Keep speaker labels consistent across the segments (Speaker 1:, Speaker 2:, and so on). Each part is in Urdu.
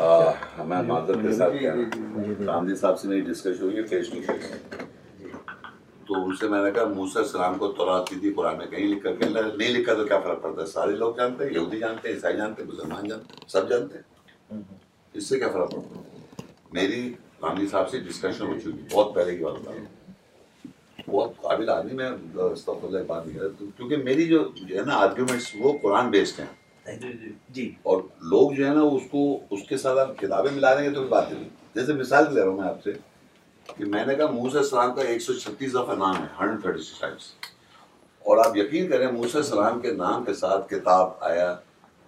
Speaker 1: ہمیں معذرت کے ساتھ کہہ رہا ہوں رام جی صاحب سے میری ڈسکش ہوئی ہے فیس ٹو فیس تو ان سے میں نے کہا موسیٰ علیہ السلام کو تورات دی تھی قرآن میں کہیں لکھ کر کہیں لگا- نہیں لکھا تو کیا فرق پڑتا ہے سارے لوگ جانتے ہیں یہودی جانتے ہیں عیسائی جانتے ہیں مسلمان جانتے ہیں سب جانتے ہیں اس سے کیا فرق پڑتا ہے میری رام جی صاحب سے ڈسکشن ہو چکی بہت پہلے کی بات بتا رہا ہوں بہت قابل آدمی میں استغفر اللہ ایک بات نہیں کرتا کیونکہ میری جو جو ہے نا آرگیومنٹس وہ قرآن بیسڈ ہیں
Speaker 2: جی
Speaker 1: اور لوگ جو ہے نا اس کو اس کے ساتھ آپ کتابیں ملا دیں گے تو کوئی بات نہیں جیسے مثال لے رہا ہوں میں آپ سے کہ میں نے کہا موسیٰ علیہ السلام کا ایک سو چھتیس دفعہ نام ہے ہنڈریڈ تھرٹی سکس ٹائمس اور آپ یقین کریں موسیٰ علیہ السلام کے نام کے ساتھ کتاب آیا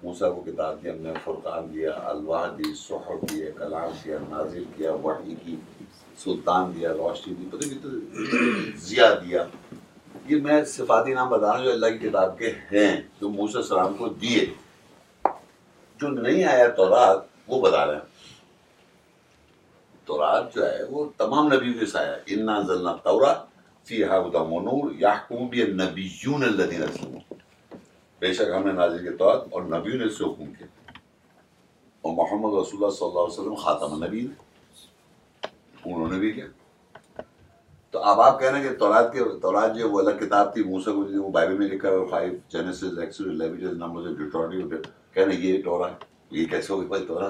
Speaker 1: موسیٰ کو کتاب دی ہم نے فرقان دیا الواح دی صحف دیے کلام دیا نازل کیا وحی کی سلطان دیا روشنی دی پتہ نہیں کتنے ضیاء دیا یہ میں صفاتی نام بتا رہا ہوں جو اللہ کی کتاب کے ہیں جو موسیٰ علیہ السلام کو دیے جو نہیں آیا تورات وہ بتا رہے ہیں تورات جو ہے وہ تمام نبیوں کے ساتھ آیا ہے انا ذلنا تورا فی ہدا منور یحکم بی النبیون الذین اسلموا بے شک ہم نے نازل کے تورات اور نبیوں نے اس سے حکم کیا اور محمد رسول اللہ صلی اللہ علیہ وسلم خاتم النبی نے انہوں نے بھی کیا تو اب آپ کہہ رہے ہیں کہ تورات کے تورات جو ہے وہ الگ کتاب تھی موسیٰ کو جو وہ بائبل میں لکھا ہوا five Genesis Exodus Leviticus Numbers Deuteronomy کہہ رہے ہیں یہ تورا یہ کیسے ہوگی بھائی تورا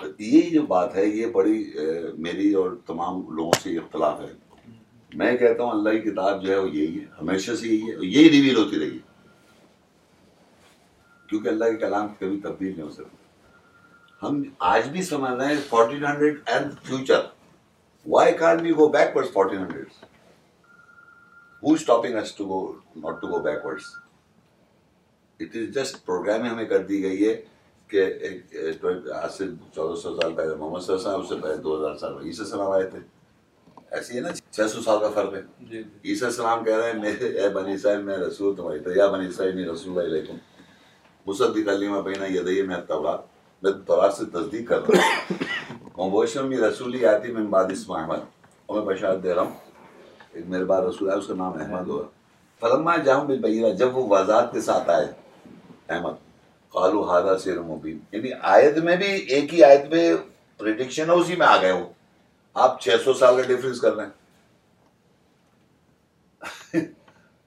Speaker 1: تو یہ جو بات ہے یہ بڑی اے، میری اور تمام لوگوں سے اختلاف ہے میں کہتا ہوں اللہ کی کتاب جو ہے وہ یہی ہے ہمیشہ سے یہی ہے اور یہی ریویل ہوتی رہی ہے کیونکہ اللہ کے کلام کبھی تبدیل نہیں ہو سکتا ہم آج بھی سمجھ رہے ہیں fourteen hundred and future Why can't we go backwards 1400s? Who's stopping us to go, not to go backwards? It is just programming ہمیں کر دی گئی ہے کہ ایک- ایک- آج سے چودہ سو سال پہلے محمد صلی اللہ علیہ وسلم اس سے پہلے دو ہزار سال عیسی علیہ السلام آئے تھے ایسے ہی ہے نا چھ سو سال کا فرق ہے
Speaker 2: جی
Speaker 1: عیسی علیہ السلام کہہ رہے ہیں میرے اے بنی اسرائیل میں رسول تمہاری تو یا بنی اسرائیل میں رسول اللہ علیکم مصدق علی میں بینہ یدیہ میں التورات میں تورات سے تصدیق کر رہا ہوں مبوشم یہ رسولی آتی من بعد اسم احمد اور میں بشارت دے رہا ہوں ایک میرے بعد رسول آیا اس کا نام احمد ہوا فلما جاؤں بالبیرہ جب وہ وضاحت کے ساتھ آئے احمد قالو ہادہ سیر مبین یعنی آیت میں بھی ایک ہی آیت میں پریڈکشن ہے اسی میں آ گئے وہ آپ چھ سو سال کا ڈفرینس کر رہے ہیں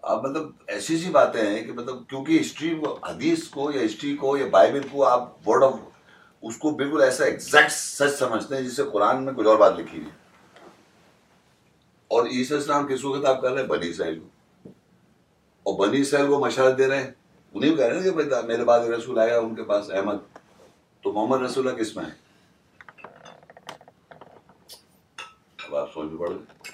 Speaker 1: اب مطلب ایسی سی باتیں ہیں کہ مطلب کیونکہ ہسٹری کو حدیث کو یا ہسٹری کو یا بائبل کو آپ ورڈ آف اس کو بالکل ایسا ایگزیکٹ سچ سمجھتے ہیں جسے قرآن میں کچھ اور بات لکھی ہے اور عیسی اسلام کس وقت آپ کر رہے ہیں بنی اسرائیل کو اور بنی اسرائیل کو مشورہ دے رہے ہیں انہیں کہہ رہے ہیں کہ بھائی میرے بعد رسول آیا ان کے پاس احمد تو محمد رسول اللہ کس میں ہے اب آپ سوچ پڑ گئے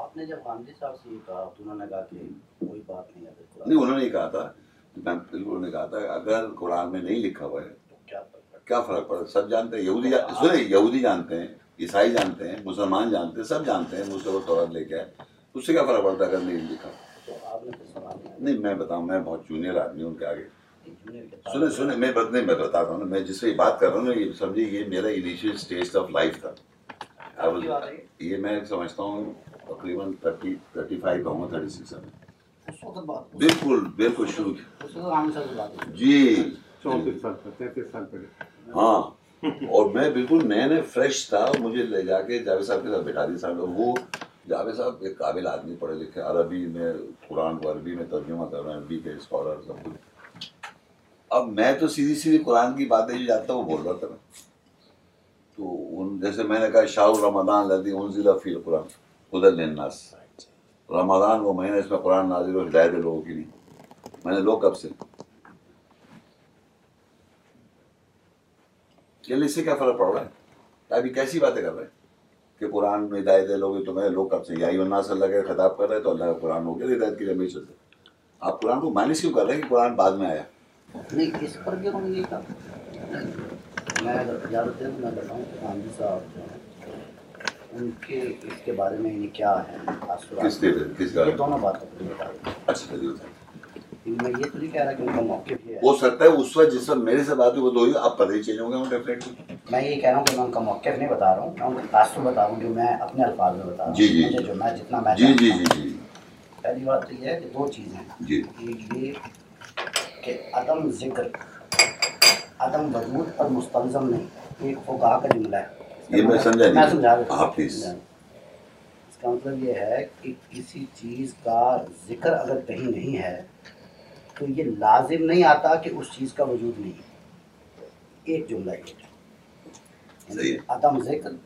Speaker 3: آپ نے جب غامدی صاحب سے یہ کہا تو انہوں نے کہا کہ کوئی بات نہیں ہے اگر قرآن
Speaker 1: نہیں انہوں نے کہا تھا میں بالکل نے کہا تھا کہ اگر قرآن میں نہیں لکھا ہوا ہے
Speaker 3: تو کیا فرق پڑتا
Speaker 1: کیا فرق پڑتا ہے؟ سب جانتے ہیں یہودی جان- سنیں یہودی جانتے ہیں عیسائی جانتے ہیں مسلمان جانتے ہیں سب جانتے ہیں مسلم طور لے کے آئے اس سے کیا فرق پڑتا ہے اگر نہیں لکھا
Speaker 3: ہے؟ تو آپ نے تو سوال نہیں
Speaker 1: نہیں میں بتاؤں میں بہت جونیئر آدمی ہوں ان کے آگے
Speaker 3: آیا۔
Speaker 1: سنیں سنیں میں بت نہیں میں بتاتا ہوں نا، میں جس سے یہ بات کر رہا ہوں نا یہ سمجھیے یہ میرا انیشیل اسٹیج آف لائف تھا I was- یہ میں سمجھتا ہوں تقریباً تھرٹی تھرٹی فائیو کا ہوں تھرٹی سکس
Speaker 3: اس وقت بات ہوئی۔
Speaker 1: بالکل بالکل شروع کی-
Speaker 3: اس وقت غامدی صاحب سے بات ہوئی۔
Speaker 1: جی
Speaker 4: چونتیس سال کا تینتیس سال پہلے
Speaker 1: ہاں اور میں بالکل نئے نئے فریش تھا اور مجھے لے جا کے جاوید صاحب کے ساتھ بٹھا دیا صاحب وہ جاوید صاحب ایک قابل آدمی پڑھے لکھے عربی میں قرآن کو عربی میں ترجمہ کر رہے ہیں عربی کے اسکالر سب کچھ اب میں تو سیدھی سیدھی قرآن کی باتیں جو جانتا ہوں وہ بول رہا تھا میں تو ان جیسے میں نے کہا شاہ رمضان لدی انزل فی القرآن خدا للناس رمضان وہ مہینہ اس میں قرآن نازل ہو ہدایت ہے لوگوں کے لیے میں نے لوگ کب سے کہ اس سے کیا فرق پڑ رہا ہے ابھی کیسی باتیں کر رہے ہیں کہ قرآن میں ہدایت ہے لوگ تو میں لوگ کب سے یائی اللہ اللہ کے خطاب کر رہے ہیں تو اللہ کا قرآن ہو گیا ہدایت کے لیے ہمیشہ سے آپ قرآن کو مائنس کیوں کر رہے ہیں کہ قرآن بعد میں آیا
Speaker 3: نہیں اس پر بھی انہوں نے یہ کہا میں اگر اجازت دیں تو میں بتاؤں کہ غامدی صاحب جو ہیں ان کے اس کے بارے میں یعنی کیا ہے تاثرات؟
Speaker 1: کس لیے- کس
Speaker 3: یہ
Speaker 1: بارے میں
Speaker 3: دونوں باتیں مجھے بتا دیں۔
Speaker 1: اچھا چلیے بتائیے۔
Speaker 3: لیکن میں یہ تو نہیں کہہ رہا کہ ان کا موقف یہ ہے
Speaker 1: ہو سکتا ہے اس وقت جس وقت میرے سے بات ہوئی وہ دو ہی آپ پتہ ہی چینج ہوں گے ڈیفینیٹلی
Speaker 3: میں یہ کہہ رہا ہوں کہ میں ان کا موقف نہیں بتا رہا ہوں میں ان کا تاثر بتا رہا ہوں جو میں اپنے الفاظ میں بتا رہا ہوں
Speaker 1: جی، جی۔
Speaker 3: مجھے جو میں جتنا میں
Speaker 1: جی جی
Speaker 3: جانتا ہوں۔
Speaker 1: جی جی
Speaker 3: پہلی بات تو یہ ہے کہ دو چیزیں ہیں
Speaker 1: جی
Speaker 3: ایک یہ کہ عدم ذکر عدم وجود پر مستلزم نہیں یہ ایک فقہا کا جملہ ہے اس کا
Speaker 1: یہ میں
Speaker 3: مطلب-
Speaker 1: سمجھا نہیں۔
Speaker 3: میں سمجھا دیتا ہوں۔
Speaker 1: ہاں، پلیز۔
Speaker 3: سمجھا دیتا ہوں۔ اس کا مطلب یہ ہے کہ کسی چیز کا ذکر اگر کہیں نہیں ہے تو یہ لازم نہیں آتا کہ اس چیز کا وجود نہیں ہے۔ ایک جملہ یہ
Speaker 1: صحیح ہے۔
Speaker 3: ہے یعنی عدم ذکر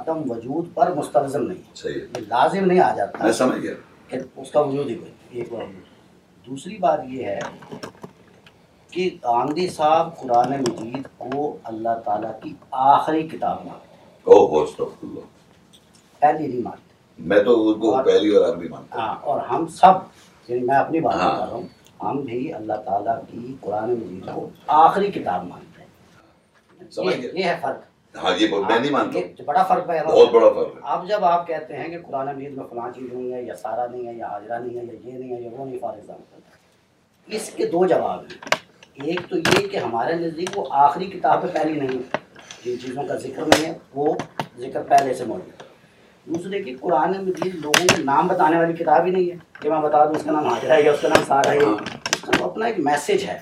Speaker 3: عدم وجود پر مستلزم نہیں
Speaker 1: صحیح ہے
Speaker 3: یہ لازم نہیں آ جاتا
Speaker 1: میں سمجھ گیا
Speaker 3: کہ اس کا وجود ہی کوئی ایک بات دوسری بات یہ ہے کہ آمدی صاحب قرآن مجید کو اللہ تعالیٰ کی آخری کتاب مانتے ہیں
Speaker 1: او ہو استغفر اللہ
Speaker 3: پہلی نہیں مانتے
Speaker 1: میں تو ان کو
Speaker 3: اور-
Speaker 1: پہلی اور آخری مانتا
Speaker 3: ہاں اور ہم سب یعنی میں اپنی بات
Speaker 1: ہاں۔
Speaker 3: بتا رہا ہوں ہم بھی اللہ تعالیٰ کی قرآن مجید کو آخری کتاب مانتے ہیں
Speaker 1: سمجھ
Speaker 3: یہ-
Speaker 1: گیا۔
Speaker 3: یہ ہے فرق
Speaker 1: ہوں ہاں یہ بہت- میں نہیں مانتا ہوں
Speaker 3: یہ بڑا فرق ہے
Speaker 1: بہت بڑا فرق ہے
Speaker 3: اب جب آپ کہتے ہیں کہ قرآن مجید میں فلاں چیز نہیں ہے یا سارا نہیں ہے یا حاجرہ نہیں ہے یا یہ نہیں ہے یا وہ نہیں فار ایگزامپل اس کے دو جواب ہیں ایک تو یہ کہ ہمارے نزدیک وہ آخری کتاب میں پہلی نہیں ہے جن چیزوں کا ذکر نہیں ہے وہ ذکر پہلے سے موجود ہے دوسرے کہ قرآن مجید لوگوں کے نام بتانے والی کتاب ہی نہیں ہے کہ میں بتا دوں اس کا نام حاجرہ ہے یا اس کا نام سارا ہے یا- اس کا تو اپنا ایک میسج ہے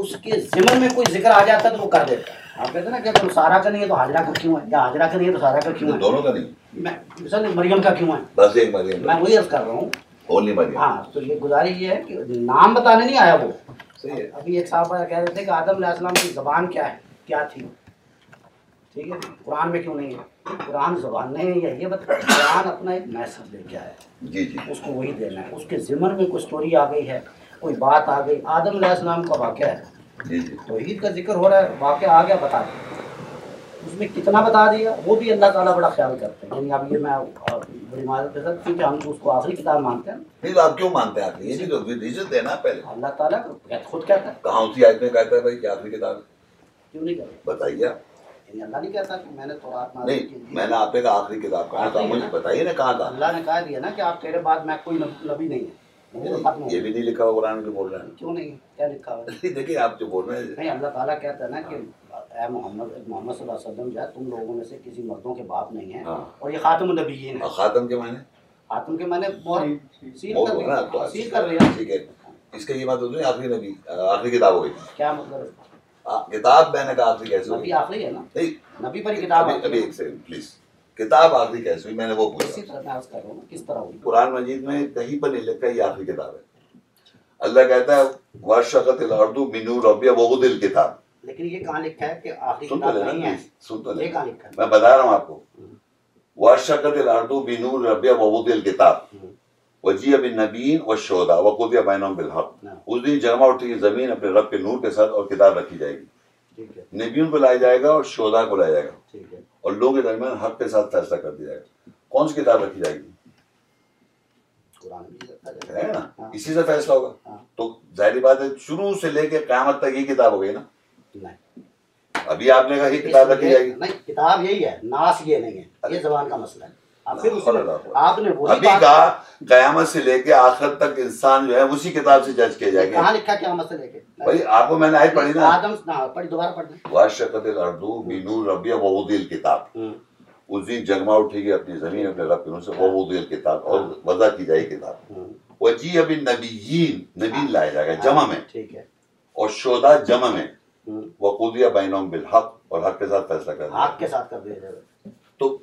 Speaker 3: اس کے ذمن میں کوئی ذکر آ جاتا ہے تو وہ کر دیتا ہے آپ کہتے ہیں نا کہ اگر سارا کا نہیں ہے تو حاجرہ کا کیوں ہے یا حاجرہ کا نہیں ہے تو سارا کا کیوں ہے
Speaker 1: دونوں کا نہیں
Speaker 3: میں سر مریم کا کیوں ہے
Speaker 1: بس ایک مریم
Speaker 3: میں وہی عرض کر رہا ہوں
Speaker 1: اونلی مریم
Speaker 3: ہاں تو یہ گزارش یہ ہے کہ نام بتانے نہیں آیا وہ
Speaker 1: صحیح ہے
Speaker 3: ابھی ایک صاحب کہہ رہے تھے کہ آدم علیہ السلام کی زبان کیا ہے کیا تھی ٹھیک ہے قرآن میں کیوں نہیں ہے قرآن زبان نہیں ہے یا یہ بتا قرآن اپنا ایک میسج لے کے آیا ہے
Speaker 1: جی جی
Speaker 3: اس کو وہی دینا ہے اس کے ذمن میں کوئی اسٹوری آ گئی ہے کوئی بات آ گئی آدم علیہ السلام کا واقعہ ہے
Speaker 1: جی جی
Speaker 3: توحید کا ذکر ہو رہا ہے واقعہ آ گیا بتا دیا اس میں کتنا بتا دیا وہ بھی اللہ تعالیٰ بڑا خیال کرتے ہیں یعنی اب یہ میں اور بڑی معذرت کے ساتھ کیونکہ ہم اس کو آخری کتاب مانتے ہیں
Speaker 1: پھر آپ کیوں مانتے ہیں آپ یہ بھی تو ریزن دینا پہلے
Speaker 3: اللہ تعالیٰ کو کہت- خود کہتا ہے
Speaker 1: کہاں اسی آیت میں کہتا ہے بھائی کیا آخری کتاب ہے؟
Speaker 3: کیوں نہیں کرتا
Speaker 1: بتائیے آپ
Speaker 3: یعنی اللہ نہیں کہتا کہ میں نے تو رات نازل کی
Speaker 1: نہیں
Speaker 3: تھی
Speaker 1: میں نے آپ نے کہا آخری کتاب کہاں تھا مجھے بتائیے نا کہاں تھا
Speaker 3: اللہ نے کہا دیا نا کہ آپ تیرے بعد میں کوئی نب- نبی نہیں ہے نبی تو ختم ہو
Speaker 1: یہ بھی نہیں لکھا ہوا قرآن میں بول رہے
Speaker 3: گئے۔ کیوں نہیں کیا لکھا ہوا ہے
Speaker 1: ہیں دیکھیے آپ جو بول رہے ہیں
Speaker 3: نہیں اللہ تعالیٰ کہتا ہے نا کہ اے محمد محمد صلی اللہ علیہ وسلم جو ہے تم لوگوں میں سے کسی مردوں کے باپ نہیں ہیں
Speaker 1: ہاں۔
Speaker 3: اور یہ خاتم النبیین ہے
Speaker 1: اور خاتم کے معنی
Speaker 3: خاتم کے میں نے بہت سیل
Speaker 1: بہت
Speaker 3: کر
Speaker 1: ہو نا آپ
Speaker 3: دیا
Speaker 1: تو
Speaker 3: سیل کر دیا
Speaker 1: ٹھیک ہے اس کے یہ بات ہوتی ہے آخری نبی آخری کتاب ہو گئی
Speaker 3: کیا مطلب
Speaker 1: آ، کتاب میں نے کہا آخری کیسے ہوئی
Speaker 3: نبی آخری ہے نا
Speaker 1: نہیں
Speaker 3: نبی پر ہی کتاب
Speaker 1: ابھی-
Speaker 3: آخری
Speaker 1: ابھی
Speaker 3: ہے۔
Speaker 1: ایک سیکنڈ پلیز کتاب آخری کیسے ہوئی میں نے وہ پوچھا
Speaker 3: اسی طرح میں عرض کر رہا ہوں کس طرح ہوئی
Speaker 1: قرآن مجید میں کہیں پر نہیں لکھا یہ آخری کتاب ہے اللہ کہتا ہے واشقت الارض من ربیا وغد الکتاب
Speaker 3: لیکن یہ کہاں لکھا ہے کہ آخری
Speaker 1: سن تو
Speaker 3: کتاب
Speaker 1: لینا
Speaker 3: نہیں ہے
Speaker 1: پلیز سن تو
Speaker 3: یہ
Speaker 1: لینا
Speaker 3: کہاں لکھا ہے
Speaker 1: میں بتا رہا ہوں آپ کو واشقت الارض من ربیا وغد الکتاب
Speaker 3: ہوں۔
Speaker 1: وجیہ بن نبین و شودا وقضی بینہم بالحق
Speaker 3: ہاں،
Speaker 1: اس دن جمع اٹھے گی زمین اپنے رب کے نور کے ساتھ اور کتاب رکھی جائے گی
Speaker 3: ٹھیک ہے
Speaker 1: نبیوں کو لایا جائے گا اور شودا کو لایا جائے گا
Speaker 3: ٹھیک ہے
Speaker 1: اور لوگوں کے درمیان حق کے ساتھ فیصلہ کر دیا جائے گا کون سی کتاب رکھی جائے گی
Speaker 3: قرآن میں بھی لکھا ہے۔
Speaker 1: ہے نا
Speaker 3: ہاں۔
Speaker 1: اسی سے فیصلہ ہوگا
Speaker 3: ہاں۔
Speaker 1: تو ظاہری بات ہے شروع سے لے کے قیامت تک یہ کتاب ہو گئی نا
Speaker 3: نہیں
Speaker 1: ابھی آپ نے کہا یہ کتاب
Speaker 3: اس لیے-
Speaker 1: رکھی جائے گی
Speaker 3: نہیں کتاب یہی ہے ناس یہ نہیں ہے یہ زبان کا مسئلہ ہے آپ پھر اسی-
Speaker 1: اللہ اللہ۔
Speaker 3: آپ نے وہی
Speaker 1: ابھی
Speaker 3: بات
Speaker 1: کہا قیامت سے لے کے آخر تک انسان جو ہے اسی کتاب سے جج کیا جائے گا
Speaker 3: کہاں لکھا کیا مسئلہ لے کے
Speaker 1: بھائی آپ کو میں نے آئے پڑھی نا
Speaker 3: آدم نہ پڑھی دوبارہ پڑھنا
Speaker 1: واشقت اردو مینور ربیہ وعود کتاب اس دن جگما اٹھے گی اپنی زمین اپنے رب کے نور سے وعود کتاب اور وضع کی جائے گی کتاب وجی اب نبیین نبی لایا جائے گا جمع میں
Speaker 3: ٹھیک ہے
Speaker 1: اور شودا جمع میں
Speaker 3: ہوں۔
Speaker 1: وقودیہ بینہم بالحق اور حق کے ساتھ فیصلہ کر دیا
Speaker 3: آپ کے ساتھ کر دیا جائے گا۔
Speaker 1: تو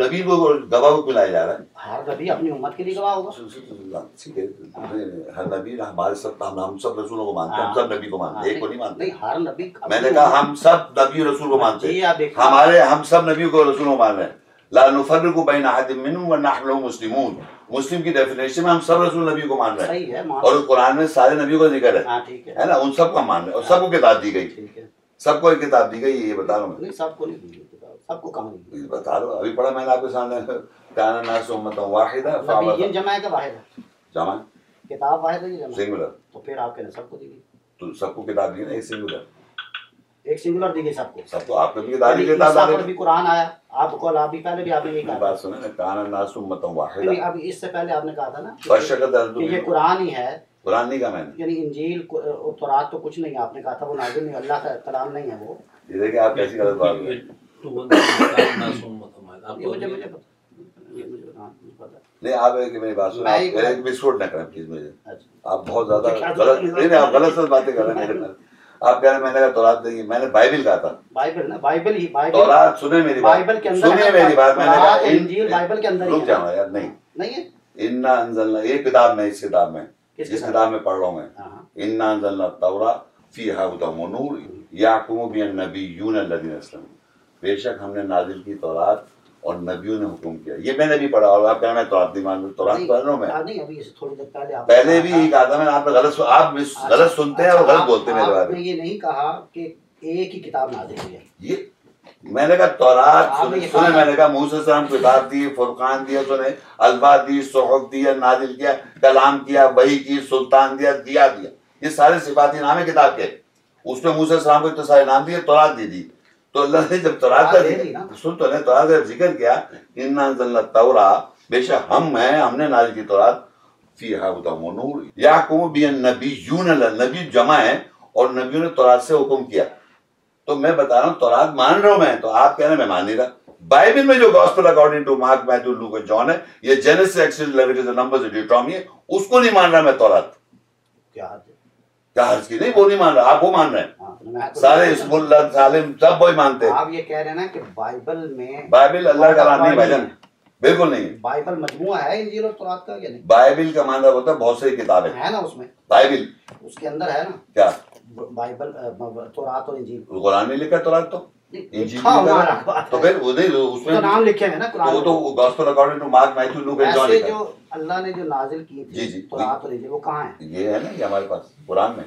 Speaker 1: نبی کو گواہ کو پلایا جا رہا ہے
Speaker 3: ہر نبی اپنی امت کے لیے گواہ ہوگا
Speaker 1: ٹھیک ہے ہر نبی ہمارے سب ہم ہم سب رسولوں کو مانتے ہیں ہم سب نبی کو مانتے ہیں ایک کو نہیں مانتے
Speaker 3: ہاں۔ نہیں ہر نبی
Speaker 1: میں نے کہا ہم سب نبی اور رسول کو مانتے
Speaker 3: جی
Speaker 1: ہیں
Speaker 3: آپ دیکھیں
Speaker 1: ہمارے ہم سب نبی کو رسول کو مان رہے ہیں لا نفرق بین احد منهم ونحن له مسلمون مسلم کی ڈیفینیشن میں ہم سب رسول نبی کو مان رہے ہیں
Speaker 3: صحیح ہے
Speaker 1: اور قرآن میں سارے نبی کو ذکر ہے
Speaker 3: ہاں ٹھیک ہے
Speaker 1: ہے نا ان سب کا مان رہے ہیں اور سب کو کتاب دی گئی
Speaker 3: ٹھیک ہے
Speaker 1: سب کو ایک کتاب دی گئی یہ بتا رہا ہوں میں
Speaker 3: نہیں سب کو نہیں سب کو کہاں نہیں
Speaker 1: بتا رہا ہوں ابھی پڑھا میں نے آپ کے سامنے کانا ناس امت واحد
Speaker 3: نبی یہ جمع ہے کہ واحد ہے
Speaker 1: جمع
Speaker 3: کتاب واحد ہے کہ جمع ہے؟
Speaker 1: سنگولر
Speaker 3: تو پھر آپ کے نے سب کو دی گئی
Speaker 1: تو سب کو کتاب دی نا ایک سنگولر
Speaker 3: ایک سنگولر دی گئی سب کو
Speaker 1: سب کو آپ نے بھی کتاب دی
Speaker 3: یعنی عیسیٰ
Speaker 1: کتاب
Speaker 3: پر بھی قرآن آیا آپ کو آپ بھی پہلے بھی آپ نے یہ کہا
Speaker 1: بات سنیں نا کانا ناس امت
Speaker 3: تھا۔ نہیں،
Speaker 1: واحد
Speaker 3: اب اس سے پہلے آپ نے کہا تھا نا کہ
Speaker 1: وشکت
Speaker 3: یہ قرآن ہی ہے
Speaker 1: قرآن نہیں کا میں نے
Speaker 3: یعنی انجیل تورات تو کچھ نہیں ہے آپ نے کہا تھا وہ نازل نہیں اللہ کا کلام نہیں ہے وہ
Speaker 1: یہ دیکھیں آپ کیسی غلط بات کر رہے ہیں
Speaker 3: یہ مجھے مجھے پتا- یہ مجھے- ہاں، مجھے پتا ہے۔
Speaker 1: نہیں آپ ایک میری بات سنیں آپ ایک مسوٹ نہ کریں پلیز مجھے
Speaker 3: اچھا
Speaker 1: آپ بہت زیادہ غلط نہیں نہیں آپ غلط سب باتیں کر رہے ہیں آپ کہہ رہے ہیں، میں نے کہا تورات نہیں ہے میں نے بائبل کہا تھا
Speaker 3: بائبل نا بائبل ہی بائبل
Speaker 1: تورات سنے میری بات
Speaker 3: بائبل کے اندر
Speaker 1: سنے
Speaker 3: ہے،
Speaker 1: میری بات میں نے کہا
Speaker 3: تورات،
Speaker 1: ان-
Speaker 3: انجیل بائبل کے اندر ہی
Speaker 1: رک
Speaker 3: ہے۔
Speaker 1: جاؤ یار نہیں
Speaker 3: نہیں ہے
Speaker 1: انا انزلنا یہ کتاب میں اس کتاب میں
Speaker 3: کس
Speaker 1: جس
Speaker 3: کتاب
Speaker 1: کتاب میں پڑھ رہا ہوں میں
Speaker 3: ہاں ہاں
Speaker 1: انا انزلنا التورا فیہا ہدى ونور یحکم بها النبیون الذین اسلموا بے شک ہم نے نازل کی تورات اور نبیوں نے حکم کیا یہ میں نے بھی پڑھا اور آپ کہہ رہے ہیں میں تورات نہیں مانتا تورات
Speaker 3: نہیں،
Speaker 1: پڑھ رہا ہوں میں
Speaker 3: ہاں، نہیں ابھی اس تھوڑی دیر پہلے آپ نے
Speaker 1: پہلے بھی
Speaker 3: کہا
Speaker 1: یہ
Speaker 3: تھا-
Speaker 1: کہا تھا میں نے آپ نے غلط سن- آپ مس- غلط سنتے ہیں اور
Speaker 3: اچھا،
Speaker 1: غلط
Speaker 3: آپ-
Speaker 1: بولتے ہیں میرے
Speaker 3: آپ
Speaker 1: بارے
Speaker 3: نے
Speaker 1: میں
Speaker 3: یہ نہیں کہا کہ ایک ہی کتاب نازل ہوئی ہے
Speaker 1: یہ جی؟ میں نے کہا تورات
Speaker 3: آپ نے
Speaker 1: سنے
Speaker 3: یہ
Speaker 1: سنے
Speaker 3: کہا-
Speaker 1: میں نے کہا موسیٰ علیہ السلام کتاب دی فرقان دیا سنے الفاظ دی صحف دیا نازل کیا کلام کیا وحی کی سلطان دیا دیا دیا یہ سارے صفاتی نام ہے کتاب کے اس میں موسیٰ علیہ السلام کو اتنے سارے نام دیے تورات دی دی تو اللہ نے جب تورات کا
Speaker 3: تورات دے دی نا۔
Speaker 1: ذکر سن تو نے تورات کا ذکر کیا انا انزلنا التوراہ بے شک ہم ہیں ہم نے نازل کی تورات فیہا ہدى ونور یحکم بها النبیون نبی جمع ہے اور نبیوں نے تورات سے حکم کیا تو میں بتا رہا ہوں تورات مان رہا ہوں میں تو آپ کہہ رہے ہیں میں مان نہیں رہا بائبل میں جو gospel according to Mark Matthew Luke John ہے یہ Genesis Exodus Leviticus Numbers Deuteronomy ہے اس کو نہیں مان رہا میں تورات
Speaker 3: کیا حد ہے؟
Speaker 1: کیا حرض کی نہیں وہ نہیں مان رہا آپ وہ مان رہے ہیں
Speaker 3: ہاں، میں آپ کو-
Speaker 1: سارے اسم اللہ سالم سب وہی مانتے ہیں
Speaker 3: آپ یہ کہہ رہے ہیں نا کہ بائبل میں
Speaker 1: بائبل اللہ کا کلام نہیں بھائی جان بالکل نہیں ہے۔
Speaker 3: بائبل مجموعہ ہے انجیل اور تورات کا یا نہیں
Speaker 1: بائبل کا ماننا ہوتا ہے بہت ساری کتابیں
Speaker 3: ہے نا اس میں
Speaker 1: بائبل
Speaker 3: اس کے اندر ہے نا
Speaker 1: کیا
Speaker 3: بائبل آ، ب- تورات اور انجیل
Speaker 1: قرآن نے لکھا ہے تورات تو انجیل
Speaker 3: ہاں،
Speaker 1: نے لکھا
Speaker 3: ہمارا
Speaker 1: ہے۔
Speaker 3: بات
Speaker 1: تو
Speaker 3: ہے۔
Speaker 1: پھر وہ نہیں اس
Speaker 3: اس کا
Speaker 1: میں
Speaker 3: نام لکھے ہیں نا
Speaker 1: تو وہ
Speaker 3: قرآن میں۔
Speaker 1: تو gospel according to Mark Matthew Luke John
Speaker 3: ایسے
Speaker 1: لکھا ہے
Speaker 3: جو اللہ نے جو نازل کی
Speaker 1: جی، جی،
Speaker 3: تھی تورات اور انجیل وہ کہاں ہے
Speaker 1: یہ ہے نا یہ ہمارے پاس قرآن میں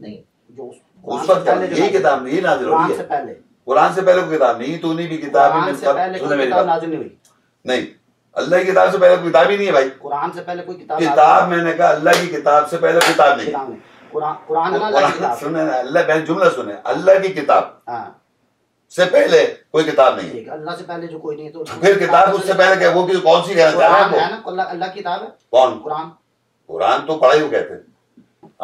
Speaker 3: نہیں جو
Speaker 1: اس وقت
Speaker 3: قرآن سے
Speaker 1: یہ
Speaker 3: پہلے جو
Speaker 1: کتاب نہیں نازل
Speaker 3: قرآن
Speaker 1: ہوئی ہے
Speaker 3: سے پہلے
Speaker 1: قرآن سے پہلے کوئی کتاب نہیں تو نہیں بھی کتاب ہے،
Speaker 3: قرآن
Speaker 1: میں
Speaker 3: سے پہلے
Speaker 1: کتاب- سنو
Speaker 3: کوئی
Speaker 1: میری
Speaker 3: کتاب
Speaker 1: بات
Speaker 3: نازل نہیں ہوئی
Speaker 1: نہیں اللہ کی کتاب سے پہلے کوئی کتاب ہی نہیں ہے بھائی
Speaker 3: قرآن سے پہلے کوئی کتاب
Speaker 1: کتاب میں نے کہا اللہ کی کتاب سے پہلے کتاب نہیں ہے۔
Speaker 3: کتاب نہیں قرآن قرآن ہے نا اللہ کی
Speaker 1: قرآن
Speaker 3: کتاب
Speaker 1: سنے نا، اللہ میں جملہ سنے اللہ کی کتاب
Speaker 3: ہاں
Speaker 1: سے پہلے کوئی کتاب نہیں ہے
Speaker 3: ٹھیک ہے اللہ سے پہلے جو کوئی نہیں ہے تو
Speaker 1: پھر کتاب اس سے پہلے کہ وہ کس- کون سی کہنا چاہ رہے
Speaker 3: قرآن
Speaker 1: ہیں
Speaker 3: ہے
Speaker 1: آپ
Speaker 3: نا اللہ اللہ کی کتاب ہے
Speaker 1: کو کون
Speaker 3: قرآن
Speaker 1: قرآن تو پڑھائی کو کہتے ہیں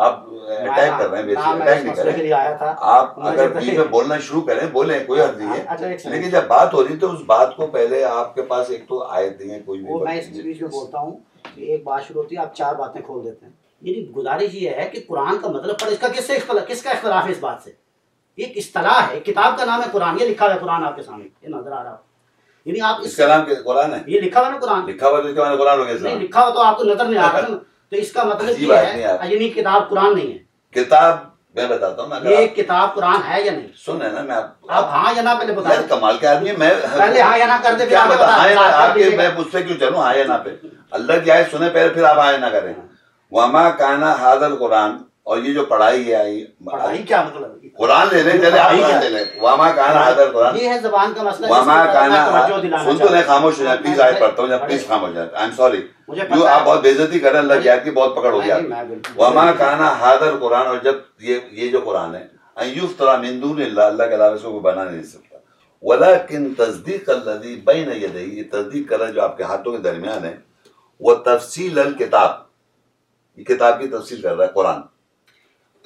Speaker 1: آپ اٹیک کر رہے ہیں
Speaker 3: ہاں،
Speaker 1: بیسیکلی اٹیک
Speaker 3: میں اس
Speaker 1: نہیں کر
Speaker 3: مسئلے کے
Speaker 1: رہے
Speaker 3: لیے آیا تھا
Speaker 1: آپ
Speaker 3: مجھے
Speaker 1: اگر
Speaker 3: پہلے-
Speaker 1: بیچ میں بولنا شروع کریں بولیں کوئی حرض نہیں ہے
Speaker 3: اچھا ایک
Speaker 1: لیکن
Speaker 3: سیکنڈ
Speaker 1: جب بات ہو رہی تو اس بات کو پہلے آپ کے پاس ایک تو آیت نہیں ہے کوئی بھی
Speaker 3: وہ میں اس
Speaker 1: بات
Speaker 3: بیچ میں
Speaker 1: نہیں
Speaker 3: بولتا ہوں کہ ایک بات شروع ہوتی ہے آپ چار باتیں کھول دیتے ہیں یعنی گزارش یہ ہے کہ قرآن کا مطلب پڑھ اس کا کس سے اختلاف کس کا اختلاف ہے اس بات سے یہ اصطلاح ہے کتاب کا نام ہے قرآن یہ لکھا ہوا ہے قرآن آپ کے سامنے یہ نظر آ رہا ہے یعنی آپ
Speaker 1: اس
Speaker 3: اس
Speaker 1: کا نام کیا- قرآن ہے
Speaker 3: یہ لکھا ہوا ہے نا قرآن
Speaker 1: لکھا ہوا تو اس کے معنی قرآن ہو گیا
Speaker 3: نہیں
Speaker 1: اسلام
Speaker 3: لکھا ہوا تو آپ کو نظر نہیں آ رہا نا تو اس کا مطلب
Speaker 1: عجیب
Speaker 3: یہ
Speaker 1: آدمی آپ۔
Speaker 3: ہے یعنی کتاب قرآن نہیں ہے
Speaker 1: کتاب میں بتاتا ہوں نا اگر
Speaker 3: یہ
Speaker 1: آپ
Speaker 3: کتاب قرآن ہے یا نہیں
Speaker 1: سن رہے ہیں نا میں آپ
Speaker 3: آپ ہاں یا نہ پہلے بتا
Speaker 1: یار
Speaker 3: دیں
Speaker 1: کمال کے آدمی ہیں، میں
Speaker 3: پہلے ہاں یا نہ کر دیں، پھر
Speaker 1: کیا
Speaker 3: آگے
Speaker 1: بتا-
Speaker 3: بتا-
Speaker 1: ہاں یا نہ،
Speaker 3: بتا-
Speaker 1: آپ کے
Speaker 3: دیجیے
Speaker 1: میں مجھ سے کیوں چلوں ہاں یا نہ پہ اللہ کی آیت سنے پہلے پھر آپ ہاں یا نہ کریں وما کانا حاضر قرآن اور یہ جو پڑھائی ہے آئی-
Speaker 3: پڑھائی کیا مطلب ہے؟
Speaker 1: قرآن لے لیں چلے آپ
Speaker 3: پڑھائی
Speaker 1: قرآن
Speaker 3: کیا؟
Speaker 1: لے لیں وما کانا حاضر قرآن
Speaker 3: یہ ہے زبان کا مسئلہ جس
Speaker 1: وما
Speaker 3: کو میں
Speaker 1: کانا
Speaker 3: توجہ دلانا
Speaker 1: سن تو
Speaker 3: چاہتا
Speaker 1: نہیں
Speaker 3: ہوں۔
Speaker 1: خاموش ہو جائے پلیز آئے پڑھتا ہوں جب
Speaker 3: پڑھیں۔
Speaker 1: پلیز خاموش ہو جائے آئی ایم سوری
Speaker 3: مجھے پتہ
Speaker 1: جو
Speaker 3: ہے-
Speaker 1: آپ بہت بےزتی کر رہے ہیں اللہ کی آیت کی بہت پکڑ ہو
Speaker 3: نہیں،
Speaker 1: گیا
Speaker 3: نہیں، میں بالکل-
Speaker 1: وما کانا حاضر قرآن اور جب یہ یہ جو قرآن ہے ان یفترا من دون اللہ اللہ کے علاوہ اس کو کوئی بنا نہیں سکتا ولکن تصدیق الذی بین یدیہ یہ تصدیق کر رہا ہے جو آپ کے ہاتھوں کے درمیان ہے وہ تفصیل الکتاب یہ کتاب کی تفصیل کر رہا ہے قرآن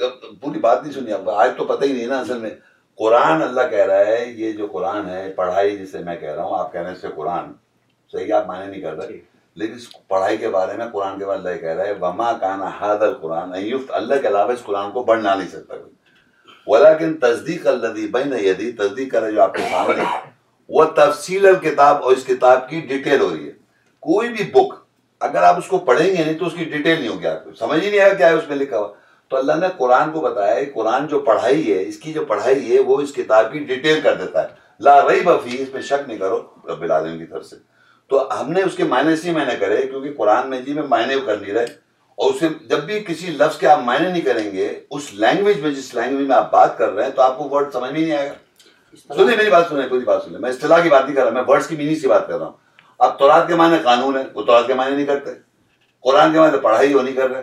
Speaker 1: اب پوری بات نہیں سنی آپ کو، آج تو پتہ ہی نہیں نا اصل میں قرآن اللہ کہہ رہا ہے یہ جو قرآن ہے پڑھائی جسے میں کہہ رہا ہوں آپ کہہ رہے ہیں اس سے قرآن صحیح آپ معنی نہیں کر رہے
Speaker 3: ٹھیک۔
Speaker 1: لیکن اس پڑھائی کے بارے میں قرآن کے بارے اللہ یہ کہہ رہا ہے وما کانا حاد القرآن یفت اللہ کے علاوہ اس قرآن کو بڑھنا نہیں سکتا کوئی ولیکن تصدیق الذی بین یدی تصدیق کرے جو آپ کے سامنے ہے، وہ تفصیل الکتاب اور اس کتاب کی ڈیٹیل ہو رہی ہے کوئی بھی بک اگر آپ اس کو پڑھیں گے نہیں تو اس کی ڈیٹیل نہیں ہوگی آپ کو سمجھ ہی نہیں آیا کیا ہے اس میں لکھا ہوا تو اللہ نے قرآن کو بتایا ہے قرآن جو پڑھائی ہے اس کی جو پڑھائی ہے وہ اس کتاب کی ڈیٹیل کر دیتا ہے لا ریب فی اس پہ شک نہیں کرو رب العالمین کی طرف سے تو ہم نے اس کے معنی اسی میں نے کرے کیونکہ قرآن میں جی میں معنی کر نہیں رہے اور اسے جب بھی کسی لفظ کے آپ معنی نہیں کریں گے اس لینگویج میں جس لینگویج میں آپ بات کر رہے ہیں تو آپ کو ورڈ سمجھ میں نہیں آئے گا
Speaker 3: اس طرح-
Speaker 1: سنیں میری بات سنیں پوری بات سنیں میں اصطلاح کی بات نہیں کر رہا میں ورڈز کی میننگ کی بات کر رہا ہوں اب تورات کے معنی قانون ہے وہ تورات کے معنی نہیں کرتے قرآن کے معنی پڑھائی وہ نہیں کر رہے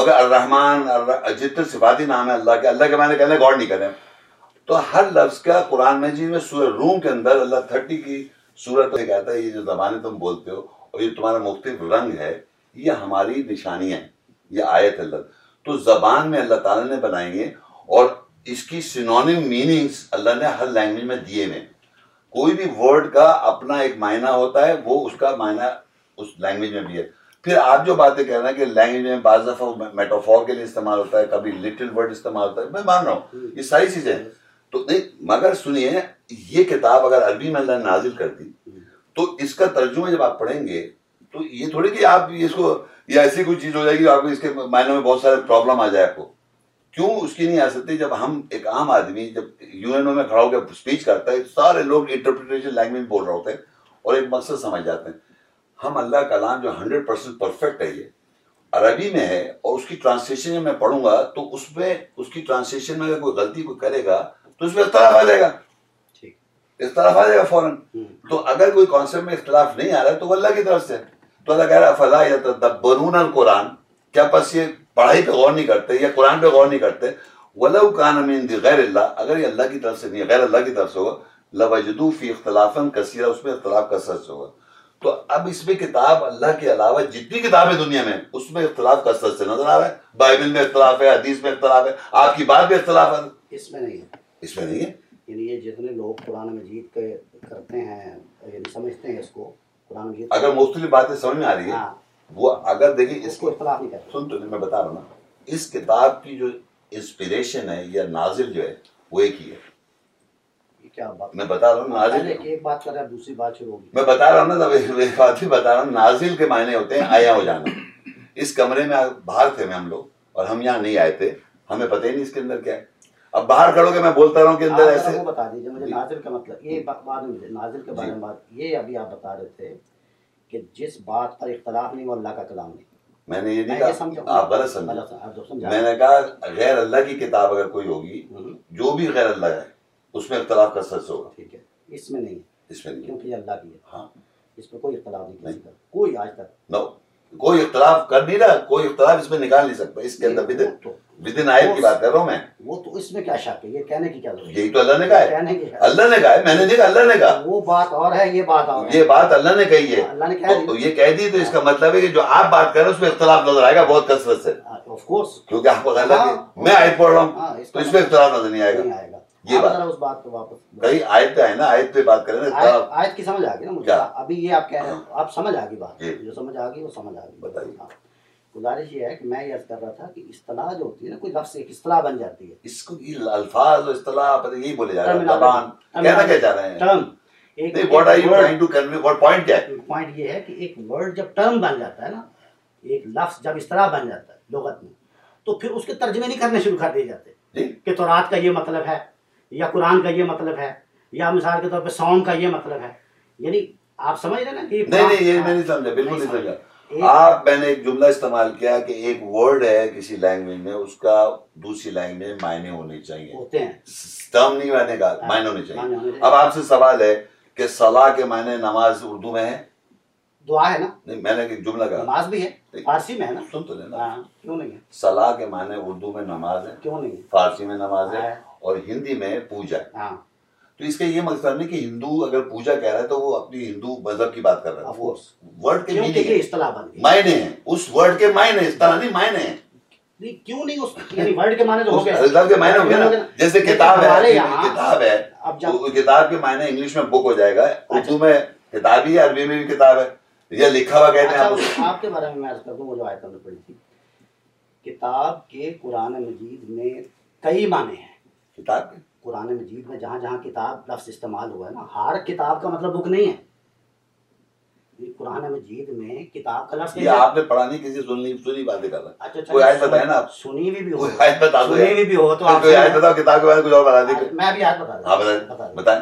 Speaker 1: مگر الرحمن الر- جتنے صفاتی نام ہے اللہ کے اللہ کے معنی کہنے گاڈ نہیں کر رہے تو ہر لفظ کا قرآن مجید میں سورہ روم کے اندر اللہ تھرٹی کی صورت میں کہتا ہے یہ جو زبانیں تم بولتے ہو اور یہ تمہارا مختلف رنگ ہے یہ ہماری نشانیاں ہیں یہ آیت ہے اللہ تو زبان میں اللہ تعالیٰ نے بنائی ہے اور اس کی سینونیم میننگز اللہ نے ہر لینگویج میں دیے ہوئے ہیں کوئی بھی ورڈ کا اپنا ایک معنی ہوتا ہے وہ اس کا معنی اس لینگویج میں بھی ہے پھر آپ جو باتیں کہہ رہے ہیں کہ لینگویج میں بعض دفعہ میٹافور کے لیے استعمال ہوتا ہے کبھی لٹل ورڈ استعمال ہوتا ہے میں مان رہا ہوں یہ ساری چیزیں ہیں۔ تو نہیں مگر سنیے یہ کتاب اگر عربی میں اللہ نے نازل کر دی تو اس کا ترجمہ جب آپ پڑھیں گے تو یہ تھوڑی کہ آپ اس کو یا ایسی کوئی چیز ہو جائے گی آپ کو اس کے معنی میں بہت سارے پرابلم آ جائے آپ کو کیوں اس کی نہیں آ سکتی جب ہم ایک عام آدمی جب یونینوں میں کھڑا ہو کے اسپیچ کرتا ہے سارے لوگ انٹرپریٹیشن لینگویج بول رہے ہوتے ہیں اور ایک مقصد سمجھ جاتے ہیں ہم اللہ کا کلام جو ہنڈریڈ پرسینٹ پرفیکٹ ہے یہ عربی میں ہے اور اس کی ٹرانسلیشن میں پڑھوں گا تو اس میں اس کی ٹرانسلیشن میں اگر کوئی غلطی کوئی کرے گا تو اس میں اختلاف آ جائے گا
Speaker 3: ٹھیک
Speaker 1: اختلاف آ جائے گا فوراً تو اگر کوئی کانسیپٹ میں اختلاف نہیں آ رہا ہے تو وہ اللہ کی طرف سے ہے۔ تو اللہ کہہ رہا ہے فلا یا تدبرون القرآن کیا بس یہ پڑھائی پہ غور نہیں کرتے یا قرآن پہ غور نہیں کرتے ولو کان من عند غیر اللہ اگر یہ اللہ کی طرف سے نہیں ہے، غیر اللہ کی طرف سے ہوگا لوجدو فی اختلافاً کثیرہ اس میں اختلاف کثرت سے ہوگا تو اب اس میں کتاب اللہ کے علاوہ جتنی کتابیں دنیا میں ہیں، اس میں اختلاف کثرت سے نظر آ رہا ہے بائبل میں اختلاف ہے حدیث میں اختلاف ہے آپ کی بات میں اختلاف ہے
Speaker 3: اس میں نہیں ہے
Speaker 1: اس میں نہیں ہے
Speaker 3: یعنی یہ جتنے لوگ قرآن مجید کے کرتے ہیں یعنی سمجھتے ہیں اس کو قرآن مجید
Speaker 1: اگر مختلف باتیں سمجھ میں آ رہی ہے
Speaker 3: ہاں
Speaker 1: وہ اگر دیکھیں اس
Speaker 3: اس کو اختلاف نہیں کرتے
Speaker 1: سن تو نہیں، میں بتا رہا ہوں نا اس کتاب کی جو انسپریشن ہے یا نازل جو ہے وہ ایک ہی ہے
Speaker 3: یہ کیا بات
Speaker 1: میں بتا رہا ہوں نازل
Speaker 3: پہلے ایک بات کر رہا ہے دوسری بات شروع ہوگی
Speaker 1: میں بتا رہا ہوں نا تب ایک- ایک بات بھی بتا رہا ہوں نازل کے معنی ہوتے ہیں آیا ہو جانا اس کمرے میں باہر تھے میں ہم لوگ اور ہم یہاں نہیں آئے تھے ہمیں پتہ ہی نہیں اس کے اندر کیا ہے اب باہر کھڑو کہ میں بولتا رہوں کہ
Speaker 3: آپ
Speaker 1: اندر
Speaker 3: ذرا
Speaker 1: ایسے
Speaker 3: وہ بتا دیجیے مجھے
Speaker 1: جی۔
Speaker 3: نازل کا مطلب یہ بات بعد میں مجھے نازل کے بارے
Speaker 1: جی۔
Speaker 3: میں بات یہ ابھی آپ بتا رہے تھے کہ جس بات پر اختلاف نہیں وہ اللہ کا کلام نہیں
Speaker 1: میں نے یہ نہیں
Speaker 3: میں یہ
Speaker 1: کہا
Speaker 3: سمجھا
Speaker 1: آپ غلط سمجھے
Speaker 3: غلط سمجھا، آپ جو سمجھا
Speaker 1: میں نے کہا غیر اللہ کی کتاب اگر کوئی ہوگی
Speaker 3: ہوں،
Speaker 1: جو بھی غیر اللہ ہے اس میں اختلاف کا سچ ہوگا
Speaker 3: ٹھیک ہے اس میں نہیں ہے،
Speaker 1: اس میں نہیں ہے۔
Speaker 3: کیونکہ یہ اللہ کی ہے
Speaker 1: ہاں
Speaker 3: اس میں کوئی اختلاف نہیں کسی
Speaker 1: نہیں۔
Speaker 3: کا کوئی آج تک
Speaker 1: نو کوئی اختلاف کر نہیں رہا کوئی اختلاف اس میں نکال نہیں سکتا اس کے اندر
Speaker 3: نہیں،
Speaker 1: بدن
Speaker 3: وہ تو-
Speaker 1: بدن آیت کی بات کر رہا ہوں میں
Speaker 3: وہ تو اس میں کیا شک ہے یہ کہنے کی کیا ضرورت ہے
Speaker 1: یہی تو اللہ نے کہا ہے
Speaker 3: کہنے کی کیا-
Speaker 1: اللہ نے کہا ہے میں نے نہیں کہا اللہ نے کہا
Speaker 3: وہ بات اور ہے یہ بات اور ہے
Speaker 1: یہ بات اللہ نے کہی ہے
Speaker 3: اللہ نے کہا
Speaker 1: تو یہ کہہ دی تو اس کا مطلب ہے کہ جو آپ بات کر رہے ہیں اس میں اختلاف نظر آئے گا بہت کثرت سے
Speaker 3: آف کورس
Speaker 1: کیونکہ آپ کو غلط ہے میں آیت پڑھ رہا ہوں
Speaker 3: ہاں اس
Speaker 1: تو
Speaker 3: کا
Speaker 1: اس میں اختلاف نظر نہیں آئے
Speaker 3: نہیں
Speaker 1: گا
Speaker 3: آئے گا
Speaker 1: یہ
Speaker 3: آپ
Speaker 1: بات-
Speaker 3: ذرا اس بات پہ واپس
Speaker 1: کہیں آیت پہ آئے نا آیت پہ بات کریں نا
Speaker 3: آیت
Speaker 1: اختلاف
Speaker 3: آیت کی سمجھ آ گئی نا مجھے
Speaker 1: کیا؟
Speaker 3: ابھی یہ آپ کہہ رہے ہیں آپ سمجھ آ گئی بات
Speaker 1: جی۔
Speaker 3: جو سمجھ آ گئی وہ سمجھ آ گئی
Speaker 1: بتائیے۔
Speaker 3: ہاں۔ گزارش یہ ہے کہ میں یہ عرض کر رہا تھا کہ اصطلاح جو ہوتی ہے نا کوئی لفظ ایک اصطلاح بن جاتی ہے
Speaker 1: اس کو یہ الفاظ اور اصطلاح پتہ یہی بولے جا رہے ہیں
Speaker 3: Terminology-
Speaker 1: زبان کہنا کیا چاہ رہے ہیں
Speaker 3: ٹرم ایک
Speaker 1: نہیں what are you trying to convey what point کیا ہے
Speaker 3: پوائنٹ یہ ہے کہ ایک ورڈ جب ٹرم بن جاتا ہے نا ایک لفظ جب اصطلاح بن جاتا ہے لغت میں تو پھر اس کے ترجمے نہیں کرنے شروع کر دیے جاتے
Speaker 1: جی
Speaker 3: کہ تورات کا یہ مطلب ہے یا قرآن کا یہ مطلب ہے یا مثال کے طور پہ سونگ کا یہ مطلب ہے یعنی آپ سمجھ رہے ہیں نا کہ یہ
Speaker 1: نہیں نہیں یہ
Speaker 3: قرآن-
Speaker 1: میں نہیں سمجھا بالکل نہیں
Speaker 3: سمجھا۔
Speaker 1: سمجھا آپ میں نے ایک جملہ استعمال کیا کہ ایک ورڈ ہے کسی لینگویج میں اس کا دوسری لینگویج میں معنی ہونے چاہیے
Speaker 3: ہوتے ہیں
Speaker 1: ٹرم نہیں معنی کا معنی ہونے
Speaker 3: معنی ہونے
Speaker 1: چاہیے
Speaker 3: چاہیے۔
Speaker 1: اب آپ سے سوال ہے کہ صلاح کے معنی نماز اردو میں ہے
Speaker 3: دعا ہے نا
Speaker 1: نہیں میں نے ایک جملہ کہا
Speaker 3: نماز بھی ہے فارسی میں ہے نا
Speaker 1: سن تو لینا
Speaker 3: ہاں، کیوں نہیں ہے
Speaker 1: صلاح کے معنی اردو میں نماز ہے
Speaker 3: کیوں نہیں ہے
Speaker 1: فارسی میں نماز ہے
Speaker 3: ہاں۔
Speaker 1: اور ہندی میں پوجا ہے
Speaker 3: ہاں
Speaker 1: تو اس کا یہ مقصد نہیں کہ ہندو اگر پوجا کہہ رہا ہے تو وہ اپنی ہندو مذہب کی بات کر رہا
Speaker 3: Of
Speaker 1: ہے وہ
Speaker 3: course۔
Speaker 1: ورڈ کے
Speaker 3: کیوں کہ
Speaker 1: meaning
Speaker 3: یہ
Speaker 1: ہے
Speaker 3: اصطلاح بن گئی
Speaker 1: معنی ہیں اس ورڈ کے معنی اس طرح نہیں معنی ہیں
Speaker 3: نہیں کیوں نہیں اس یعنی ورڈ کے معنی تو ہو گئے
Speaker 1: الفاظ کے معنی ہو گئے نا جیسے کتاب ہے
Speaker 3: ہمارے یہاں
Speaker 1: کتاب ہے
Speaker 3: اب جب اچھا۔
Speaker 1: وہ کتاب کے معنی انگلش میں بک ہو جائے گا اردو میں کتاب ہی ہے عربی میں بھی کتاب ہے یا لکھا ہوا کہتے ہیں
Speaker 3: اچھا
Speaker 1: آپ اس
Speaker 3: اس- آپ کے بارے میں میں عرض کر دوں وہ جو آیت ہم نے پڑھی تھی کتاب کے قرآن مجید میں کئی معنی ہیں
Speaker 1: کو۔ کتاب کے
Speaker 3: قرآن مجید میں جہاں جہاں کتاب لفظ استعمال ہوا ہے نا ہر کتاب کا مطلب بک نہیں ہے یہ قرآن مجید میں کتاب کا لفظ
Speaker 1: یہ
Speaker 3: نہیں ہے۔
Speaker 1: آپ نے پڑھا نہیں کسی سے سنی سنی باتیں کر رہا ہے
Speaker 3: اچھا
Speaker 1: کوئی آیت
Speaker 3: سن-
Speaker 1: بتائیں نا آپ۔
Speaker 3: سنی ہوئی بھی ہو
Speaker 1: کوئی آیت بتا دو
Speaker 3: سنی ہوئی بھی ہو تو آپ
Speaker 1: کوئی آیت بتاؤ کتاب کے بارے میں کچھ اور بتا دیں
Speaker 3: میں ابھی آیت بتا
Speaker 1: ہاں
Speaker 3: رہا ہوں، بتا
Speaker 1: بتائیں
Speaker 3: رہا ہوں۔
Speaker 1: بتائیں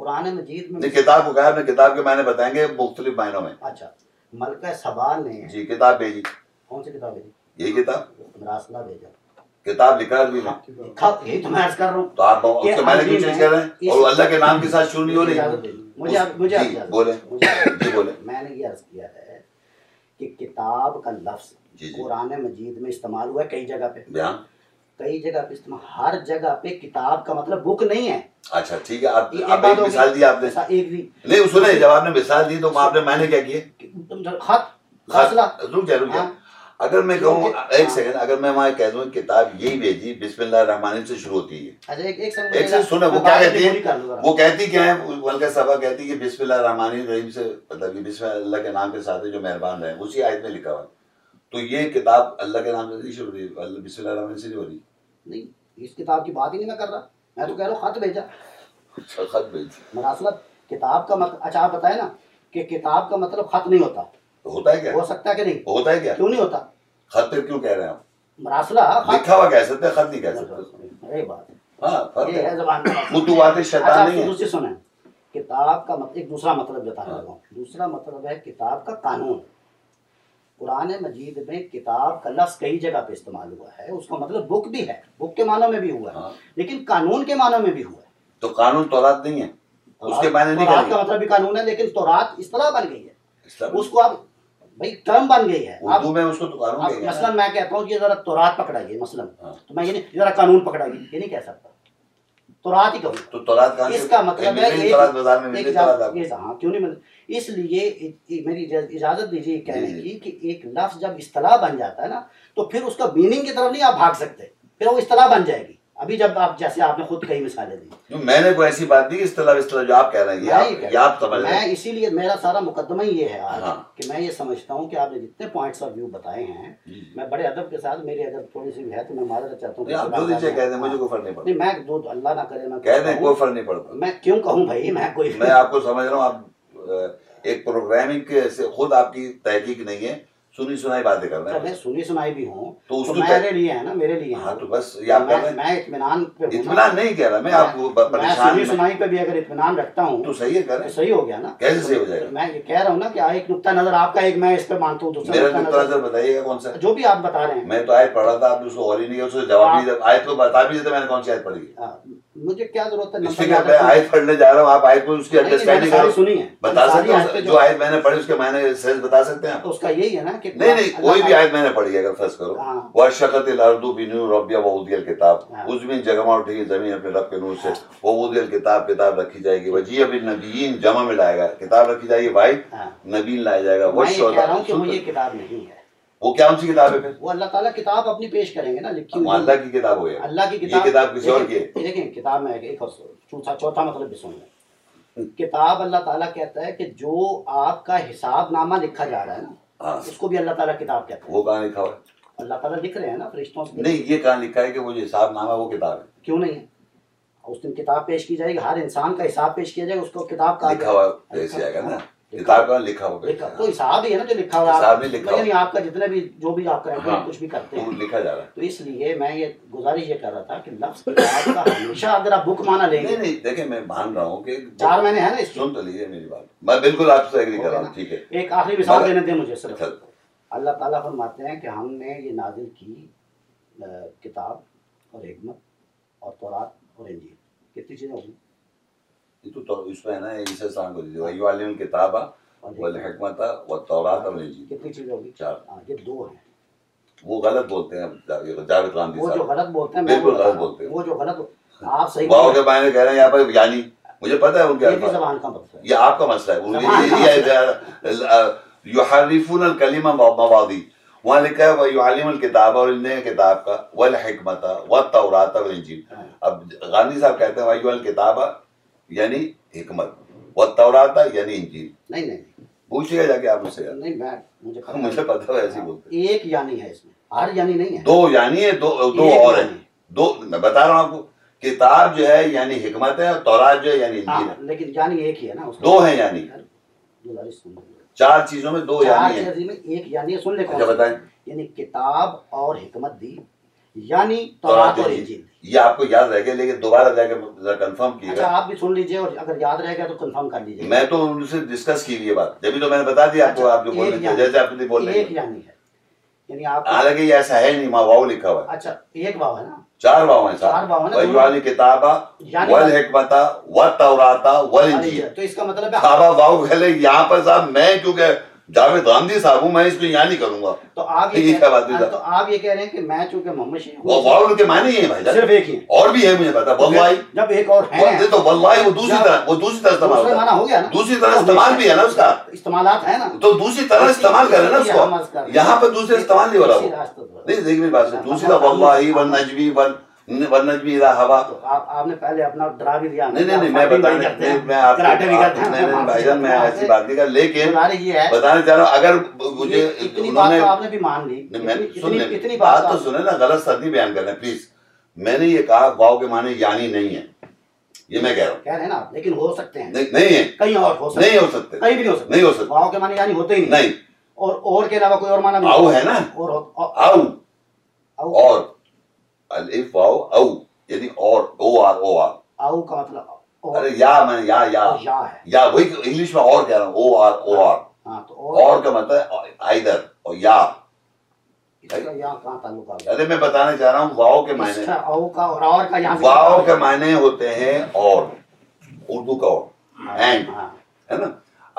Speaker 3: قرآن مجید میں
Speaker 1: نہیں کتاب کو کہا آپ نے کتاب کے معنی بتائیں گے مختلف معنوں میں
Speaker 3: اچھا ملکہ سبا نے
Speaker 1: جی کتاب بھیجی
Speaker 3: کون سی کتاب بھیجی
Speaker 1: یہ کتاب
Speaker 3: راسلہ بھیجا
Speaker 1: کتاب لکھا عربی میں
Speaker 3: کھا- یہی تو میں عرض کر رہا ہوں
Speaker 1: تو آپ اس کے معنی کیوں چینج کر رہے ہیں اور اللہ کے نام کے ساتھ شروع نہیں ہو رہی
Speaker 3: اجازت دے دیجیے۔ مجھے آپ- مجھے آپ
Speaker 1: جی،
Speaker 3: اجازت
Speaker 1: بولیں۔
Speaker 3: دیں۔ مجھے آپ-
Speaker 1: جی، بولیں۔
Speaker 3: میں نے یہ عرض کیا ہے کہ کتاب کا لفظ
Speaker 1: جی، جی۔
Speaker 3: قرآن مجید میں استعمال ہوا ہے کئی جگہ پہ
Speaker 1: بیان
Speaker 3: کئی جگہ پہ استعمال ہر جگہ پہ کتاب کا مطلب بک نہیں ہے
Speaker 1: اچھا ٹھیک ہے آپ
Speaker 3: یہ
Speaker 1: آپ
Speaker 3: بات
Speaker 1: ایک
Speaker 3: ہو گئی۔
Speaker 1: مثال دی آپ نے
Speaker 3: ایسا ایک بھی
Speaker 1: نہیں سنے جب آپ نے مثال دی تو آپ نے میں نے کیا کیے
Speaker 3: تم جو- خط فاصلہ
Speaker 1: رک جائے رک جائے
Speaker 3: ہاں۔
Speaker 1: اگر میں کہوں
Speaker 3: کیونکہ-
Speaker 1: ایک سیکنڈ اگر میں وہاں کہہ دوں کتاب یہی بھیجی بسم اللہ الرحمن الرحیم سے شروع ہوتی ہے
Speaker 3: اچھا ایک ایک سیکنڈ
Speaker 1: ایک
Speaker 3: رکیے گا،
Speaker 1: سے سنیں
Speaker 3: میں
Speaker 1: وہ کیا
Speaker 3: بعد میں
Speaker 1: کہتی
Speaker 3: پوری کر لوں
Speaker 1: ہے
Speaker 3: گا۔
Speaker 1: وہ کہتی کیا ہے ولکہ صاحبہ کہتی ہے کہ بسم اللہ الرحمن الرحیم سے مطلب کہ بسم اللہ کے نام کے ساتھ ہے جو مہربان رہے اسی آیت میں لکھا ہوا ہے تو یہ کتاب اللہ کے نام سے نہیں شروع ہو رہی اللہ- بسم اللہ الرحمن الرحیم سے نہیں ہو رہی
Speaker 3: نہیں اس کتاب کی بات ہی نہیں میں کر رہا میں تو کہہ رہا ہوں خط بھیجا
Speaker 1: اچھا، خط بھیجی
Speaker 3: مناسبت کتاب کا مطلب اچھا آپ بتائیں نا کہ کتاب کا مطلب خط نہیں ہوتا
Speaker 1: ہوتا ہے کیا
Speaker 3: ہو سکتا ہے کہ نہیں
Speaker 1: ہوتا ہے کیا
Speaker 3: کیوں نہیں ہوتا
Speaker 1: خط پھر کیوں کہہ رہے ہیں آپ
Speaker 3: مراسلہ خط
Speaker 1: لکھا ہوا کہہ سکتے ہیں خط نہیں کہہ سکتے
Speaker 3: یہ بات ہے۔
Speaker 1: ہاں فرق
Speaker 3: یہ
Speaker 1: ہے
Speaker 3: ہے زبان کا مسئلہ۔
Speaker 1: خطوات
Speaker 3: اچھا،
Speaker 1: شیطان
Speaker 3: آپ
Speaker 1: نہیں
Speaker 3: کو
Speaker 1: ہے
Speaker 3: دوسری سنیں کتاب کا مطلب ایک دوسرا مطلب بتانے لگا ہوں دوسرا مطلب ہے کتاب کا قانون قرآن مجید میں کتاب کا لفظ کئی جگہ پہ استعمال ہوا ہے اس کا مطلب بک بھی ہے بک کے معنوں میں بھی ہوا ہے
Speaker 1: ہاں۔
Speaker 3: لیکن قانون کے معنوں میں بھی ہوا ہے
Speaker 1: تو قانون تورات نہیں ہے اس کے معنی نہیں
Speaker 3: تورات
Speaker 1: کریں
Speaker 3: کا
Speaker 1: گے۔
Speaker 3: مطلب بھی قانون ہے لیکن تورات اس طرح بن گئی ہے
Speaker 1: اسلام-
Speaker 3: اس کو آپ بھائی ٹرم بن گئی ہے آپ
Speaker 1: اردو میں اس کو تو قانون کہیں گے
Speaker 3: مثلا میں کہتا ہوں یہ ذرا تورات پکڑا یہ مثلا
Speaker 1: ہاں۔
Speaker 3: تو میں یہ نہیں ذرا قانون پکڑا یہ یہ نہیں کہہ سکتا تورات ہی کہوں
Speaker 1: تو تورات کہاں سے-
Speaker 3: اس کا
Speaker 1: کہیں
Speaker 3: مطلب ہے
Speaker 1: مل رہی تورات بازار میں مل
Speaker 3: ایک
Speaker 1: رہی تورات آپ کو؟
Speaker 3: ایک- ہاں کیوں نہیں مل اس لیے ای- میری اجاز- اجازت دیجیے یہ کہنے
Speaker 1: جی،
Speaker 3: کی کہ ایک لفظ جب اصطلاح بن جاتا ہے نا تو پھر اس کا میننگ کی طرف نہیں آپ بھاگ سکتے پھر وہ اصطلاح بن جائے گی ابھی جب آپ جیسے آپ نے خود کئی مثالیں دی
Speaker 1: نہیں، میں نے کوئی ایسی بات نہیں اصطلاح اصطلاح جو آپ کہہ رہے ہیں یہ
Speaker 3: میں
Speaker 1: آپ- یہ آپ سمجھ رہے
Speaker 3: میں
Speaker 1: ہیں
Speaker 3: اسی لیے میرا سارا مقدمہ ہی یہ ہے آج
Speaker 1: ہاں۔
Speaker 3: کہ میں یہ سمجھتا ہوں کہ آپ نے جتنے پوائنٹس آف ویو بتائے ہیں
Speaker 1: جی۔
Speaker 3: میں بڑے ادب کے ساتھ میری اگر تھوڑی سی بھی ہے تو میں معذرت چاہتا ہوں
Speaker 1: نہیں، آپ جو دیجیے کہہ دیں مجھے کوئی فرق نہیں پڑتا
Speaker 3: نہیں میں دو اللہ نہ کرے میں
Speaker 1: کہہ دیں
Speaker 3: کہوں-
Speaker 1: کوئی فرق نہیں پڑتا
Speaker 3: میں کیوں کہوں بھائی میں
Speaker 1: میں
Speaker 3: کوئی
Speaker 1: آپ کو سمجھ رہا ہوں آپ اہ، ایک پروگرامنگ سے خود آپ کی تحقیق نہیں ہے سنی سنائی باتیں کر رہے
Speaker 3: چلے
Speaker 1: ہیں
Speaker 3: سنی سنائی بھی ہوں
Speaker 1: تو اس
Speaker 3: تو
Speaker 1: کو
Speaker 3: میرے لیے ہے نا میرے لیے
Speaker 1: ہاں
Speaker 3: ہے
Speaker 1: تو بس یہ آپ کر رہے
Speaker 3: میں
Speaker 1: ہیں
Speaker 3: میں اطمینان پہ ہوں نا۔
Speaker 1: اطمینان نہیں کہہ رہا میں آپ کو ب-
Speaker 3: میں
Speaker 1: پریشان
Speaker 3: سنی
Speaker 1: میں-
Speaker 3: سنائی پہ بھی اگر اطمینان رکھتا ہوں
Speaker 1: تو صحیح ہے کر
Speaker 3: تو
Speaker 1: رہے
Speaker 3: صحیح ہو گیا نا
Speaker 1: کیسے صحیح ہو جائے گا
Speaker 3: میں یہ کہ رہا ہوں نا کہ ایک نقطہ نظر آپ کا ایک میں اس پہ مانتا ہوں دوسرا
Speaker 1: میرا
Speaker 3: نقطہ
Speaker 1: نقطہ
Speaker 3: نظر
Speaker 1: نظر بتائیے گا کون سا ہے؟
Speaker 3: جو بھی آپ بتا رہے ہیں
Speaker 1: میں تو آیت پڑھ رہا تھا آپ نے اس کو اور ہی نہیں اس کو جواب نہیں دیا آیت کو بتا بھی دیتے میں نے کون سی آیت پڑھی ہے
Speaker 3: آ، مجھے کیا ضرورت ہے
Speaker 1: اس
Speaker 3: نمبر
Speaker 1: لیے
Speaker 3: یاد
Speaker 1: کہ میں
Speaker 3: رکھنے کی؟
Speaker 1: آیت پڑھنے جا رہا ہوں آپ آیت کو اس کی
Speaker 3: نہیں، نہیں، میں نے
Speaker 1: انڈرسٹینڈنگ
Speaker 3: ساری
Speaker 1: کرو
Speaker 3: سنی ہے
Speaker 1: بتا
Speaker 3: ساری
Speaker 1: سکتے
Speaker 3: آیت
Speaker 1: ہیں
Speaker 3: پہ
Speaker 1: جو آیت میں نے پڑھی اس کے معنی سیز بتا سکتے ہیں آپ
Speaker 3: تو اس کا یہی ہے نا کہ
Speaker 1: نہیں نہیں کوئی بھی آیت میں نے پڑھی ہے اگر فرض کرو
Speaker 3: ہاں۔
Speaker 1: وَشَقَتِ الْأَرْضُ بِنُورِ رَبِّهَا وَوُضِعَ
Speaker 3: ہاں۔
Speaker 1: الْكِتَابُ اس میں جگما اٹھے گی زمین اپنے رب کے نور سے وَوُضِعَ الْكِتَابُ کتاب رکھی جائے
Speaker 3: ہاں۔
Speaker 1: گی وَجِيَ بِالنَّبِيِّينَ جمع میں لائے گا کتاب رکھی جائے گی واحد
Speaker 3: ہاں۔
Speaker 1: نبی لایا جائے گا
Speaker 3: میں یہ کہہ رہا ہوں کہ
Speaker 1: وَالشُّهَدَاء
Speaker 3: وہ یہ کتاب نہیں ہے
Speaker 1: وہ کیا ان سی کتاب ہے پھر
Speaker 3: وہ اللہ تعالیٰ کتاب اپنی پیش کریں گے نا لکھی
Speaker 1: وہ
Speaker 3: ہوئی
Speaker 1: اللہ کی کتاب ہو گیا
Speaker 3: اللہ کی
Speaker 1: یہ
Speaker 3: کتاب
Speaker 1: کتاب کسی اور کی ہے
Speaker 3: دیکھیں- دیکھیں کتاب میں ایک اور چوتھا چوتھا مطلب بھی سن لیں کتاب اللہ تعالیٰ کہتا ہے کہ جو آپ کا حساب نامہ لکھا جا رہا ہے نا
Speaker 1: ہاں
Speaker 3: اس کو بھی اللہ تعالیٰ کتاب کہتا ہے
Speaker 1: وہ کہاں لکھا ہوا ہے
Speaker 3: اللہ تعالیٰ لکھ رہے ہیں نا فرشتوں سے
Speaker 1: نہیں یہ کہاں لکھا ہے کہ وہ جو حساب نامہ ہے وہ کتاب ہے
Speaker 3: کیوں نہیں ہے اس دن کتاب پیش کی جائے گی ہر انسان کا حساب پیش کیا جائے گا اس کو کتاب کہا
Speaker 1: لکھا
Speaker 3: جائے
Speaker 1: ہوا
Speaker 3: گا۔
Speaker 1: ہے ایسے آئے گا نا
Speaker 3: لکھا-
Speaker 1: کتاب کا لکھا ہوا ہاں،
Speaker 3: لکھا
Speaker 1: پیسے
Speaker 3: تو حساب ہی ہے نا جو لکھا ہوا ہے
Speaker 1: حساب
Speaker 3: آپ-
Speaker 1: میں لکھا ہوا۔
Speaker 3: یعنی آپ کا جتنا بھی جو بھی آپ کرتے ہیں
Speaker 1: ہاں۔
Speaker 3: کچھ بھی کرتے ہیں
Speaker 1: تو لکھا جا رہا ہے
Speaker 3: تو اس لیے میں یہ گزارش یہ کر رہا تھا کہ لفظ کتاب کا ہمیشہ اگر آپ بک مانا لیں
Speaker 1: نہیں
Speaker 3: گے
Speaker 1: نہیں دیکھیں میں مان رہا ہوں کہ
Speaker 3: چار مہینے ہیں نا اس کی
Speaker 1: سن تو لیجیے میری بات میں بالکل آپ سے ایگری کر رہا ہوں ٹھیک ہے
Speaker 3: ایک آخری مثال دینے دیں مجھے صرف
Speaker 1: اچھا
Speaker 3: اللہ تعالیٰ فرماتے ہیں کہ ہم نے یہ نازل کی آ، کتاب اور حکمت اور تورات اور انجیل کتنی چیزیں ہوں گی
Speaker 1: یہ تو- تو اس میں ہے نا عیسی السلام کو دیجیے وہی والم کتاب
Speaker 3: اور حکمت۔
Speaker 1: والحکمت والتورات والانجیل
Speaker 3: کتنی چیزیں ہوگی
Speaker 1: چار
Speaker 3: ہاں یہ دو ہیں
Speaker 1: وہ غلط بولتے ہیں جاوید گاندھی
Speaker 3: وہ جو
Speaker 1: صاحب
Speaker 3: غلط بولتے ہیں میں
Speaker 1: بالکل
Speaker 3: وہ بتا
Speaker 1: غلط
Speaker 3: رہا ہوں۔
Speaker 1: بولتے ہیں۔
Speaker 3: وہ جو غلط آپ صحیح
Speaker 1: واؤ
Speaker 3: بول
Speaker 1: کے
Speaker 3: رہے
Speaker 1: معنی کہہ رہے ہیں یہاں پر یعنی مجھے پتا ہے ان کے
Speaker 3: ہیں۔ یہ بھی
Speaker 1: الفاظ
Speaker 3: زبان کا مقصد ہے
Speaker 1: یہ آپ کا مسئلہ ہے ان
Speaker 3: زبان
Speaker 1: کے- یہ- یہ- یحرفون الکلمہ مواضی وہاں لکھا ہے وَيُعَلِّمُ الْكِتَابَ اور ان نے کتاب کا والحکمت والتورات والانجیل
Speaker 3: ہاں۔
Speaker 1: اب غاندھی صاحب کہتے ہیں وَيُعَلِّمُ الْكِتَابَ یعنی حکمت والتورات یعنی انجیل
Speaker 3: نہیں نہیں
Speaker 1: پوچھئے گا جا کے آپ مجھ سے یار
Speaker 3: نہیں میں مجھے پتہ
Speaker 1: ہاں، مجھے
Speaker 3: ہے۔
Speaker 1: پتہ ہے ایسے ہی بولتے ہیں۔
Speaker 3: ایک یعنی ہے اس میں ہر یعنی نہیں ہے
Speaker 1: دو یعنی ہے دو دو
Speaker 3: ایک
Speaker 1: اور ہیں
Speaker 3: یعنی۔
Speaker 1: دو میں بتا رہا ہوں آپ کو کتاب جو ہے یعنی حکمت ہے اور تورات جو ہے یعنی
Speaker 3: ہاں،
Speaker 1: انجیل ہے
Speaker 3: لیکن یعنی ایک ہی ہے نا اس کا۔
Speaker 1: دو ہیں یعنی
Speaker 3: گزارش سن لیں۔
Speaker 1: چار چیزوں میں دو
Speaker 3: چار
Speaker 1: یعنی ہیں
Speaker 3: چیزیں میں ایک یعنی ہے، سن لے
Speaker 1: اچھا بتائیں
Speaker 3: یعنی کتاب اور حکمت دی یعنی
Speaker 1: تورات
Speaker 3: تورات اور
Speaker 1: انجیل۔
Speaker 3: انجیل دی
Speaker 1: یہ آپ کو یاد رہ گیا لیکن دوبارہ جا کے ذرا کنفرم کیے
Speaker 3: اچھا
Speaker 1: گا
Speaker 3: آپ بھی سن لیجئے اور اگر یاد رہے گا تو کنفرم کر لیجئے
Speaker 1: میں تو ان سے ڈسکس کی ہوئی ہے بات جبھی تو میں نے بتا دیا آپ کو
Speaker 3: اچھا،
Speaker 1: آپ جو بول
Speaker 3: ایک
Speaker 1: رہے تھے
Speaker 3: یعنی-
Speaker 1: جیسے آپ نے بول رہے
Speaker 3: ایک
Speaker 1: ہیں ہاں۔
Speaker 3: یعنی ہے یعنی آپ
Speaker 1: حالانکہ یہ ایسا ہے نہیں ماں واؤ لکھا ہوا ہے
Speaker 3: اچھا ایک واو ہے نا
Speaker 1: چار واؤ ہیں
Speaker 3: چار
Speaker 1: صاحب
Speaker 3: واؤ ہیں نا،
Speaker 1: وہی
Speaker 3: دونوں-
Speaker 1: والی کتابہ
Speaker 3: یعنی-
Speaker 1: ول حکمتا و توراتا ول انجیل
Speaker 3: تو اس کا مطلب ہے
Speaker 1: ہاں۔ بابا واؤ کھلے یہاں پر صاحب میں کیونکہ جاوید غامدی صاحب ہوں میں اس کو یہاں نہیں کروں گا
Speaker 3: تو آپ
Speaker 1: یہ
Speaker 3: یہ
Speaker 1: کیا بات ہے
Speaker 3: کہہ-
Speaker 1: صاحب؟
Speaker 3: تو آپ یہ کہہ رہے ہیں کہ میں چونکہ محمد شیخ
Speaker 1: وہ
Speaker 3: ہوں
Speaker 1: واؤل کے معنی ہی ہیں بھائی جان
Speaker 3: صرف ایک ہی ہے
Speaker 1: اور بھی ہے مجھے پتا واللہ
Speaker 3: جب ایک اور ہے
Speaker 1: وہ- تو واللہ وہ دوسری طرح وہ دوسری طرح استعمال
Speaker 3: دوسرا معنی
Speaker 1: ہوتا ہے
Speaker 3: ہو گیا نا
Speaker 1: دوسری طرح استعمال بھی ہے نا اس کا
Speaker 3: استعمالات ہیں نا
Speaker 1: تو دوسری طرح استعمال کر رہے ہیں نا اس کو یہاں پہ دوسرے استعمال نہیں ہو رہا وہ نہیں دیکھ میری بات سن دوسری طرح واللہ ون نجمی ون ون نجمی الہ ہوا
Speaker 3: آپ نے پہلے اپنا ڈرا بھی دیا
Speaker 1: نہیں نہیں نہیں میں بتانے نہیں میں آپ نہیں نہیں بھائی جان میں ایسی بات نہیں کر لیکن
Speaker 3: یہ ہے
Speaker 1: بتانے چاہ رہا ہوں اگر مجھے
Speaker 3: اتنی
Speaker 1: انہوں
Speaker 3: بات
Speaker 1: نے
Speaker 3: تو آپ نے بھی مان لی
Speaker 1: نہیں، میں
Speaker 3: اتنی
Speaker 1: سن
Speaker 3: اتنی
Speaker 1: لیں
Speaker 3: بات
Speaker 1: بات تو سنیں نا غلط سر نہیں بیان کرنا پلیز میں نے یہ کہا واؤ کے معنی یعنی نہیں ہے یہ میں کہہ رہا ہوں
Speaker 3: کہہ رہے ہیں نا آپ لیکن ہو سکتے ہیں
Speaker 1: نہیں نہیں ہے
Speaker 3: کہیں اور ہو سکتے
Speaker 1: نہیں ہو سکتے
Speaker 3: کہیں بھی نہیں ہو سکتے
Speaker 1: نہیں ہو سکتے
Speaker 3: واؤ کے معنی یعنی ہوتے ہی نہیں
Speaker 1: نہیں
Speaker 3: اور اور کے علاوہ کوئی اور معنی نہیں
Speaker 1: آؤ ہے نا
Speaker 3: اور
Speaker 1: آؤ
Speaker 3: اور
Speaker 1: اور الف واؤ او یعنی اور او آر او آر
Speaker 3: آؤ کا مطلب
Speaker 1: ارے یا میں یا یا
Speaker 3: یا ہے
Speaker 1: یا وہی انگلش میں اور کہہ رہا ہوں او آر او آر
Speaker 3: ہاں تو
Speaker 1: اور کا مطلب ہے آئدر اور یا
Speaker 3: اس کا یہاں کہاں تعلق آ گیا
Speaker 1: ارے میں بتانا چاہ رہا ہوں واؤ کے
Speaker 3: اس
Speaker 1: معنی
Speaker 3: کا او کا اور اور کا یہاں سے
Speaker 1: واؤ کے معنی ہوتے ہیں اور اردو کا اور اینڈ
Speaker 3: ہاں
Speaker 1: ہے نا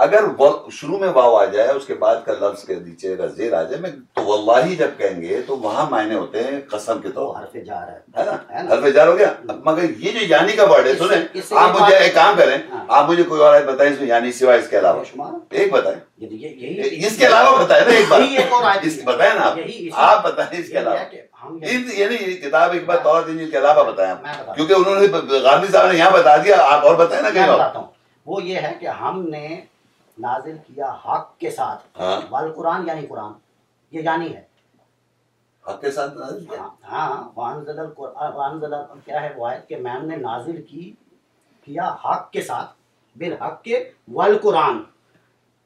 Speaker 1: اگر و- شروع میں واو آ جائے اس کے بعد کا لفظ کے نیچے اگر زیر آ جائے میں تو واللہ جب کہیں گے تو وہاں معنی ہوتے ہیں قسم کے
Speaker 3: وہ
Speaker 1: طور
Speaker 3: حرف جا رہا ہے
Speaker 1: ہے نا
Speaker 3: ہے نا؟ ہاں۔
Speaker 1: حرف جار ہو گیا مگر یہ جو یعنی کا ورڈ ہے
Speaker 3: اس سے- اس سے
Speaker 1: سنیں
Speaker 3: یہ
Speaker 1: آپ مجھے
Speaker 3: بات-
Speaker 1: ایک کام کریں
Speaker 3: ہاں۔
Speaker 1: آپ مجھے کوئی اور آیت بتائیں اس میں یعنی سوائے اس کے علاوہ
Speaker 3: بے شمار
Speaker 1: ایک بتائیں
Speaker 3: یہ یہ- یہی
Speaker 1: اس کے علاوہ بتائیں نا ایک
Speaker 3: یہی ایک اور
Speaker 1: بار
Speaker 3: آیت
Speaker 1: اس
Speaker 3: ہے۔
Speaker 1: بتائیں نا آپ
Speaker 3: یہی اس-
Speaker 1: آپ بتائیں اس
Speaker 3: یہ
Speaker 1: کے علاوہ
Speaker 3: ہے کہ ہم یہ-
Speaker 1: ان- یعنی یہ کتاب ایک بار طورت انجیل کے علاوہ بتائیں آپ
Speaker 3: میں بتاتا ہوں
Speaker 1: کیونکہ انہوں نے غازی صاحب نے یہاں بتا دیا آپ اور بتائیں نا
Speaker 3: میں
Speaker 1: کہیں اور
Speaker 3: بتاتا ہوں وہ یہ ہے کہ ہم نے نازل کیا حق کے ساتھ
Speaker 1: ہاں
Speaker 3: وال قرآن یعنی قرآن یہ یعنی ہے
Speaker 1: حق کے ساتھ نازل کیا۔
Speaker 3: ہاں، ہاں وانزل القرآن وانزل ال- کیا ہے وہ آیت کہ میم نے نازل کی کیا حق کے ساتھ بالحق کے ول قرآن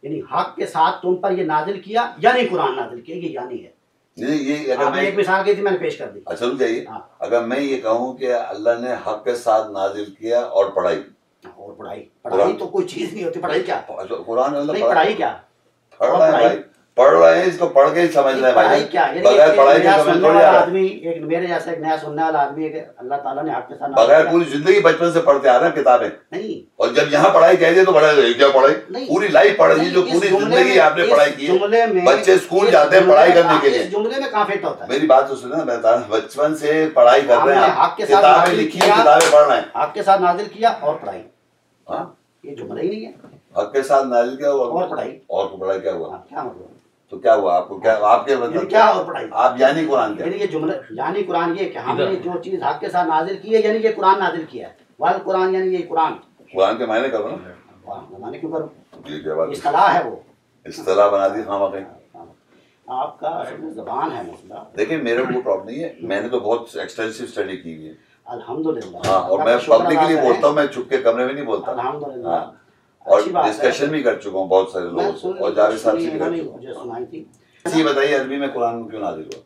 Speaker 3: یعنی حق کے ساتھ تم پر یہ نازل کیا یعنی قرآن نازل کیا یہ یعنی ہے
Speaker 1: نہیں، یہ اگر
Speaker 3: آپ نے
Speaker 1: میں
Speaker 3: ایک مثال کی تھی میں نے پیش کر دی
Speaker 1: اچھا رک جائیے
Speaker 3: ہاں۔
Speaker 1: اگر میں یہ کہوں کہ اللہ نے حق کے ساتھ نازل کیا اور پڑھائی
Speaker 3: اور پڑھائی
Speaker 1: قرآن؟
Speaker 3: پڑھائی تو کوئی چیز نہیں ہوتی پڑھائی کیا
Speaker 1: اچھا، قرآن اللہ
Speaker 3: نہیں پڑھائی کیا
Speaker 1: پڑھ رہا ہے
Speaker 3: پڑھائی۔
Speaker 1: بھائی پڑھ رہے ہیں اس کو پڑھ کے ہی سمجھ رہے ہیں بھائی
Speaker 3: پڑھائی کیا یعنی
Speaker 1: بغیر
Speaker 3: ایک
Speaker 1: پڑھائی کے
Speaker 3: نیا
Speaker 1: سمجھ
Speaker 3: سننے
Speaker 1: تھوڑی
Speaker 3: والا
Speaker 1: آ رہا ہے۔
Speaker 3: آدمی ایک میرے جیسا ایک نیا سننے والا آدمی ایک اللہ تعالیٰ نے حق کے ساتھ نازل
Speaker 1: بغیر
Speaker 3: کیا۔
Speaker 1: پوری زندگی بچپن سے پڑھتے آ رہے ہیں کتابیں
Speaker 3: نہیں
Speaker 1: اور جب یہاں پڑھائی کہہ دے تو بڑا کیا پڑھائی
Speaker 3: نہیں
Speaker 1: پوری لائف پڑھائی جو
Speaker 3: اس
Speaker 1: پوری
Speaker 3: جملے
Speaker 1: زندگی
Speaker 3: میں-
Speaker 1: آپ نے
Speaker 3: اس
Speaker 1: پڑھائی کی ہے۔
Speaker 3: جملے میں
Speaker 1: بچے اسکول
Speaker 3: اس
Speaker 1: جاتے ہیں پڑھائی
Speaker 3: جملے
Speaker 1: کرنے کے
Speaker 3: کا-
Speaker 1: لیے
Speaker 3: اس جملے میں کہاں فٹ ہوتا ہے
Speaker 1: میری بات تو سنیں نا، میں بتا رہا ہوں، بچپن سے پڑھائی کر
Speaker 3: ہم
Speaker 1: رہے
Speaker 3: نے
Speaker 1: ہیں آپ
Speaker 3: حق کے ساتھ
Speaker 1: کتابیں
Speaker 3: نازل
Speaker 1: لکھی ہیں
Speaker 3: کیا۔
Speaker 1: کتابیں پڑھ رہے ہیں
Speaker 3: آپ کے ساتھ نازل کیا اور پڑھائی
Speaker 1: ہاں
Speaker 3: یہ جملہ ہی نہیں ہے
Speaker 1: حق کے ساتھ نازل کیا ہوا
Speaker 3: اور پڑھائی
Speaker 1: اور کو پڑھائی کیا ہوا
Speaker 3: ہاں، کیا مطلب
Speaker 1: تو کیا ہوا آپ کو کیا آپ کے
Speaker 3: یعنی
Speaker 1: مطلب
Speaker 3: کیا اور پڑھائی
Speaker 1: آپ یعنی قرآن کے
Speaker 3: یعنی یہ جملہ یعنی قرآن یہ کہ ہم نے جو چیز حق کے ساتھ نازل کی ہے یعنی یہ قرآن نازل کیا ہے وال قرآن یعنی یہ قرآن
Speaker 1: قرآن کے معنی کرو نا
Speaker 3: قرآن کا معنی کیوں کرو
Speaker 1: یہ کیا بات ہے؟
Speaker 3: اصطلاح ہے وہ
Speaker 1: اصطلاح بنا دی خام خواہ
Speaker 3: آپ کا اصل میں زبان ہے مسئلہ
Speaker 1: دیکھیں میرے کو پرابلم نہیں ہے میں نے تو بہت ایکسٹینسو اسٹڈی کی ہوئی ہے
Speaker 3: الحمد للہ
Speaker 1: ہاں اور میں پبلک کے لیے بولتا ہوں میں چھپ کے کمرے میں نہیں بولتا
Speaker 3: الحمد للہ
Speaker 1: ہاں اور ڈسکشن بھی کر چکا ہوں بہت سارے لوگوں سے اور جاوید صاحب سے بھی کر چکا ہوں اچھا،
Speaker 3: مجھے سنائی تھی
Speaker 1: یہ بتائیے عربی میں قرآن میں کیوں نازل ہوا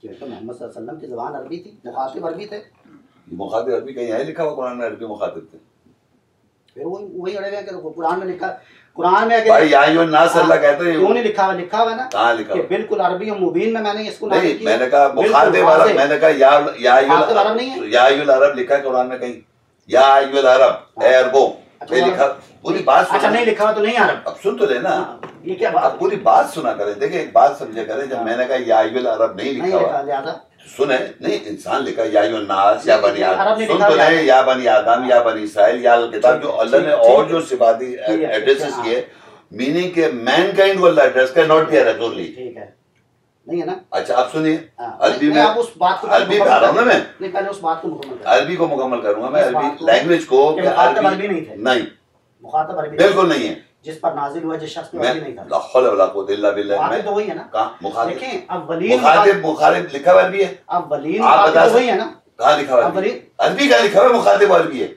Speaker 3: کیونکہ محمد صلی اللہ علیہ وسلم کی زبان عربی تھی مخاطب عربی تھے
Speaker 1: یہ مخاطب عربی کہیں ہے لکھا ہوا قرآن میں عربی مخاطب تھے
Speaker 3: پھر وہی وہی اڑے ہوئے کہ قرآن میں لکھا قرآن میں اگر
Speaker 1: بھائی یا ایوہ الناس اللہ کہتے
Speaker 3: کیوں
Speaker 1: ہیں
Speaker 3: نہیں لکھا ہوا لکھا ہوا ہے نا
Speaker 1: کہاں لکھا
Speaker 3: کہ
Speaker 1: ہوا
Speaker 3: بالکل عربی اور مبین میں میں نے اس کو نازل
Speaker 1: نہیں
Speaker 3: کیا
Speaker 1: میں نے کہا مخاطب عرب میں نے کہا یا یا یا العرب لکھا ہے قرآن میں کہیں یا العرب اے عربوں میں لکھا پوری بات ہاں۔
Speaker 3: اچھا ہاں۔ نہیں لکھا ہاں۔ ہوا تو نہیں عرب
Speaker 1: اب سن تو لینا
Speaker 3: یہ کیا
Speaker 1: اب
Speaker 3: بات
Speaker 1: پوری بات سنا کریں دیکھیں ایک بات سمجھا کریں جب میں نے کہا یا العرب نہیں
Speaker 3: ہاں۔ نہیں
Speaker 1: لکھا ہوا
Speaker 3: لکھا زیادہ
Speaker 1: سنیں نہیں انسان لکھا یا الناس یا بنی آدم سن تو لیں یا بنی آدم یا بنی اسرائیل یا الکتاب جو اللہ نے اور جو سفادی
Speaker 3: اچھا،
Speaker 1: ایڈریسز کیے
Speaker 3: ہاں۔
Speaker 1: میننگ کہ مین کائنڈ والا ایڈریس کا ناٹ دی ایرر اونلی
Speaker 3: ٹھیک ہے نہیں ہے نا
Speaker 1: اچھا اب سنیے
Speaker 3: ہاں۔
Speaker 1: عربی
Speaker 3: نہیں،
Speaker 1: میں
Speaker 3: آپ اس بات کو پہلے
Speaker 1: عربی
Speaker 3: مکمل
Speaker 1: پہ آ رہا ہوں نا
Speaker 3: کریں۔
Speaker 1: میں
Speaker 3: نہیں پہلے اس بات کو مکمل کریں۔
Speaker 1: عربی کو مکمل کروں گا میں
Speaker 3: اس بات
Speaker 1: عربی
Speaker 3: کو-
Speaker 1: لینگویج کو
Speaker 3: کہ
Speaker 1: کہ
Speaker 3: مخاطب
Speaker 1: عربی
Speaker 3: عربی نہیں تھے
Speaker 1: نہیں
Speaker 3: مخاطب عربی نہیں
Speaker 1: بالکل نہیں ہے
Speaker 3: تھے۔ جس پر نازل ہوا جس شخص پہ
Speaker 1: میں
Speaker 3: عربی نہیں تھا
Speaker 1: لا حول ولا قوت الا باللہ میں
Speaker 3: مخاطب تو وہی ہے نا
Speaker 1: کہاں مخاطب
Speaker 3: دیکھیں اولین
Speaker 1: مخاطب مخاطب لکھا ہوا عربی ہے
Speaker 3: اولین
Speaker 1: آپ
Speaker 3: مخاطب
Speaker 1: بتا
Speaker 3: تو وہی ہے نا
Speaker 1: کہاں لکھا ہوا عربی
Speaker 3: اولین
Speaker 1: عربی کہاں لکھا ہوا ہے مخاطب عربی ہے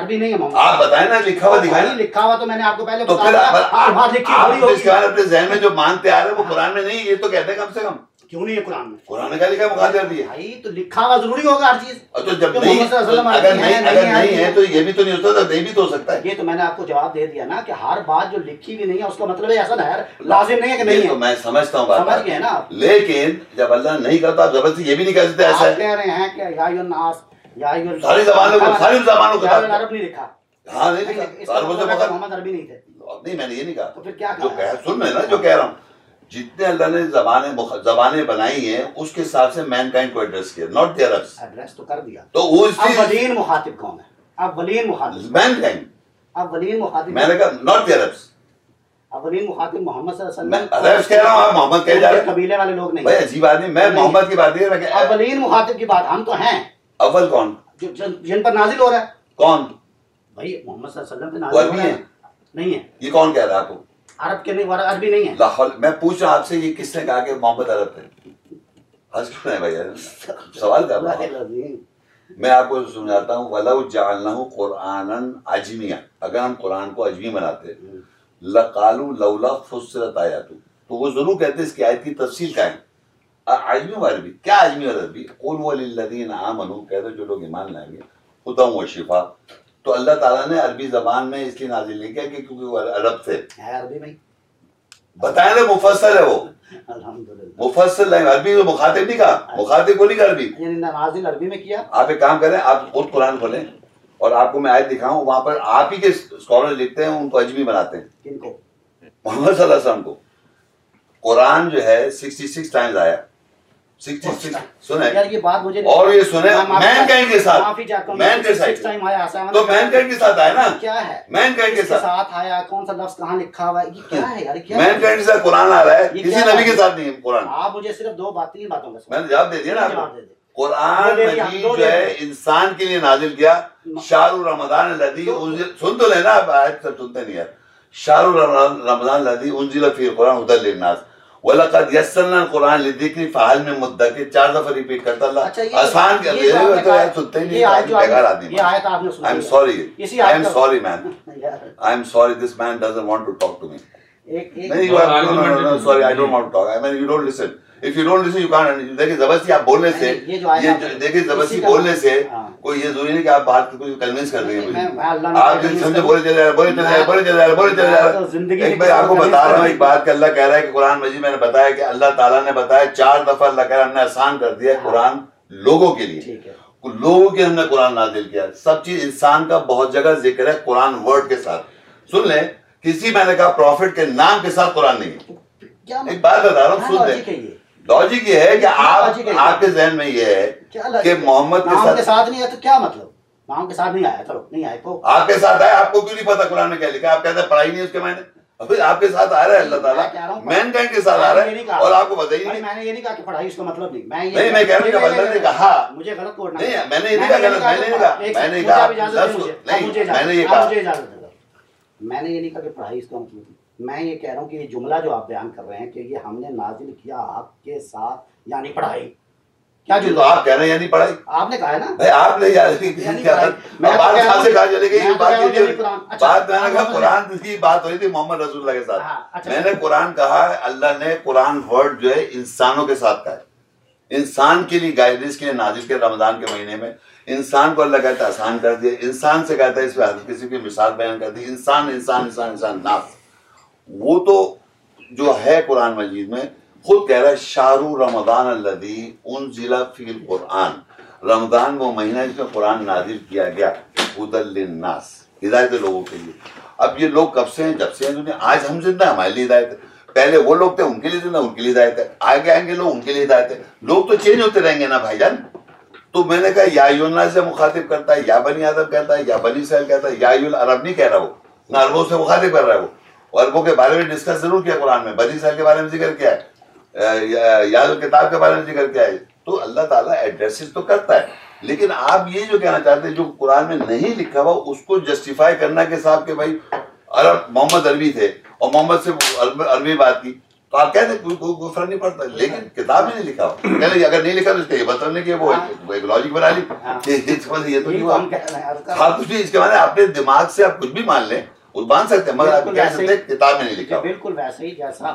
Speaker 3: عربی نہیں ہے محمد
Speaker 1: آپ بتائیں نا لکھا ہوا دکھائیں
Speaker 3: نہیں
Speaker 1: نا
Speaker 3: لکھا ہوا تو میں نے آپ کو پہلے
Speaker 1: تو پھر
Speaker 3: بتایا
Speaker 1: آپ
Speaker 3: آپ
Speaker 1: آپ-
Speaker 3: لکھی
Speaker 1: آپ
Speaker 3: ہوئی
Speaker 1: تو اس
Speaker 3: ہوگی
Speaker 1: کے بعد اپنے ذہن میں جو مانتے آ رہے ہیں وہ قرآن میں نہیں یہ تو کہتے ہیں کم سے کم
Speaker 3: کیوں نہیں ہے قرآن میں
Speaker 1: قرآن میں کیا لکھا ہے مخاطب عربی ہے
Speaker 3: بھائی تو لکھا ہوا ضروری ہوگا ہر چیز
Speaker 1: اور تو جب
Speaker 3: جو
Speaker 1: نہیں
Speaker 3: محمد صلی اللہ علیہ وسلم
Speaker 1: اگر
Speaker 3: عربی ہے،
Speaker 1: نہیں اگر
Speaker 3: نہیں
Speaker 1: نہیں ہے
Speaker 3: عربی
Speaker 1: تو یہ بھی تو نہیں ہو سکتا نہیں بھی تو ہو سکتا ہے
Speaker 3: یہ تو میں نے آپ کو جواب دے دیا نا کہ ہر بات جو لکھی ہوئی نہیں ہے اس کا مطلب ہے ایسا نہ ہے لازم نہیں ہے کہ
Speaker 1: یہ
Speaker 3: نہیں
Speaker 1: تو
Speaker 3: ہے
Speaker 1: میں سمجھتا ہوں بات
Speaker 3: سمجھ گئے نا آپ
Speaker 1: لیکن جب اللہ نہیں کرتا آپ زبردستی یہ بھی نہیں کہہ سکتے ایسا
Speaker 3: آپ
Speaker 1: ہے
Speaker 3: کہہ رہے ہیں کہ یا ایو الناس یا ایو
Speaker 1: ساری زبانوں کو- ساری زبانوں کو
Speaker 3: یا ایو
Speaker 1: بات-
Speaker 3: العرب نہیں لکھا
Speaker 1: ہاں نہیں لکھا
Speaker 3: اس کا
Speaker 1: سارے
Speaker 3: مطلب
Speaker 1: مذہب
Speaker 3: ہے کہ
Speaker 1: مگر
Speaker 3: محمد عربی نہیں تھے
Speaker 1: نہیں میں نے یہ نہیں کہا
Speaker 3: تو پھر کیا
Speaker 1: جو
Speaker 3: کہا
Speaker 1: کہہ سن میں نا جو کہہ رہا ہوں جتنے اللہ نے زبانیں مخ- زبانیں بنائی ہیں اس کے حساب سے مین کائنڈ کو ایڈریس کیا ناٹ دی عربس
Speaker 3: ایڈریس تو کر دیا
Speaker 1: تو وہ اس
Speaker 3: اب
Speaker 1: چیز
Speaker 3: ولین مخاطب کون ہے اب ولین مخاطب
Speaker 1: مین کائنڈ
Speaker 3: اب ولین مخاطب
Speaker 1: میں نے کہا ناٹ دی عربس
Speaker 3: اب ولین مخاطب محمد صلی اللہ
Speaker 1: میں
Speaker 3: علیہ وسلم
Speaker 1: عربس کہہ رہا ہوں آپ محمد کہہ جا
Speaker 3: ان
Speaker 1: رہے
Speaker 3: کے قبیلے والے لوگ
Speaker 1: ہیں
Speaker 3: نہیں
Speaker 1: بھائی عجیب آدمی میں
Speaker 3: نہیں۔
Speaker 1: محمد کی بات نہیں میں کہہ-
Speaker 3: اب ولین مخاطب کی بات ہم تو ہیں
Speaker 1: اول کون
Speaker 3: جو جن جن پر نازل ہو رہا ہے
Speaker 1: کون
Speaker 3: بھائی محمد صلی اللہ علیہ وسلم پہ
Speaker 1: وہ
Speaker 3: نازل ہو
Speaker 1: عربی
Speaker 3: رہا ہے نہیں ہے
Speaker 1: یہ کون کہہ رہا ہے آپ کو
Speaker 3: عرب کے نہیں وہ عربی نہیں
Speaker 1: لاہور میں پوچھ رہا ہوں آپ سے یہ کس نے کہا کہ محمد عرب تھے ہنس کیوں نہیں بھائی یار سوال کر رہا ہوں
Speaker 3: ہے
Speaker 1: میں آپ کو سمجھاتا ہوں وَلَوْ جَعَلْنَهُ قُرْآنًا عَجْمِيًا اگر ہم قرآن کو عجمی بناتے لَقَالُوا لَوْلَا فُسِّرَتْ آیَاتُ تو وہ ضرور کہتے اس کی آیت کی تفصیل کا ہے آ- عجمی و عربی کیا عجمی و عربی قُلْ وَلِلَّذِينَ آمَنُوا کہہ دو جو لوگ ایمان لائیں گے خدا و شفا تو اللہ تعالیٰ نے عربی زبان میں اس لیے نازل نہیں کیا کہ کیونکہ وہ عرب تھے
Speaker 3: ہے عربی بھائی
Speaker 1: بتائیں نا مفصل ہے وہ
Speaker 3: الحمدللہ
Speaker 1: مفصل ہے عربی کو مخاطب نہیں کہا مخاطب کو نہیں کہا عربی
Speaker 3: یعنی نازل عربی میں کیا
Speaker 1: آپ ایک کام کریں آپ خود قرآن کھولیں اور آپ کو میں آیت دکھاؤں وہاں پر آپ ہی کے اسکالر لکھتے ہیں ان کو اجمی بناتے ہیں
Speaker 3: کن کو
Speaker 1: محمد صلی اللہ علیہ وسلم کو قرآن جو ہے سکسٹی سکس ٹائمز آیا سکسٹی سکس سنیں
Speaker 3: یار یہ بات مجھے
Speaker 1: اور یہ سنیں مین کہیں کے
Speaker 3: معافی
Speaker 1: ساتھ
Speaker 3: چاہتا ہوں
Speaker 1: مین کے
Speaker 3: سکس
Speaker 1: ساتھ
Speaker 3: ٹائم آیا آسان
Speaker 1: تو مین کہیں کے ساتھ آیا نا
Speaker 3: کیا ہے
Speaker 1: مین کہیں کے
Speaker 3: اس کے
Speaker 1: ساتھ
Speaker 3: ساتھ آیا کون سا لفظ کہاں لکھا ہوا ہے یہ کیا ہے یار کیا
Speaker 1: مین کہیں کے ساتھ قرآن آ رہا ہے کسی نبی کے ساتھ نہیں قرآن
Speaker 3: آپ مجھے صرف دو بات تین باتوں کا
Speaker 1: میں نے جواب دے دیا نا آپ کو
Speaker 3: جواب دے دیں
Speaker 1: قرآن مجید جو ہے انسان کے لیے نازل کیا شاہ رمضان لدی سن تو لینا آپ آیت سب سنتے نہیں یار شاہ رمضان لدی انزل فی القرآن ادر للناس وَلَقَدْ يَسَّرْنَا الْقُرْآنَ لِذِكْرِ فَحَلْ مِن مُدَّكِرْ چار دفعہ ریپیٹ کرتا
Speaker 3: اچھا،
Speaker 1: اللہ آسان کر دے وہ تو آیت سنتے نہیں بیکار آدمی
Speaker 3: یہ آیت آپ نے
Speaker 1: I am
Speaker 3: Sunni
Speaker 1: sorry I am sorry مین
Speaker 3: یار
Speaker 1: I am sorry this man doesn't want to talk to me
Speaker 3: ایک ایک
Speaker 1: نہیں you are no no no sorry I don't want talk I mean you don't listen if you don't listen you can't دیکھیں زبردستی آپ بولنے سے
Speaker 3: یہ جو
Speaker 1: یہ
Speaker 3: آیا
Speaker 1: جو- دیکھیں زبردستی بولنے سے کوئی یہ ضروری نہیں کہ آپ بات کو کنوینس کر دیں مجھے آپ جن سمجھے بولے چلے جا رہے بولے چلے جا رہے بولے چلے جا رہے بولے چلے جا رہے ایک بھائی آپ کو بتا رہا ہوں ایک بات کہ اللہ کہہ رہا ہے کہ قرآن مجید میں نے بتایا کہ اللہ تعالیٰ نے بتایا چار دفعہ اللہ کہہ رہا ہے ہم نے آسان کر دیا ہے قرآن لوگوں کے لیے
Speaker 3: ہاں۔ ٹھیک ہے
Speaker 1: لوگوں کے ہم نے قرآن نازل کیا ہے سب چیز انسان کا بہت جگہ ذکر ہے قرآن ورڈ کے ساتھ سن لیں کسی میں نے کہا پروفٹ کے نام کے ساتھ قرآن نہیں ہے
Speaker 3: کیا
Speaker 1: ایک بات بتا رہا ہوں سن لیں
Speaker 3: لوجک ہے یہ
Speaker 1: لاجک یہ ہے کہ
Speaker 3: ہاں،
Speaker 1: آپ آپ کے ذہن میں یہ ہے کہ محمد کے
Speaker 3: نام
Speaker 1: ساتھ
Speaker 3: کے ساتھ نہیں آیا تو کیا مطلب نام کے ساتھ نہیں آیا چلو نہیں آئے تو
Speaker 1: آپ کے ساتھ آئے آپ کو کیوں نہیں پتا قرآن میں کیا لکھا ہے آپ کہتے ہیں پڑھائی نہیں اس کے میں نے ابھی آپ کے ساتھ آ رہا ہے اللہ تعالیٰ مین کائن کے ساتھ آ رہا ہے اور آپ کو پتہ ہی
Speaker 3: بھائی
Speaker 1: نہیں
Speaker 3: میں نے یہ نہیں کہا کہ پڑھائی اس کا مطلب نہیں میں
Speaker 1: نہیں میں کہہ رہا ہوں کہ اللہ نے کہا
Speaker 3: مجھے غلط کوڑنا
Speaker 1: نہیں میں نے یہ نہیں کہا میں نے کہا میں نے کہا نہیں میں نے یہ کہا
Speaker 3: مجھے اجازت دے میں نے یہ نہیں کہا کہ پڑھائی اس کا مطلب نہیں میں یہ کہہ رہا ہوں کہ یہ جملہ جو آپ بیان کر رہے ہیں کہ یہ ہم نے نازل کیا آپ کے ساتھ یعنی پڑھائی کیا
Speaker 1: تو
Speaker 3: جملہ
Speaker 1: آپ کہہ رہے ہیں یعنی پڑھائی
Speaker 3: آپ نے کہا ہے نا
Speaker 1: بھائی آپ نہیں یاد بات کہاں سے کہاں چلے گئی بات بات میں نے کہا قرآن کی بات ہوئی تھی محمد رسول اللہ کے ساتھ میں نے قرآن کہا ہے اللہ نے قرآن ورڈ جو ہے انسانوں کے ساتھ کہا ہے انسان کے لیے گائیڈنس کے لیے نازل کے رمضان کے مہینے میں انسان کو اللہ کہتا ہے آسان کر دیا انسان سے کہتا ہے اس پہ حضرت کسی کی مثال بیان کر دی انسان انسان انسان انسان ناف وہ تو جو ہے قرآن مجید میں خود کہہ رہا ہے شاہ رمضان الذی انزل فی القرآن رمضان وہ مہینہ جس میں قرآن نازل کیا گیا ہدل للناس ہدایت ہے لوگوں کے لیے اب یہ لوگ کب سے ہیں جب سے ہیں دنیا آج ہم زندہ ہیں ہمارے لیے ہدایت ہے پہلے وہ لوگ تھے ان کے لیے زندہ ان کے لیے ہدایت ہے آگے آئیں گے لوگ ان کے لیے ہدایت ہے لوگ تو چینج ہوتے رہیں گے نا بھائی جان تو میں نے کہا یا یونا سے مخاطب کرتا ہے یا بنی آدم کہتا ہے یا بنی سیل کہتا ہے یا یول عرب نہیں کہہ رہا وہ نہ عربوں سے مخاطب کر رہا ہے وہ اور عربوں کے بارے میں ڈسکس ضرور کیا قرآن میں بنی سیل کے بارے میں ذکر کیا ہے اے، یا- یا کتاب کے بارے میں ذکر کیا ہے تو اللہ تعالیٰ ایڈریسز تو کرتا ہے لیکن آپ یہ جو کہنا چاہتے ہیں جو قرآن میں نہیں لکھا ہوا اس کو جسٹیفائی کرنا کہ صاحب کہ بھائی عرب محمد عربی تھے اور محمد سے عرب- عربی بات کی تو آپ کہہ دیں کوئی کوئی- کوئی فرق نہیں پڑتا لیکن کتاب میں نہیں لکھا ہوا کہہ لیں، اگر نہیں لکھا تو اس کا یہ مطلب نہیں کہ وہ
Speaker 3: ہاں۔
Speaker 1: ایک- وہ ایک لاجک بنا لی کہ یہ تو- یہ تو نہیں ہوا ہاں کچھ بھی اس کے معنی اپنے دماغ سے آپ کچھ بھی مان لیں وہ مان سکتے ہیں مگر آپ کہہ سکتے ہیں کتاب میں نہیں لکھا ہوا
Speaker 3: بالکل ویسے ہی جیسا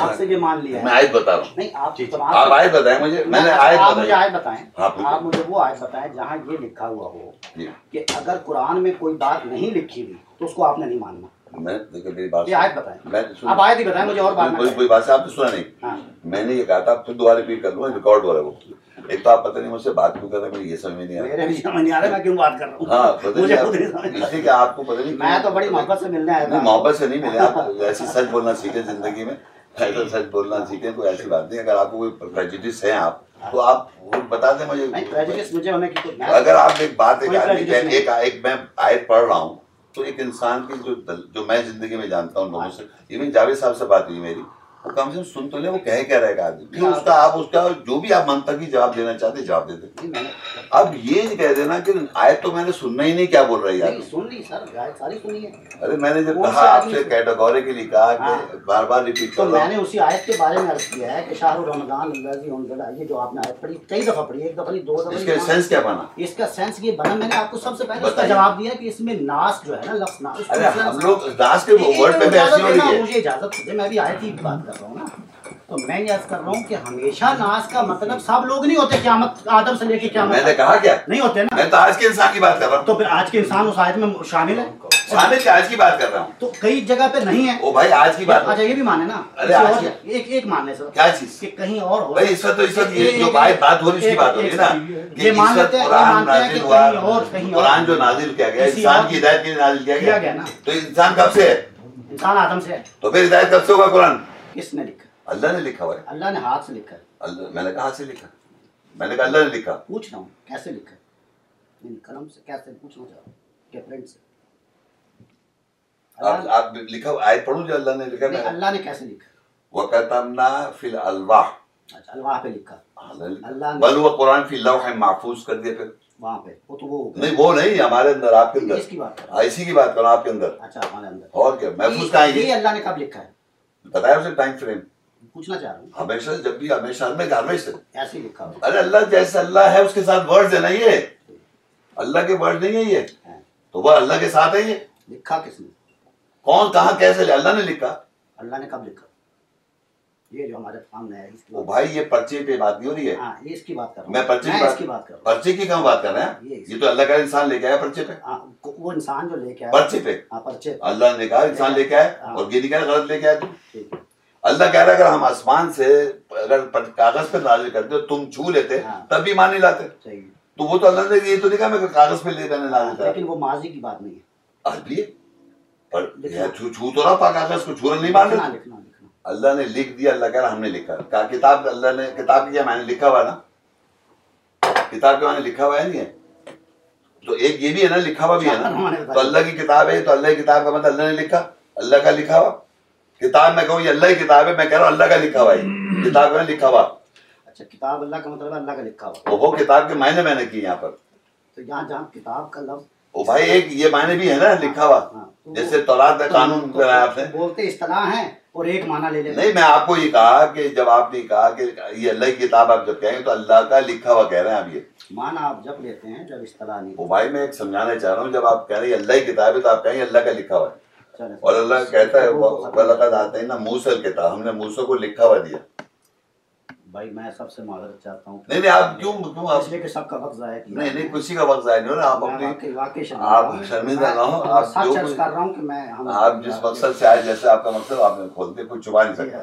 Speaker 3: آپ سے یہ مان لیا
Speaker 1: میں آیت بتا رہا ہوں
Speaker 3: نہیں آپ
Speaker 1: آپ آیت بتائیں مجھے میں نے آیت
Speaker 3: آپ مجھے
Speaker 1: بتائی
Speaker 3: آیت بتائیں آپ مجھے وہ آیت بتائیں جہاں یہ لکھا ہوا ہو
Speaker 1: جی
Speaker 3: کہ اگر قرآن میں کوئی بات نہیں لکھی ہوئی تو اس کو آپ نے نہیں ماننا
Speaker 1: میں دیکھیں میری بات
Speaker 3: یہ آیت بتائیں
Speaker 1: میں سن-
Speaker 3: آپ آیت ہی بتائیں مجھے اور بات
Speaker 1: کوئی کوئی بات سے آپ نے سنا نہیں
Speaker 3: ہاں
Speaker 1: میں نے یہ کہا تھا پھر دوبارہ ریپیٹ کر لوں ریکارڈ ہو رہا ہے وہ ایک تو آپ پتہ نہیں مجھ سے بات کیوں کر رہے ہیں، مجھے یہ سمجھ میں نہیں آ رہا
Speaker 3: میرے بھی سمجھ نہیں آ رہا میں کیوں بات کر رہا
Speaker 1: ہاں
Speaker 3: ہوں
Speaker 1: پتہ
Speaker 3: مجھے
Speaker 1: نہیں
Speaker 3: خود
Speaker 1: آپ-
Speaker 3: نہیں سمجھ
Speaker 1: اس لیے کہ آپ کو پتہ نہیں
Speaker 3: میں تو بڑی محبت سے ملنے آیا
Speaker 1: نہیں،
Speaker 3: تھا
Speaker 1: محبت سے نہیں ملے آپ ایسی سچ بولنا سیکھیں زندگی میں ایسا سچ بولنا سیکھیں کوئی ایسی بات نہیں اگر آپ کو کوئی پریجڈس ہیں آپ تو آپ وہ بتا دیں مجھے
Speaker 3: نہیں prejudice مجھے ہونے کی کوئی میں
Speaker 1: اگر آپ ایک بات ایک
Speaker 3: کوئی
Speaker 1: آدمی
Speaker 3: prejudice
Speaker 1: کہہ-
Speaker 3: نہیں۔
Speaker 1: ایک ایک میں آیت پڑھ رہا ہوں تو ایک انسان کی جو دل- جو میں زندگی میں جانتا ہوں لوگوں سے ایون جاوید صاحب سے بات ہوئی میری وہ کم سے کم سن تو لیں وہ کہہ کیا رہے گا آدمی پھر
Speaker 3: ہاں۔
Speaker 1: اس کا آپ اس کا جو بھی آپ منطقی جواب دینا چاہتے جواب دے دیں
Speaker 3: نہیں، میں نے-
Speaker 1: اب یہ نہیں کہہ دینا کہ آیت تو میں نے سننا ہی نہیں کیا بول رہی ہے
Speaker 3: نہیں،
Speaker 1: آدمی
Speaker 3: سن لی سر گائے ساری سنی ہے
Speaker 1: ارے میں نے جب
Speaker 3: کون
Speaker 1: کہا
Speaker 3: سی
Speaker 1: آپ
Speaker 3: آدمی
Speaker 1: سے
Speaker 3: سے؟
Speaker 1: کیٹاگوریکلی کہا کہ بار بار ریپیٹ
Speaker 3: ہاں۔ تو
Speaker 1: کر رہا
Speaker 3: میں نے
Speaker 1: ہوں
Speaker 3: اسی آیت کے بارے میں عرض کیا ہے کہ شاہ رمضان الذی انزل یہ جو آپ نے آیت پڑھی کئی دفعہ پڑھی ایک دفعہ نہیں دو دفعہ
Speaker 1: اس
Speaker 3: نہیں،
Speaker 1: کے سینس کیا بنا
Speaker 3: اس کا سینس یہ بنا میں نے آپ کو سب سے پہلے اس کا
Speaker 1: بتائیے۔
Speaker 3: جواب دیا کہ اس میں ناس جو ہے نا لفظ ناس اس کو
Speaker 1: ارے
Speaker 3: اس
Speaker 1: ہم
Speaker 3: لفظ-
Speaker 1: لوگ داس کے
Speaker 3: ایک- ایک
Speaker 1: ورڈ پہ
Speaker 3: منٹ
Speaker 1: بحث
Speaker 3: اجازت
Speaker 1: نہیں ہو
Speaker 3: دینا،
Speaker 1: رہی ہے
Speaker 3: مجھے اجازت دے میں بھی آیت کی بات کر رہا ہوں نا تو میں یہ عرض کر رہا ہوں کہ ہمیشہ ناس کا مطلب سب لوگ نہیں ہوتے قیامت آدم سے لے کے
Speaker 1: میں
Speaker 3: قیامت
Speaker 1: نے
Speaker 3: تک۔
Speaker 1: کہا کیا
Speaker 3: نہیں ہوتے نا
Speaker 1: میں تو آج کے انسان کی بات کر رہا ہوں
Speaker 3: تو پھر آج کے انسان اس آیت میں شامل ہے
Speaker 1: سامنے سے آج کی بات کر رہا ہوں
Speaker 3: تو کئی جگہ پہ نہیں ہے
Speaker 1: او بھائی آج کی بات
Speaker 3: اچھا یہ بھی مانے نا
Speaker 1: ارے
Speaker 3: کسی
Speaker 1: آج
Speaker 3: اور-
Speaker 1: کیا؟
Speaker 3: ایک ایک ماننے سر
Speaker 1: کیا چیز
Speaker 3: کہ کہیں اور ہو
Speaker 1: بھائی اس وقت تو اس وقت یہ
Speaker 3: ایک-
Speaker 1: جو
Speaker 3: ایک-
Speaker 1: بات بات ہو رہی اس کی
Speaker 3: ایک-
Speaker 1: بات ہو رہی ہے
Speaker 3: ایک-
Speaker 1: نا
Speaker 3: ایک-
Speaker 1: کہ
Speaker 3: یہ
Speaker 1: اس
Speaker 3: مان
Speaker 1: وقت
Speaker 3: لیتے ہیں- یہ
Speaker 1: قرآن
Speaker 3: مانتے ہیں
Speaker 1: نازل
Speaker 3: کہ
Speaker 1: ہوا
Speaker 3: کہیں اور- کہیں اور-
Speaker 1: قرآن جو نازل کیا گیا ہے،
Speaker 3: کسی
Speaker 1: انسان
Speaker 3: اور-
Speaker 1: کی ہدایت کے لیے نازل کیا
Speaker 3: کیا
Speaker 1: گیا
Speaker 3: گیا نا
Speaker 1: ہے۔ تو انسان کب سے ہے
Speaker 3: انسان آدم سے ہے
Speaker 1: تو پھر ہدایت کب سے ہوگا قرآن
Speaker 3: کس نے لکھا
Speaker 1: اللہ نے لکھا ہوا ہے
Speaker 3: اللہ نے ہاتھ سے لکھا ہے
Speaker 1: اللہ میں نے کہا ہاتھ سے لکھا میں نے کہا اللہ نے لکھا
Speaker 3: پوچھ رہا ہوں کیسے لکھا ہے؟ نہیں قلم سے کیسے پوچھ رہا ہوں کیا print سے
Speaker 1: آپ
Speaker 3: اللہ
Speaker 1: آپ لکھا ہوا- آیت پڑھوں جو اللہ نے لکھا
Speaker 3: نہیں،
Speaker 1: میں
Speaker 3: اللہ نے کیسے لکھا
Speaker 1: وَقَتَمْنَا فِي الْأَلْوَاحِ
Speaker 3: اچھا الواح پہ لکھا اللہ نے-
Speaker 1: بل وہ قرآن فی لوح محفوظ کر دیا پھر
Speaker 3: وہاں پہ وہ تو وہ ہو گیا
Speaker 1: نہیں وہ نہیں ہمارے اندر آپ کے
Speaker 3: یہ اس
Speaker 1: اندر
Speaker 3: کی بات کر رہا
Speaker 1: اسی کی بات کر رہا ہوں آپ کے اندر
Speaker 3: ہوں۔ اچھا ہمارے اندر
Speaker 1: اور کیا محفوظ
Speaker 3: یہ-
Speaker 1: کہاں ہے یہ
Speaker 3: یہ اللہ نے کب لکھا ہے
Speaker 1: بتایا اسے ٹائم فریم
Speaker 3: پوچھنا چاہ رہا ہوں
Speaker 1: ہمیشہ جب بھی ہمیشہ ہر میں گاربیج سے
Speaker 3: ایسے ہی لکھا ہو
Speaker 1: ارے اللہ جیسے اللہ ہے اس کے ساتھ ورڈز ہے نا یہ اللہ کے ورڈ نہیں ہے یہ
Speaker 3: ہاں۔
Speaker 1: تو وہ اللہ کے ساتھ ہے یہ
Speaker 3: لکھا کس نے
Speaker 1: کون کہاں کیسے لے اللہ نے لکھا
Speaker 3: اللہ نے کب لکھا یہ جو ہمارے سامنے ہے اس کی
Speaker 1: وہ
Speaker 3: بات-
Speaker 1: بھائی یہ پرچے پہ بات نہیں ہو رہی ہے
Speaker 3: ہاں یہ اس کی بات کر رہا ہوں
Speaker 1: میں پرچے
Speaker 3: میں اس
Speaker 1: کی
Speaker 3: کی بات
Speaker 1: بات
Speaker 3: کر رہا
Speaker 1: پرچے کی کہاں بات کر رہے ہیں
Speaker 3: یہ-
Speaker 1: یہ تو اللہ کا انسان لے کے آیا پرچے پہ
Speaker 3: ہوں ہاں، وہ انسان جو لے کے آیا
Speaker 1: پرچے پہ
Speaker 3: ہاں، پرچے پہ۔
Speaker 1: اللہ نے کہا انسان لے کے آیا
Speaker 3: ہاں۔
Speaker 1: اور یہ نہیں کہا غلط لے کے آیا تو
Speaker 3: ٹھیک ہے
Speaker 1: اللہ کہہ رہا ہے اگر ہم آسمان سے اگر پر- کاغذ پہ نازل کرتے اور تم چھو لیتے
Speaker 3: ہاں۔
Speaker 1: تب بھی مان نہیں لاتے
Speaker 3: صحیح ہے۔
Speaker 1: تو وہ تو اللہ نے یہ تو نہیں کہا میں کاغذ پہ لے میں نے نازل کرا
Speaker 3: لیکن وہ ماضی کی بات نہیں ہے
Speaker 1: آج بھی ہے۔ پر
Speaker 3: لکھنا۔
Speaker 1: یہ چھو چھو تو رہا پا کاغذ کو چھو رہا نہیں مان
Speaker 3: لکھنا
Speaker 1: رہا
Speaker 3: لکھنا لکھنا
Speaker 1: اللہ نے لکھ دیا اللہ کہہ رہا ہم نے لکھا کہا کتاب اللہ نے کتاب کیا میں نے لکھا ہوا ہے نا کتاب کے میں نے لکھا ہوا ہے نہیں ہے تو ایک یہ بھی ہے نا لکھا ہوا بھی ہے
Speaker 3: ہاں، ہاں،
Speaker 1: نا تو اللہ کی کتاب ہے تو اللہ کی کتاب کا مطلب اللہ نے لکھا اللہ کا لکھا ہوا کتاب میں کہوں یہ اللہ کی کتاب ہے میں کہہ رہا ہوں اللہ کا لکھا ہوا ہے یہ۔ کتاب میں لکھا ہوا
Speaker 3: اچھا کتاب اللہ کا مطلب ہے اللہ کا لکھا ہوا
Speaker 1: وہ وہ کتاب کے معنی میں نے کیے یہاں پر
Speaker 3: تو یہاں جہاں کتاب کا لفظ
Speaker 1: وہ بھائی ایک یہ معنی بھی ہے نا لکھا ہوا
Speaker 3: ہاں، تو
Speaker 1: جیسے
Speaker 3: وہ-
Speaker 1: تورات کا
Speaker 3: تو-
Speaker 1: قانون
Speaker 3: تو-
Speaker 1: بنایا آپ نے
Speaker 3: بولتے اصطلاح ہیں اور ایک معنی لے لیتے
Speaker 1: نہیں میں آپ کو یہ کہا کہ جب آپ نے کہا کہ یہ اللہ کی کتاب آپ جب کہیں گے تو اللہ کا لکھا ہوا کہہ رہے ہیں آپ یہ
Speaker 3: معنی آپ جب لیتے ہیں جب اصطلاح نہیں
Speaker 1: وہ بھائی میں ایک سمجھانا چاہ رہا ہوں جب آپ کہہ رہے ہیں یہ اللہ کی کتاب ہے تو آپ کہیں گے اللہ کا لکھا ہوا ہے
Speaker 3: چلیں۔
Speaker 1: اور اللہ کہتا ہے
Speaker 3: وہ- اچھا، وہ ختم
Speaker 1: وَلَقَدْ آتَيْنَا مُوسَى الْكِتَابَ ہم نے موسیٰ کو لکھا ہوا دیا
Speaker 3: بھائی میں سب سے معذرت چاہتا ہوں
Speaker 1: نہیں نہیں آپ کیوں کیوں آپ
Speaker 3: اس لیے کہ سب کا وقت ضائع کیا
Speaker 1: نہیں نہیں کسی کا وقت ضائع نہیں ہو رہا آپ
Speaker 3: میں
Speaker 1: اپنی
Speaker 3: واقعی- واقعی
Speaker 1: آپ
Speaker 3: ہوں۔
Speaker 1: شرمندہ نہ ہوں
Speaker 3: میں
Speaker 1: آپ
Speaker 3: سچ
Speaker 1: جو
Speaker 3: عرض کر
Speaker 1: کچھ-
Speaker 3: رہا ہوں کہ میں ہم-
Speaker 1: آپ جس مقصد سے آئے جیسے آپ کا مقصد آپ نے کھول کے کوئی چھپا نہیں سکتا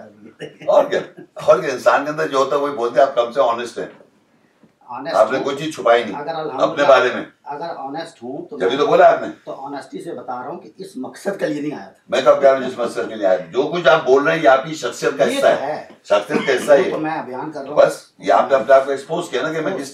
Speaker 1: اور کیا اور کیا انسان کے اندر جو ہوتا ہے وہی بولتے ہیں آپ کم سے آنےسٹ ہیں
Speaker 3: Honest
Speaker 1: آپ نے
Speaker 3: ہوں۔
Speaker 1: کوئی چیز چھپائی نہیں
Speaker 3: اگر
Speaker 1: اپنے
Speaker 3: الحمدللہ
Speaker 1: بارے میں
Speaker 3: اگر آنےسٹ ہوں تو
Speaker 1: جبھی
Speaker 3: میں-
Speaker 1: تو بولا آپ نے
Speaker 3: تو آنےسٹی سے بتا رہا ہوں کہ اس مقصد کے لیے نہیں آیا
Speaker 1: میں کب کہہ رہا ہوں جس مقصد کے لیے آئے جو کچھ آپ بول رہے ہیں یہ آپ کی شخصیت کا
Speaker 3: تھا یہ
Speaker 1: حصہ
Speaker 3: تو
Speaker 1: ہے
Speaker 3: ہے
Speaker 1: شخصیت کا حصہ
Speaker 3: وہ
Speaker 1: ہے
Speaker 3: تو میں بیان کر رہا
Speaker 1: بس یہ آپ نے اپنے آپ کو ایکسپوز کیا نا کہ میں کس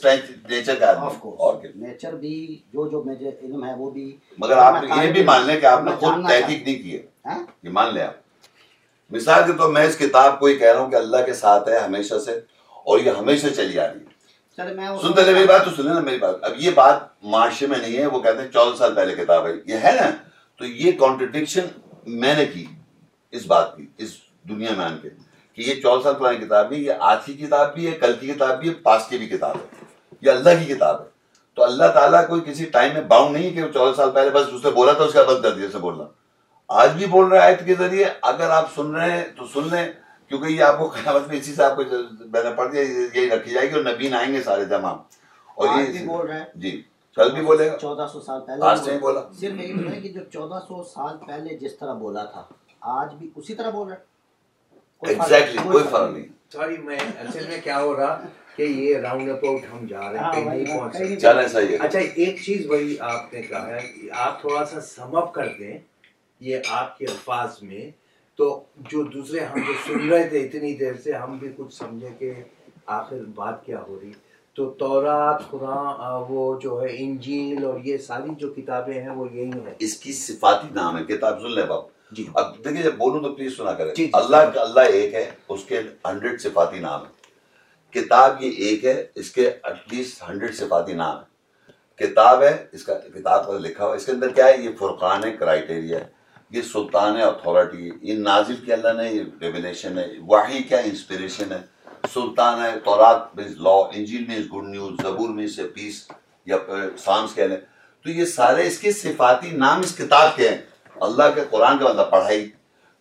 Speaker 1: نیچر کا
Speaker 3: ہوں آف
Speaker 1: آدمی ہوں۔ اور کیا
Speaker 3: کورس نیچر بھی جو جو مجھے علم ہے وہ بھی
Speaker 1: مگر
Speaker 3: میں
Speaker 1: آپ نے یہ
Speaker 3: طالب
Speaker 1: بھی
Speaker 3: علم-
Speaker 1: مان لیں کہ آپ نے
Speaker 3: میں
Speaker 1: خود
Speaker 3: جاننا
Speaker 1: تحقیق نہیں کی ہے
Speaker 3: چاہتا- ہاں؟
Speaker 1: یہ مان لیں آپ مثال کے طور میں اس کتاب کو یہ کہہ رہا ہوں کہ اللہ کے ساتھ ہے ہمیشہ سے اور یہ ہمیشہ چلی آ رہی ہے
Speaker 3: چلے میں اس-
Speaker 1: سن پہلے میری بات تو سنیں نا میری بات اب یہ بات معاشرے میں نہیں ہے وہ کہتے ہیں چودہ سال پہلے کتاب ہے یہ ہے نا تو یہ کانٹرڈکشن میں نے کی اس بات کی اس دنیا میں آن کے کہ یہ چودہ سال پرانی کتاب بھی یہ آج کی کتاب بھی ہے کل کی کتاب بھی ہے پاس کی بھی کتاب ہے یہ اللہ کی کتاب ہے تو اللہ تعالیٰ کوئی کسی ٹائم میں باؤنڈ نہیں ہے کہ چودہ سال پہلے بس اس نے بولا تھا اس کا بند کر دیا اس نے بولنا آج بھی بول رہے ہیں آیت کے ذریعے اگر آپ سن رہے ہیں تو سن لیں کیونکہ یہ آپ کو قیامت میں اسی سے آپ کو جو- میں نے پڑھ دیا یہ- یہی رکھی جائے گی اور نبین آئیں گے سارے تمام اور
Speaker 3: آج
Speaker 1: یہ
Speaker 3: بھی بول رہے ہیں
Speaker 1: جی کل بھی بولے گا
Speaker 3: چودہ سو سال پہلے
Speaker 1: آج
Speaker 3: بھی
Speaker 1: نہیں
Speaker 3: بول-
Speaker 1: بولا
Speaker 3: صرف یہ بتائیں کہ جو چودہ سو سال پہلے جس طرح بولا تھا آج بھی اسی طرح بول رہا ہے کوئی فرق-
Speaker 1: ایگزیکٹلی کوئی فرق نہیں
Speaker 2: سوری میں اصل میں کیا ہو رہا کہ یہ راؤنڈ اباؤٹ ہم جا رہے ہیں کہیں نہیں پہنچ سکتے
Speaker 1: چلیں صحیح ہے
Speaker 2: اچھا ایک چیز وہی آپ نے کہا ہے کہ آپ تھوڑا سا سم اپ کر دیں یہ آپ کے الفاظ میں تو جو دوسرے ہم جو سن رہے تھے اتنی دیر سے ہم بھی کچھ سمجھے کہ آخر بات کیا ہو رہی تو تورات قرآن وہ جو ہے انجیل اور یہ ساری جو کتابیں ہیں وہ یہی ہیں
Speaker 1: اس کی صفاتی نام ہے کتاب سن لیں باپ
Speaker 2: جی
Speaker 1: اب دیکھیں جب بولوں تو پلیز سنا کریں
Speaker 2: جی، جی۔
Speaker 1: اللہ کا اللہ ایک ہے اس کے ہنڈریڈ صفاتی نام ہے کتاب یہ ایک ہے اس کے ایٹ لیسٹ ہنڈریڈ صفاتی نام ہے کتاب ہے اس کا کتاب پر لکھا ہوا ہے، اس کے اندر کیا ہے یہ فرقان ہے کرائٹیریا ہے یہ سلطان ہے authority ہے یہ نازل کیا اللہ نے یہ ریولیشن ہے وحی کیا انسپریشن ہے سلطان ہے تورات مینس لا انجیل مینس گڈ نیوز زبور مینس پیس یا سانس کہہ لیں تو یہ سارے اس کے صفاتی نام اس کتاب کے ہیں اللہ کے قرآن کا مطلب پڑھائی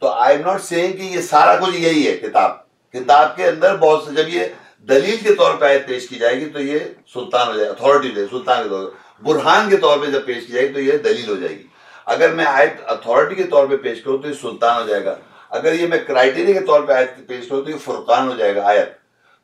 Speaker 1: تو آئی ایم ناٹ سیئنگ کہ یہ سارا کچھ یہی ہے کتاب کتاب کے اندر بہت سے جب یہ دلیل کے طور پہ آیت پیش کی جائے گی تو یہ سلطان ہو جائے اتھارٹی دے سلطان کے طور پہ برہان کے طور پہ جب پیش کی جائے گی تو یہ دلیل ہو جائے گی اگر میں آیت اتھارٹی کے طور پہ پیش کروں تو یہ سلطان ہو جائے گا اگر یہ میں کرائٹیریا کے طور پہ آیت پیش کروں تو یہ فرقان ہو جائے گا آیت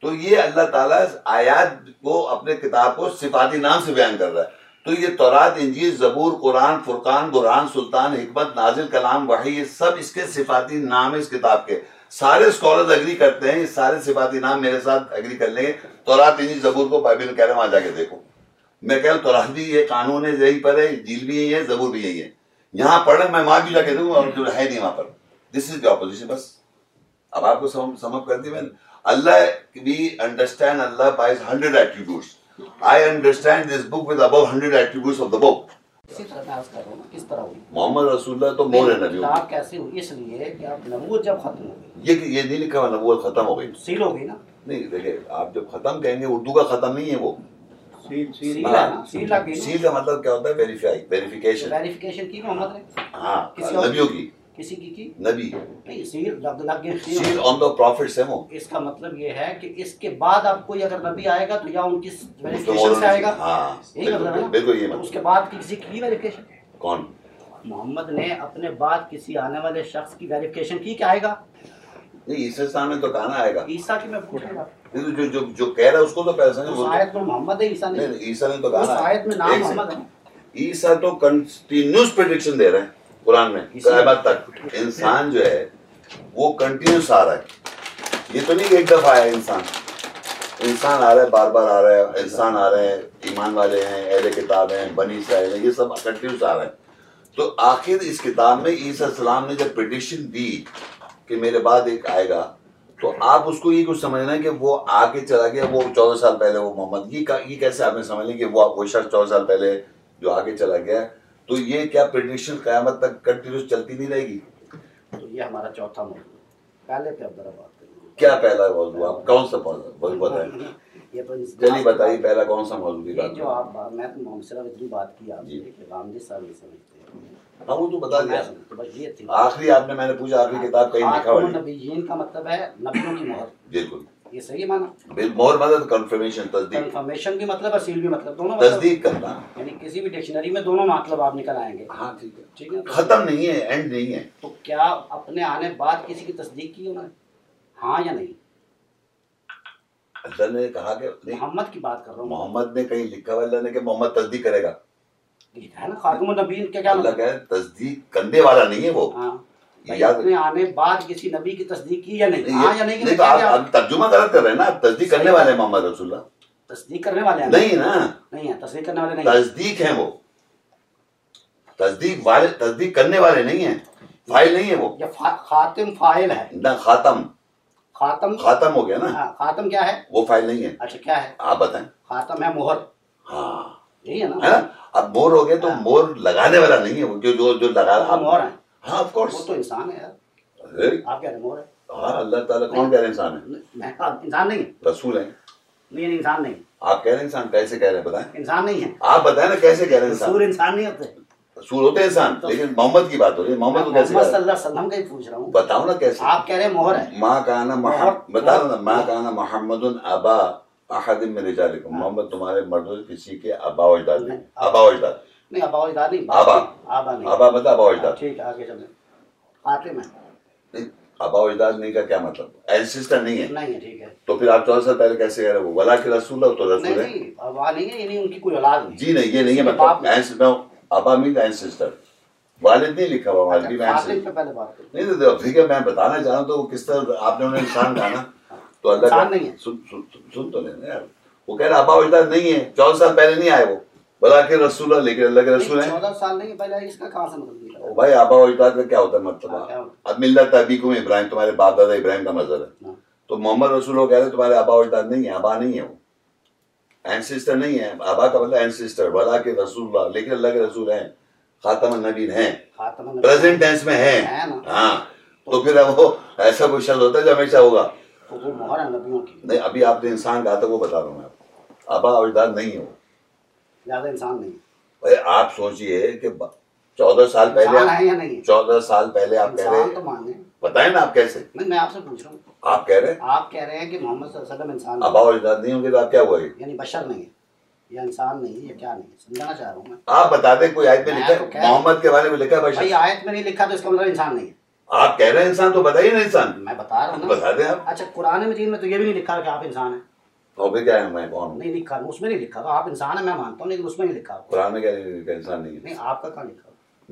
Speaker 1: تو یہ اللہ تعالیٰ اس آیات کو اپنے کتاب کو صفاتی نام سے بیان کر رہا ہے تو یہ تورات انجیل زبور قرآن فرقان برہان سلطان حکمت نازل کلام وحی یہ سب اس کے صفاتی نام ہیں اس کتاب کے سارے اسکالرز اگری کرتے ہیں یہ سارے صفاتی نام میرے ساتھ اگری کر لیں گے تورات انجیل زبور کو بائبل کہہ رہے ہیں وہاں جا کے دیکھو میں کہہ رہا ہوں تورات بھی یہ قانون ہے یہی پر ہے جیل بھی یہی ہے زبور بھی یہی ہے یہاں پڑھ رہے ہیں، میں وہاں بھی جا کے دیکھوں اور جو ہے نہیں وہاں پر دس از دی اپوزیشن بس اب آپ کو سم سم اپ کر دی میں نے اللہ وی انڈرسٹینڈ اللہ by hundred attributes I understand this book with about hundred attributes of the book
Speaker 3: اسی طرح میں عرض کر رہا ہوں کس طرح ہوئی
Speaker 1: محمد رسول اللہ تو مور ہے نبی
Speaker 3: کتاب کیسے ہوئی اس لیے کہ اب نبوت جب ختم ہو گئی
Speaker 1: یہ یہ نہیں لکھا ہوا نبوت ختم ہو گئی
Speaker 3: سیل ہو گئی نا
Speaker 1: نہیں دیکھیں آپ جب ختم کہیں گے اردو کا ختم نہیں ہے وہ ہاں۔
Speaker 4: سیل سیل
Speaker 3: سیل ہے نا سیل لگ گئی
Speaker 1: سیل کا مطلب کیا ہوتا ہے ویریفائی ویریفیکیشن
Speaker 3: ویریفیکیشن کی محمد نے
Speaker 1: ہاں نبیوں کی
Speaker 3: کسی کی کی
Speaker 1: نبی
Speaker 3: نہیں سیل لگ لگ گئی
Speaker 1: سیل آن دا پروفٹس ہے وہ
Speaker 3: اس کا مطلب یہ ہے کہ اس کے بعد آپ کوئی اگر نبی آئے گا تو یا ان کی
Speaker 1: مطلب
Speaker 3: ویریفیکیشن سے آئے گا
Speaker 1: ہاں
Speaker 3: یہی مطلب ہے نا؟
Speaker 1: بالکل یہ
Speaker 3: تو اس
Speaker 1: مطلب
Speaker 3: کے بعد کسی کی بھی ویریفیکیشن
Speaker 1: کون
Speaker 3: محمد نے اپنے بعد کسی آنے والے شخص کی ویریفیکیشن کی کہ آئے گا
Speaker 1: نہیں عیسی اسلام میں تو کہاں آئے گا
Speaker 3: عیسیٰ کی میں پوچھ رہا ہوں۔
Speaker 1: نہیں تو جو جو جو کہہ رہا ہے اس کو تو پیسہ نہیں
Speaker 3: اس
Speaker 1: بولتے
Speaker 3: آیت میں محمد ہے عیسیٰ نے
Speaker 1: نہیں نہیں، عیسیٰ نے تو
Speaker 3: اس
Speaker 1: کہا
Speaker 3: آیت میں نام
Speaker 1: ایک
Speaker 3: محمد ہے
Speaker 1: سیکنڈ۔ عیسیٰ تو کنٹینیوس پریڈکشن دے رہے ہیں قرآن میں
Speaker 3: عیسیٰ-
Speaker 1: قیامت تک انسان جو ہے وہ کنٹینیوس آ رہا ہے یہ تو نہیں کہ ایک دفعہ آیا انسان انسان آ رہا ہے بار بار آ رہا ہے انسان آ رہے ہیں ایمان والے ہیں اہل کتاب ہیں بنی اسرائیل ہیں یہ سب کنٹینیوس آ رہے ہیں تو آخر اس کتاب میں عیسیٰ السلام نے جب پریڈکشن دی کہ میرے بعد ایک آئے گا تو آپ اس کو یہ کچھ سمجھنا ہے کہ وہ آ کے چلا گیا وہ چودہ سال پہلے وہ محمد یہ کا- یہ کیسے آپ نے سمجھ لیں کہ وہ وہ شخص چودہ سال پہلے جو آگے چلا گیا ہے؟ تو یہ کیا پریڈکشن قیامت تک کنٹینیوس چلتی نہیں رہے گی
Speaker 3: تو یہ ہمارا چوتھا موضوع ہے۔ پہلے پہ اب ذرا بات کریں گے۔
Speaker 1: کیا پہلا موضوع آپ کون سا موضوع بس بتائیں
Speaker 3: یہ پرنس-
Speaker 1: چلیے بتائیے پہلا کون سا موضوع کی
Speaker 3: یہ
Speaker 1: بات
Speaker 3: جو
Speaker 1: کریں؟
Speaker 3: آپ بات- میں تو محمد صاحب اتنی بات کی آپ
Speaker 1: جی۔
Speaker 3: نے کہ رامجی صاحب یہ سمجھتے ہیں
Speaker 1: ہاں وہ تو بتا دیا
Speaker 3: میں سمجھتا ہوں، بس یہ تھی
Speaker 1: آخری آپ نے میں نے پوچھا آخری کتاب کہیں لکھا
Speaker 3: خاتم
Speaker 1: ہوا نہیں
Speaker 3: النبیین کا مطلب ہے نبیوں کی مہر
Speaker 1: بالکل
Speaker 3: یہ صحیح مانا
Speaker 1: مور مدد کنفرمیشن تصدیق
Speaker 3: کنفرمیشن بھی مطلب ہے سیل بھی مطلب دونوں مطلب
Speaker 1: جی۔ تصدیق کرنا
Speaker 3: یعنی کسی بھی ڈکشنری میں دونوں مطلب آپ نکل آئیں گے
Speaker 1: ہاں ٹھیک ہے
Speaker 3: ٹھیک ہے نا؟
Speaker 1: ختم نہیں ہے اینڈ نہیں ہے
Speaker 3: تو کیا اپنے آنے بعد کسی کی تصدیق کی انہوں نے ہاں یا نہیں
Speaker 1: اللہ نے کہا کہ نہیں
Speaker 3: محمد کی بات کر رہا ہوں
Speaker 1: محمد نے کہیں لکھا ہوا اللہ نے کہ محمد تصدیق کرے گا
Speaker 3: ٹھیک ہے نا خاتم النبیین کا کیا
Speaker 1: اللہ
Speaker 3: مطلب
Speaker 1: کہ تصدیق کرنے والا نہیں ہے وہ
Speaker 3: ہاں
Speaker 1: یہ
Speaker 3: بھائی،
Speaker 1: یاد
Speaker 3: اپنے آنے بعد کسی نبی کی تصدیق کی یا نہیں ہاں یا نہیں کہ
Speaker 1: نہیں تو
Speaker 3: میں کیا
Speaker 1: آپ
Speaker 3: کیا؟
Speaker 1: آپ ترجمہ غلط کر رہے ہیں نا آپ تصدیق کرنے والے ہیں محمد رسول اللہ
Speaker 3: تصدیق کرنے والے ہیں
Speaker 1: نہیں نا
Speaker 3: نہیں ہے تصدیق کرنے والے نہیں ہیں۔
Speaker 1: تصدیق ہیں وہ تصدیق والے تصدیق کرنے والے نہیں ہیں فائل نہیں ہے وہ
Speaker 3: یہ فا- خاتم فائل ہے
Speaker 1: نہ خاتم
Speaker 3: خاتم
Speaker 1: خاتم ہو گیا نا
Speaker 3: ہاں، خاتم کیا ہے
Speaker 1: وہ فائل نہیں ہے
Speaker 3: اچھا کیا ہے
Speaker 1: آپ بتائیں
Speaker 3: خاتم ہے مہر
Speaker 1: ہاں
Speaker 3: یہی ہے
Speaker 1: ہے نا
Speaker 3: نا
Speaker 1: اب مور ہو گیا تو مور لگانے والا نہیں ہے وہ جو جو جو لگا
Speaker 3: ہاں، مہر ہے
Speaker 1: ہاں آف
Speaker 3: وہ
Speaker 1: کورس
Speaker 3: تو انسان ہے یار آپ کیا رہے ہیں، مہر ہے
Speaker 1: ہاں اللہ تعالیٰ کون کہہ رہے ہیں انسان
Speaker 3: میں آپ انسان نہیں ہے
Speaker 1: ہے رسول ہیں
Speaker 3: نہیں نہیں، انسان نہیں
Speaker 1: آپ کہہ رہے ہیں انسان کیسے کہہ رہے ہیں بتائیں
Speaker 3: انسان نہیں ہے
Speaker 1: آپ بتائیں نا کیسے کہہ رہے ہیں انسان
Speaker 3: رسول انسان نہیں ہوتے
Speaker 1: رسول ہوتے ہیں انسان لیکن محمد کی بات ہو رہی ہے محمد کو
Speaker 3: محمد
Speaker 1: کیسے
Speaker 3: صلی
Speaker 1: کہہ
Speaker 3: اللہ
Speaker 1: رہے
Speaker 3: علیہ وسلم کا ہی پوچھ رہا ہوں
Speaker 1: ہیں بتاؤ نا کیسے
Speaker 3: آپ کہہ رہے ہیں مہر ہے
Speaker 1: ماں کا نا
Speaker 3: محمد-
Speaker 1: محمد بتا رہا نا ماں کا نا محمد ابا احد من رجالکم محمد تمہارے مردوں سے کسی کے ابا و اجداد نہیں ابا و اجداد
Speaker 3: نہیں ابا اجداد نہیں
Speaker 1: آبا۔
Speaker 3: آبا نہیں
Speaker 1: ابا بتا ابا و اجداد
Speaker 3: ٹھیک ہے آگے چلیں خاتم ہے
Speaker 1: نہیں، آبا و اجداد نہیں کا کیا مطلب اینسسٹر نہیں ہے
Speaker 3: نہیں ہے ٹھیک ہے
Speaker 1: تو پھر آپ چودہ سال پہلے کیسے کہہ رہے ہو ولا کے رسول اللہ تو
Speaker 3: نہیں
Speaker 1: رسول ہے
Speaker 3: نہیں وہاں نہیں ہے یعنی ان کی کوئی اولاد نہیں
Speaker 1: جی نہیں یہ نہیں ہے
Speaker 3: باپ
Speaker 1: مطلب
Speaker 3: نہیں۔
Speaker 1: ancestor- میں- آبا مین اینسسٹر والد نہیں لکھا ہوا والدی میں
Speaker 3: اچھا، خالد
Speaker 1: ancestor۔
Speaker 3: پہ پہلے بات کریں
Speaker 1: نہیں نہیں ٹھیک ہے میں بتانا چاہ رہا ہوں تو وہ کس طرح آپ نے انہیں انسان کہا نا تو اللہ
Speaker 3: انسان
Speaker 1: کا-
Speaker 3: نہیں ہے۔
Speaker 1: سن سن- سن- سن تو لینا یار وہ کہہ رہا آبا و اجداد نہیں ہے چودہ سال پہلے نہیں آئے وہ بلا کے رسول اللہ لیکن اللہ کے رسول ہیں
Speaker 3: چودہ سال نہیں پہلے اس کا کہاں سے مطلب
Speaker 1: او
Speaker 3: نکلا
Speaker 1: بھائی آبا و اجداد کا کیا ہوتا ہے
Speaker 3: ہاں، کیا
Speaker 1: مرتبہ
Speaker 3: ہوتا
Speaker 1: اب ملت ابیکم ابراہیم تمہارے باپ دادا ابراہیم کا مظہر ہے
Speaker 3: ہاں۔
Speaker 1: تو محمد رسول اللہ کہہ رہے ہیں تمہارے آبا و اجداد نہیں ہے آبا نہیں ہے وہ اینسسٹر نہیں ہے آبا کا مطلب اینسسٹر بلا کے رسول اللہ لیکن اللہ کے رسول ہیں خاتم النبیین ہیں
Speaker 3: خاتم النبی-
Speaker 1: پریزنٹ ٹینس میں ہیں
Speaker 3: ہے نا
Speaker 1: ہاں تو پھر اب وہ ایسا کوئی شخص ہوتا ہے جو ہمیشہ ہوگا
Speaker 3: تو وہ مہر ہے نبیوں کی
Speaker 1: نہیں ابھی آپ نے انسان کہا تھا وہ بتا رہا ہوں میں آپ کو آبا و اجداد نہیں ہے وہ
Speaker 3: زیادہ انسان نہیں
Speaker 1: بھائی آپ سوچئے کہ ب- چودہ سال
Speaker 3: انسان ہے
Speaker 1: پہلے
Speaker 3: یا نہیں
Speaker 1: چودہ سال پہلے آپ کہہ رہے
Speaker 3: انسان تو مانے
Speaker 1: بتائیں نا آپ کیسے
Speaker 3: نہیں میں آپ سے پوچھ رہا ہوں
Speaker 1: آپ کہہ رہے ہیں
Speaker 3: آپ کہہ رہے ہیں کہ محمد صلی اللہ علیہ وسلم انسان
Speaker 1: آبا
Speaker 3: نہیں
Speaker 1: و اجداد نہیں ہوں گے تو آپ کیا ہوا یہ
Speaker 3: ہے۔ یعنی بشر نہیں ہے یا انسان نہیں ہے یا کیا نہیں ہے سمجھانا چاہ رہا ہوں میں
Speaker 1: آپ بتا دیں کوئی آیت میں
Speaker 3: میں
Speaker 1: لکھا
Speaker 3: تو
Speaker 1: ہے
Speaker 3: کہہ-
Speaker 1: محمد کے بارے میں لکھا ہے
Speaker 3: بھائی
Speaker 1: بشر
Speaker 3: آیت میں نہیں لکھا تو اس کا مطلب انسان نہیں ہے
Speaker 1: آپ کہہ رہے ہیں انسان تو بتائیے نا انسان
Speaker 3: میں بتا رہا ہوں نا
Speaker 1: بتا دیں آپ
Speaker 3: اچھا قرآن مجید میں تو یہ بھی نہیں لکھا کہ آپ انسان ہیں
Speaker 1: اور پھر کیا ہے میں کون ہوں
Speaker 3: نہیں لکھا اس میں نہیں لکھا ہوا۔ آپ انسان ہیں میں مانتا ہوں لیکن اس میں نہیں لکھا ہوا۔
Speaker 1: قرآن میں کیا لکھا ہے انسان نہیں ہے
Speaker 3: نہیں آپ کا کہاں لکھا ہوا؟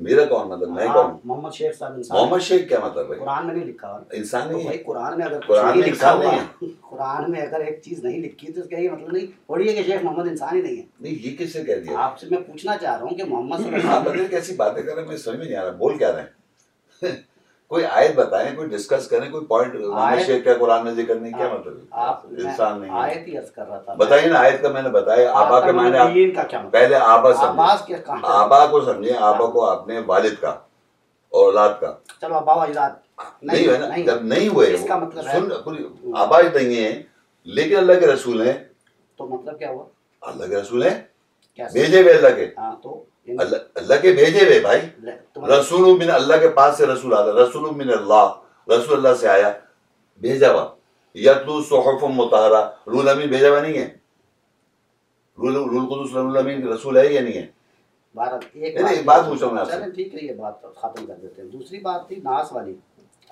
Speaker 1: میرا کون مطلب میں کون ہوں
Speaker 3: آپ محمد شیخ صاحب انسان ہیں۔
Speaker 1: محمد شیخ کیا مطلب ہے
Speaker 3: قرآن میں نہیں لکھا ہوا۔
Speaker 1: انسان
Speaker 3: تو
Speaker 1: نہیں ہے
Speaker 3: بھائی قرآن میں اگر کچھ
Speaker 1: قرآن
Speaker 3: نہیں
Speaker 1: میں
Speaker 3: لکھا
Speaker 1: انسان
Speaker 3: ہوا
Speaker 1: نہیں
Speaker 3: قرآن میں اگر ایک چیز نہیں لکھی تو اس کا یہ مطلب نہیں تھوڑی ہے کہ شیخ محمد انسان ہی نہیں ہے
Speaker 1: نہیں یہ کس سے کہہ دیا
Speaker 3: آپ سے میں پوچھنا چاہ رہا ہوں کہ محمد صلی اللہ
Speaker 1: آپ
Speaker 3: علیہ
Speaker 1: بتائیں کیسی باتیں کر رہے ہیں میں سمجھ میں نہیں آ رہا بول کیا رہے ہیں کوئی آیت بتائیں کوئی ڈسکس کریں کوئی پوائنٹ محمد شیخ کا قرآن میں ذکر نہیں کیا
Speaker 3: وسلم آپ
Speaker 1: مطلب ہے انسان نہیں ہے
Speaker 3: آیت ہی عرض کر رہا تھا
Speaker 1: بتائیے نا آیت کا میں نے بتایا آبا
Speaker 3: کا
Speaker 1: کے معنی آپ
Speaker 3: نبیین کا کیا مطلب
Speaker 1: پہلے آبا سمجھیں
Speaker 3: آباز کے کہاں
Speaker 1: آبا کو سمجھیں آبا کو آپ نے والد کا اولاد کا
Speaker 3: چلو آبا و اجداد
Speaker 1: نہیں ہے نا جب نہیں ہوئے
Speaker 3: اس کا مطلب ہے
Speaker 1: سن پوری آبا ہی نہیں ہے لیکن اللہ کے رسول ہیں
Speaker 3: تو مطلب کیا ہوا
Speaker 1: اللہ کے رسول ہیں
Speaker 3: کیا
Speaker 1: بھیجے ہوئے اللہ کے
Speaker 3: ہاں تو
Speaker 1: اللہ اللہ کے بھیجے ہوئے بھائی
Speaker 3: تمہارے
Speaker 1: رسول من اللہ کے پاس سے رسول آتا ہے۔ رسول من اللہ رسول اللہ سے آیا بھیجا ہوا یتلو صحف مطہرہ رول امین بھیجا ہوا نہیں ہے رول رول قدس رول امین رسول ہے یا نہیں ہے
Speaker 3: بھارت ایک
Speaker 1: نہیں، نہیں، بات پوچھ رہا ہوں میں آپ سے۔
Speaker 3: چلیں ٹھیک ہے یہ بات ختم کر دیتے ہیں دوسری بات تھی ناس والی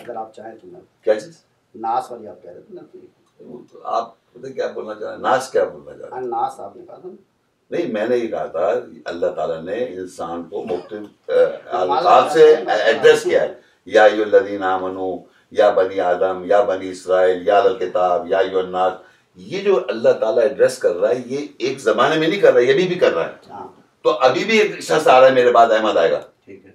Speaker 3: اگر آپ چاہیں تو میں
Speaker 1: کیا چیز
Speaker 3: ناس والی آپ کہہ رہے تھے نا تو
Speaker 1: آپ پتہ کیا بولنا چاہ رہے ہیں ناس کیا بولنا چاہ رہے ہیں
Speaker 3: ہاں، ناس آپ نے کہا تھا نا
Speaker 1: نہیں میں نے یہ کہا تھا اللہ تعالیٰ نے انسان کو مختلف اہ، الفاظ سے ایڈریس کیا ہے یا ایو الذین آمنو یا بنی آدم یا بنی اسرائیل یا الکتاب یا ایو الناس یہ جو اللہ تعالیٰ ایڈریس کر رہا ہے یہ ایک زمانے میں نہیں کر رہا ہے یہ ابھی بھی کر رہا ہے
Speaker 3: ہاں
Speaker 1: تو ابھی بھی ایک شخص آ رہا ہے میرے بعد احمد آئے گا
Speaker 3: ٹھیک ہے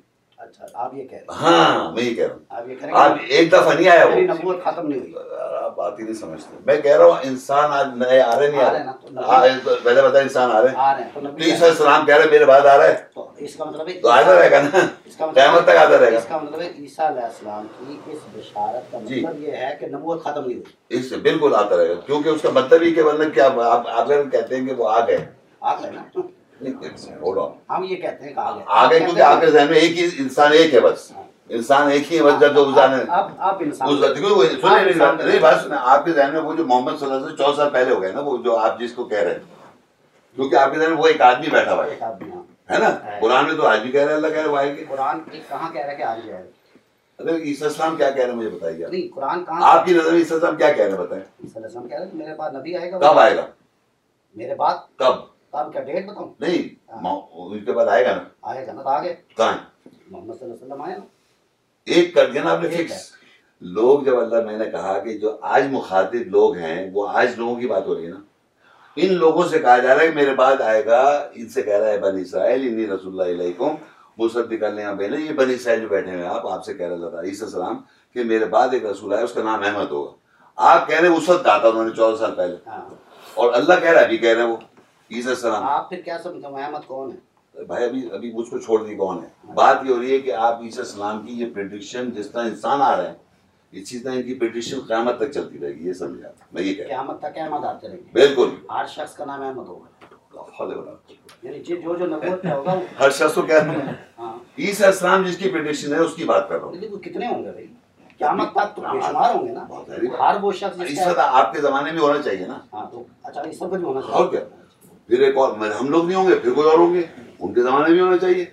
Speaker 3: اچھا آپ یہ کہہ رہے ہیں
Speaker 1: ہاں میں یہ کہہ رہا ہوں
Speaker 3: آپ یہ کہہ
Speaker 1: آپ
Speaker 3: رہے ہیں
Speaker 1: ایک دفعہ نہیں آیا
Speaker 3: کہ میری
Speaker 1: وہ
Speaker 3: نبوت ختم نہیں ہوئی
Speaker 1: آپ بات ہی نہیں سمجھتے میں کہہ رہا ہوں انسان آج نئے آ رہے نہیں آ
Speaker 3: آ رہے نا، تو
Speaker 1: رہے آ- تو پہلے بتا انسان آ رہے ہیں
Speaker 3: آ رہے ہیں تو نبی
Speaker 1: تو عیسیٰ علیہ السلام کہہ رہے ہیں میرے بعد آ رہا ہے
Speaker 3: تو اس کا مطلب ہے
Speaker 1: تو آتا رہے گا نا
Speaker 3: اس کا مطلب
Speaker 1: قیامت تک آتا رہے
Speaker 3: اس
Speaker 1: گا
Speaker 3: کا مطلب ہے عیسیٰ علیہ السلام کی اس بشارت کا
Speaker 1: جی۔
Speaker 3: مطلب یہ ہے کہ نبوت ختم نہیں ہوئی
Speaker 1: اس سے بالکل آتا رہے گا کیونکہ اس کا مطلب ہی کہ مطلب کیا آپ اگر کہتے ہیں کہ وہ آ گئے
Speaker 3: آپ ہے نا
Speaker 1: hold on.
Speaker 3: ہم یہ کہتے ہیں کہ آ گئے
Speaker 1: آ گئے کیونکہ آپ
Speaker 3: آپ
Speaker 1: کے ذہن میں ایک ہی انسان ایک ہے بس انسان ایک ہی ہے بس جب جو انسان ہے
Speaker 3: آپ آپ
Speaker 1: اس
Speaker 3: انسان
Speaker 1: وقت- کیونکہ وہ- سنیں میری بات- نہیں، بات سنیں آپ کے ذہن میں وہ جو محمد صلی اللہ علیہ وسلم چودہ سال پہلے ہو گئے نا وہ جو آپ جس کو کہہ رہے ہیں کیونکہ آپ کے ذہن میں وہ ایک آدمی بیٹھا ہوا ہے
Speaker 3: ایک آدمی ہاں
Speaker 1: ہے نا قرآن میں تو آج بھی کہہ رہے ہیں اللہ کہہ رہے ہیں وہ آئے گے
Speaker 3: قرآن کی کہاں کہہ رہا ہے کہ آج جائے
Speaker 1: ارے عیسیٰ السلام کیا کہہ رہے ہیں مجھے بتائیے آپ۔
Speaker 3: نہیں قرآن کہاں
Speaker 1: آپ کی نظر میں عیسیٰ السلام کیا کہہ رہے ہیں بتائیں
Speaker 3: صلی اللہ علیہ وسلم کہہ رہے ہیں کہ میرے پاس نبی آئے گا
Speaker 1: کب آئے گا
Speaker 3: میرے بعد
Speaker 1: کب
Speaker 3: کب کیا ڈیٹ بتاؤں
Speaker 1: نہیں ماں- ان کے بعد آئے گا نا
Speaker 3: آئے گا نا تو آگے
Speaker 1: کہاں ہے؟
Speaker 3: محمد صلی اللہ علیہ وسلم آئے نا
Speaker 1: ایک کر دیا نا آپ نے
Speaker 3: ایک
Speaker 1: فکس لوگ جب اللہ میں نے کہا کہ جو آج مخاطب لوگ ہیں وہ آج لوگوں کی بات ہو رہی ہے نا ان لوگوں سے کہا جا رہا ہے کہ میرے بعد آئے گا ان سے کہہ رہا ہے بنی اسرائیل انی رسول اللہ علیکم مصدق علیہ یہاں بہن یہ بنی اسرائیل جو بیٹھے ہوئے ہیں آپ آپ سے کہہ رہا اللہ تعالیٰ عیسی السلام کہ میرے بعد ایک رسول آئے اس کا نام احمد ہوگا آپ کہہ رہے ہیں اس وقت کہا تھا انہوں نے چودہ سال پہلے
Speaker 3: ہاں
Speaker 1: اور اللہ کہہ رہا ہے ابھی کہہ رہے ہیں وہ عیسی السلام
Speaker 3: آپ پھر کیا سمجھتے ہیں محمد کون ہے
Speaker 1: بھائی ابھی ابھی مجھ کو چھوڑ دی کون ہے بات یہ ہو رہی ہے کہ آپ عیسیٰ السلام کی یہ پریڈکشن جس طرح انسان آ رہے ہیں اسی طرح ان کی پریڈکشن قیامت تک چلتی رہے گی یہ سمجھا میں یہ کہہ رہا
Speaker 3: قیامت تک احمد آتے رہیں
Speaker 1: ہوں
Speaker 3: گے
Speaker 1: بالکل
Speaker 3: ہر شخص کا نام احمد ہوگا
Speaker 1: ہر
Speaker 3: یعنی جی- جو جو نبوت میں ہوگا وہ
Speaker 1: شخص کو کہہ رہا ہوں
Speaker 3: ہاں
Speaker 1: عیسیٰ السلام جس کی پریڈکشن ہے اس کی بات کر رہا ہوں
Speaker 3: لیکن وہ کتنے ہوں گے بھائی قیامت تک تو بے شمار ہوں گے نا
Speaker 1: بہت ساری بات۔
Speaker 3: ہر وہ شخص جس
Speaker 1: اس
Speaker 3: کا-
Speaker 1: وقت آپ کے زمانے میں ہونا چاہیے نا
Speaker 3: ہاں تو اچھا اس سب کچھ ہونا
Speaker 1: اور کیا پھر ایک اور ہم لوگ نہیں ہوں گے پھر کوئی اور ہوں گے ان کے زمانے میں ہونا چاہیے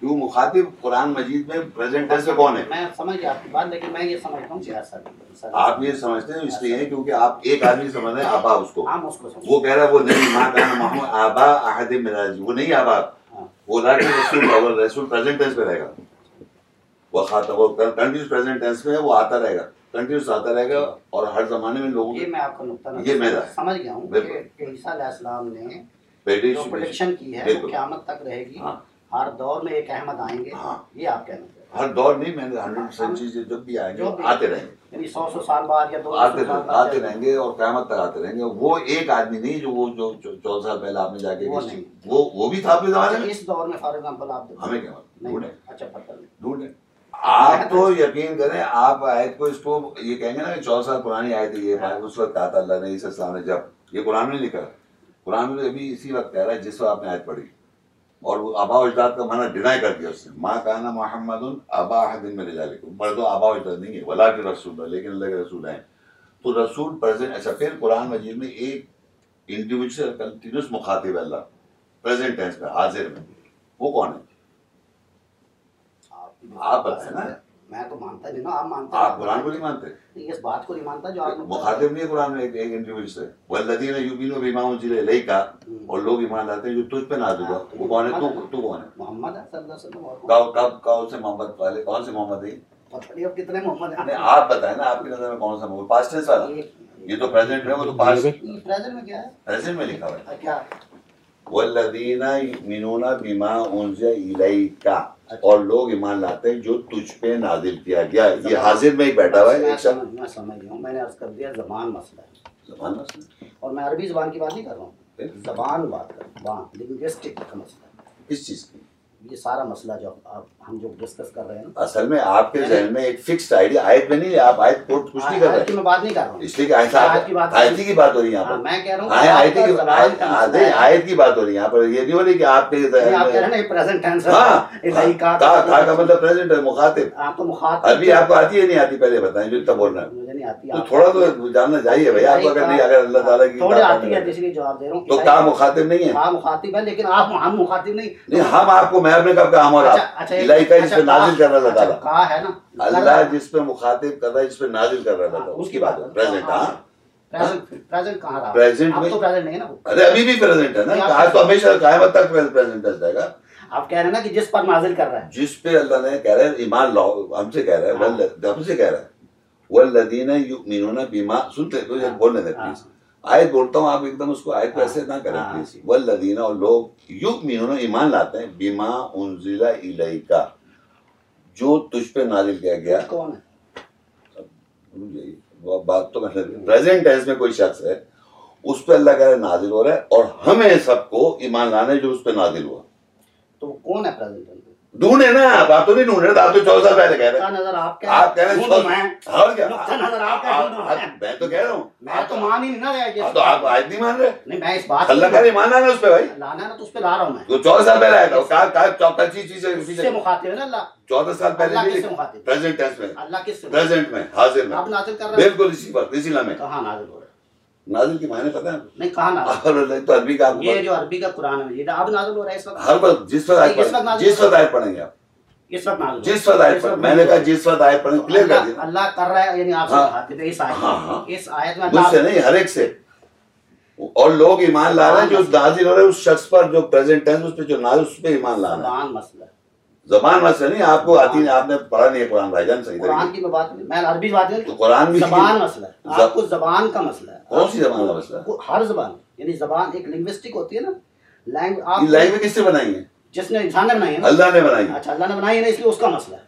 Speaker 1: کیوں مخاطب قرآن مجید میں پریزنٹ ٹینس میں کون ہے
Speaker 3: میں سمجھ گیا آپ کی بات لیکن میں یہ سمجھتا ہوں کہ یار سر سر-
Speaker 1: آپ یہ سمجھتے ہیں اس لیے ہیں کیونکہ آپ ایک آدمی سمجھ رہے ہیں آبا اس کو
Speaker 3: ہاں، ہم اس کو سمجھتے
Speaker 1: وہ کہہ رہا ہے وہ نہیں ماں کا نام آبا احد من الرجال۔ وہ نہیں آبا
Speaker 3: ہاں۔
Speaker 1: وہ ذات رسول اور رسول پریزنٹ ٹینس میں رہے گا وہ خاطب وہ کنٹینیوس پریزنٹ ٹینس میں ہے وہ آتا رہے گا کنٹینیوس آتا رہے گا اور ہر زمانے میں لوگوں
Speaker 3: یہ
Speaker 1: کی
Speaker 3: میں آپ کا نقطہ نظر
Speaker 1: یہ میرا ہے۔
Speaker 3: سمجھ گیا ہوں
Speaker 1: بالکل۔
Speaker 3: کہ عیسیٰ علیہ السلام نے
Speaker 1: پیٹی
Speaker 3: جو پروڈکشن کی ہے وہ
Speaker 1: بالکل۔
Speaker 3: قیامت تک رہے گی
Speaker 1: ہاں
Speaker 3: ہر دور میں ایک احمد آئیں گے
Speaker 1: ہاں۔
Speaker 3: یہ آپ کہنا چاہ رہے
Speaker 1: ہر دور نہیں میں نے ہنڈریڈ پرسینٹ چیزیں جب بھی آئیں گے
Speaker 3: ہاں۔ جو بھی-
Speaker 1: آتے رہیں گے
Speaker 3: ہیں یعنی سو سو سال بعد یا دو سو
Speaker 1: آتے
Speaker 3: سال بعد
Speaker 1: رہیں- آتے رہیں گے اور قیامت تک آتے رہیں گے وہ ایک آدمی نہیں جو وہ جو جو چودہ سال پہلے آپ نے جا کے
Speaker 3: وہ
Speaker 1: کسی-
Speaker 3: نہیں۔
Speaker 1: وہ وہ بھی تھا اپنے زمانے
Speaker 3: اچھا،
Speaker 1: میں
Speaker 3: اس دور میں فار ایگزامپل آپ دیکھیں۔
Speaker 1: ہمیں کیا مطلب؟ بات
Speaker 3: نہیں،
Speaker 1: ڈھونڈیں
Speaker 3: اچھا پتہ نہیں
Speaker 1: ڈھونڈیں آپ تو یقین کریں آپ آیت کو اس کو یہ کہیں گے نا کہ چودہ سال پرانی آیت ہے یہ بات اس وقت کہا تھا اللہ نے اس اسلام نے جب یہ قرآن میں نہیں لکھا قرآن میں ابھی اسی وقت کہہ رہا ہے جس وقت آپ نے آیت پڑھی اور وہ آبا و اجداد کا معنی ڈینائی کر دیا اس نے ماں کا نا محمد آبا دن میں لے جا مردوں آبا و اجداد نہیں ہے ولا کے رسول ہے لیکن اللہ کے رسول ہیں تو رسول پریزنٹ اچھا پھر قرآن مجید میں ایک انڈیویجول کنٹینیوس مخاطب ہے اللہ پریزنٹ ٹینس میں حاضر میں وہ کون ہے
Speaker 3: آپ کی
Speaker 1: آپ
Speaker 3: بات
Speaker 1: بتائیں نا۔
Speaker 3: میں تو مانتا نہیں نا آپ مانتا
Speaker 1: آپ قرآن کو نہیں مانتے
Speaker 3: نہیں، اس بات کو نہیں مانتا جو آپ نے
Speaker 1: مخاطب نہیں ہے قرآن میں ایک ایک انڈیویجول سے والذین یؤمنون بما انزل الیک اور لوگ ایمان لاتے ہیں جو تجھ پہ نازل ہوا وہ کون ہے تو تو کون ہے
Speaker 3: محمد ہے صلی اللہ علیہ وسلم اور کون؟
Speaker 1: کاؤ کب کاؤ سے محمد والے کون سے محمد ہیں
Speaker 3: پتہ نہیں اب کتنے محمد ہیں
Speaker 1: نہیں آپ بتائیں نا آپ کی نظر میں کون سا محمد پاسٹ ٹینس والا یہ تو پریزنٹ میں وہ تو پاسٹ
Speaker 3: پریزنٹ میں کیا ہے
Speaker 1: پریزنٹ میں لکھا ہوا ہے
Speaker 3: کیا
Speaker 1: والذین یؤمنون بما انزل الیک اور لوگ ایمان لاتے ہیں جو تجھ پہ نازل کیا گیا ہے۔ یہ حاضر میں ہی بیٹھا ہوا ہے
Speaker 3: میں
Speaker 1: ایک شخص
Speaker 3: سمجھ- میں سمجھ گیا ہوں میں نے عرض کر دیا زبان مسئلہ ہے
Speaker 1: زبان مسئلہ ہے۔
Speaker 3: اور میں عربی زبان کی بات نہیں کر رہا ہوں زبان بات کر رہا ہوں لنگوسٹک کا مسئلہ ہے
Speaker 1: اس چیز کی
Speaker 3: یہ سارا مسئلہ جو آپ ہم جو ڈسکس کر رہے ہیں نا
Speaker 1: اصل میں آپ کے ذہن میں ایک فکسڈ آئیڈیا آیت میں نہیں ہے آپ آیت کوٹ کچھ نہیں کر رہے
Speaker 3: آج کی میں بات نہیں کر رہا ہوں
Speaker 1: اس لیے کہ آیت آیتی کی بات ہو رہی ہے یہاں
Speaker 3: ہاں،
Speaker 1: پر
Speaker 3: میں کہہ رہا ہوں
Speaker 1: آئے- آیتی کی-
Speaker 3: زبان
Speaker 1: آیت
Speaker 3: کا مسئلہ
Speaker 1: آیت-
Speaker 3: ہے۔
Speaker 1: آیت کی بات ہو رہی ہے یہاں پر یہ نہیں ہو رہی کہ آپ کے
Speaker 3: نہیں، آپ
Speaker 1: ذہن
Speaker 3: کہہ رہے ہیں
Speaker 1: میں
Speaker 3: نا یہ پریزنٹ ٹینس ہے
Speaker 1: ہاں
Speaker 3: الہی کا
Speaker 1: تھا تھا کا مطلب پریزنٹ ہے مخاطب
Speaker 3: آپ کو مخاطب
Speaker 1: عربی آپ کو آتی ہے نہیں آتی پہلے بتائیں جو اتنا بولنا ہے
Speaker 3: مجھے نہیں آتی
Speaker 1: تو
Speaker 3: آپ-
Speaker 1: تھوڑا تو جاننا چاہیے بھائی آپ کو اگر نہیں اگر اللہ تعالیٰ کی
Speaker 3: تھوڑے
Speaker 1: کتاب
Speaker 3: آتی ہے
Speaker 1: میں-
Speaker 3: اس لیے جواب دے رہا ہوں
Speaker 1: تو کا مخاطب نہیں ہے
Speaker 3: ہاں مخاطب ہے لیکن آپ ہم مخاطب نہیں اچھا-
Speaker 1: نہیں ہم آپ کو میں نے کب کہا ہم اور آپ الہی کا جس پہ نازل کر رہا اللہ تعالیٰ
Speaker 3: کہا ہے نا
Speaker 1: اللہ جس پہ مخاطب کر رہا ہے جس پہ نازل کر رہا ہے اللہ
Speaker 3: ہاں،
Speaker 1: تعالیٰ اس کی بات ہے پریزنٹ ہاں
Speaker 3: پریزنٹ کہاں رہا
Speaker 1: Present
Speaker 3: اب
Speaker 1: میں-
Speaker 3: تو پریزنٹ نہیں ہے نا وہ
Speaker 1: ارے ابھی بھی پریزنٹ ہے نا
Speaker 3: نہیں، آپ-
Speaker 1: کہا تو ہمیشہ قیامت تک پریزنٹ رہے گا
Speaker 3: آپ کہہ رہے ہیں نا کہ جس پر نازل کر رہا ہے
Speaker 1: جس پہ اللہ نے کہہ رہا ہے ایمان لاؤ ہم سے کہہ رہا ہے
Speaker 3: ہاں۔
Speaker 1: والل- ہم سے کہہ رہا ہے والذین یؤمنون بما سنتے تو یہ
Speaker 3: ہاں۔
Speaker 1: بولنے دیں پلیز آیت بولتا ہوں آپ ایک دم اس کو آیت کو
Speaker 3: ہاں۔
Speaker 1: ایسے نہ کریں
Speaker 3: ہاں۔
Speaker 1: پلیز والذین اور لوگ یؤمنون ایمان لاتے ہیں بما انزل الیکا جو تجھ پہ نازل کیا گیا
Speaker 3: ہاں، کون ہے
Speaker 1: بھول جائیے۔ وہ بات تو میں پریزنٹ ٹینس میں کوئی شخص ہے اس پہ اللہ کہہ رہا ہے نازل ہو رہا ہے اور ہمیں سب کو ایمان لانا ہے جو اس پہ نازل ہوا
Speaker 3: تو کون ہے پریزنٹ
Speaker 1: ڈھونڈے نا آپ آپ تو نہیں ڈھونڈ رہے آپ تو چودہ سال پہلے کہہ رہے ہیں
Speaker 3: کا نظر آپ کیا
Speaker 1: آپ کہہ رہے ہیں
Speaker 3: ڈھونڈوں میں
Speaker 1: سو- اور کیا؟
Speaker 3: نقطہ نظر آپ کا ڈھونڈوں میں۔
Speaker 1: آپ- میں تو کہہ رہا ہوں
Speaker 3: میں تو مان ہی نہیں نہ رہا
Speaker 1: ہاں تو آپ
Speaker 3: کہ-
Speaker 1: آیت نہیں مان رہے
Speaker 3: نہیں میں اس بات
Speaker 1: اللہ کا نہیں مانا نا اس پہ بھائی
Speaker 3: لانا ہے نا تو اس پہ لا رہا ہوں میں
Speaker 1: جو چودہ سال پہلے آیا تھا وہ کہا- کہا چوتھا چیز چیز
Speaker 3: اس سے مخاطب ہے نا اللہ
Speaker 1: چودہ سال پہلے
Speaker 3: اللہ
Speaker 1: نہیں
Speaker 3: کس سے مخاطب ہے؟
Speaker 1: پریزنٹ ٹینس میں
Speaker 3: اللہ کس سے
Speaker 1: پریزنٹ میں حاضر میں
Speaker 3: آپ نازل کر رہے ہیں
Speaker 1: بالکل اسی وقت اسی لمحے
Speaker 3: کہاں نازل ہو رہا ہے
Speaker 1: نازل کی معنی پتہ ہے آپ کو؟
Speaker 3: نہیں کہاں نازل
Speaker 1: اور اللہ ہاں۔ تو عربی کا آپ کو
Speaker 3: ہاں۔ یہ
Speaker 1: پتہ-
Speaker 3: جو عربی کا قرآن ہے یہ اب نازل ہو رہا ہے اس وقت
Speaker 1: ہر وقت جس وقت آیت
Speaker 3: نہیں، اس وقت
Speaker 1: پڑھیں
Speaker 3: نازل-
Speaker 1: جس وقت آیت پڑھیں گے آپ
Speaker 3: اس وقت نازل ہو رہا ہے۔
Speaker 1: جس وقت آیت
Speaker 3: اس
Speaker 1: پڑھیں
Speaker 3: وقت
Speaker 1: میں نے
Speaker 3: نازل
Speaker 1: کہا
Speaker 3: ہو
Speaker 1: جس وقت آیت پڑھیں
Speaker 3: رہا ہے۔
Speaker 1: کلیئر کر
Speaker 3: اللہ-
Speaker 1: دینا
Speaker 3: اللہ کر رہا ہے یعنی آپ سے
Speaker 1: ہاں۔
Speaker 3: مخاطب ہے اس آیت
Speaker 1: ہاں، ہاں۔
Speaker 3: میں۔ اس آیت میں
Speaker 1: مجھ
Speaker 3: اللہ
Speaker 1: سے نہیں ہر ایک سے اور لوگ ایمان لا رہے ہیں
Speaker 3: ہاں،
Speaker 1: جو نازل ہو رہے ہیں اس شخص پر جو پریزنٹ ٹینس اس پہ جو نازل اس پہ ایمان لا رہے ہیں
Speaker 3: زبان مسئلہ ہے۔
Speaker 1: زبان مسئلہ نہیں آپ کو آتی نہیں آپ نے پڑھا نہیں ہے قرآن بھائی جان صحیح طریقے
Speaker 3: قرآن
Speaker 1: سے۔
Speaker 3: کی میں بات نہیں میں عربی بات
Speaker 1: تو
Speaker 3: نہیں
Speaker 1: قرآن بھی
Speaker 3: زبان مسئلہ ہے
Speaker 1: زب-
Speaker 3: آپ کو زبان کا مسئلہ ہے
Speaker 1: کون سی زبان کا مسئلہ ہے؟
Speaker 3: کو- ہر زبان یعنی زبان ایک لنگوسٹک ہوتی ہے نا لینگ آپ
Speaker 1: یہ لائن میں کس سے بنائی ہے
Speaker 3: جس نے انسان نے بنائی ہے نا
Speaker 1: اللہ نے بنائی ہے
Speaker 3: اچھا اللہ نے بنائی ہے نا اس لیے اس کا مسئلہ ہے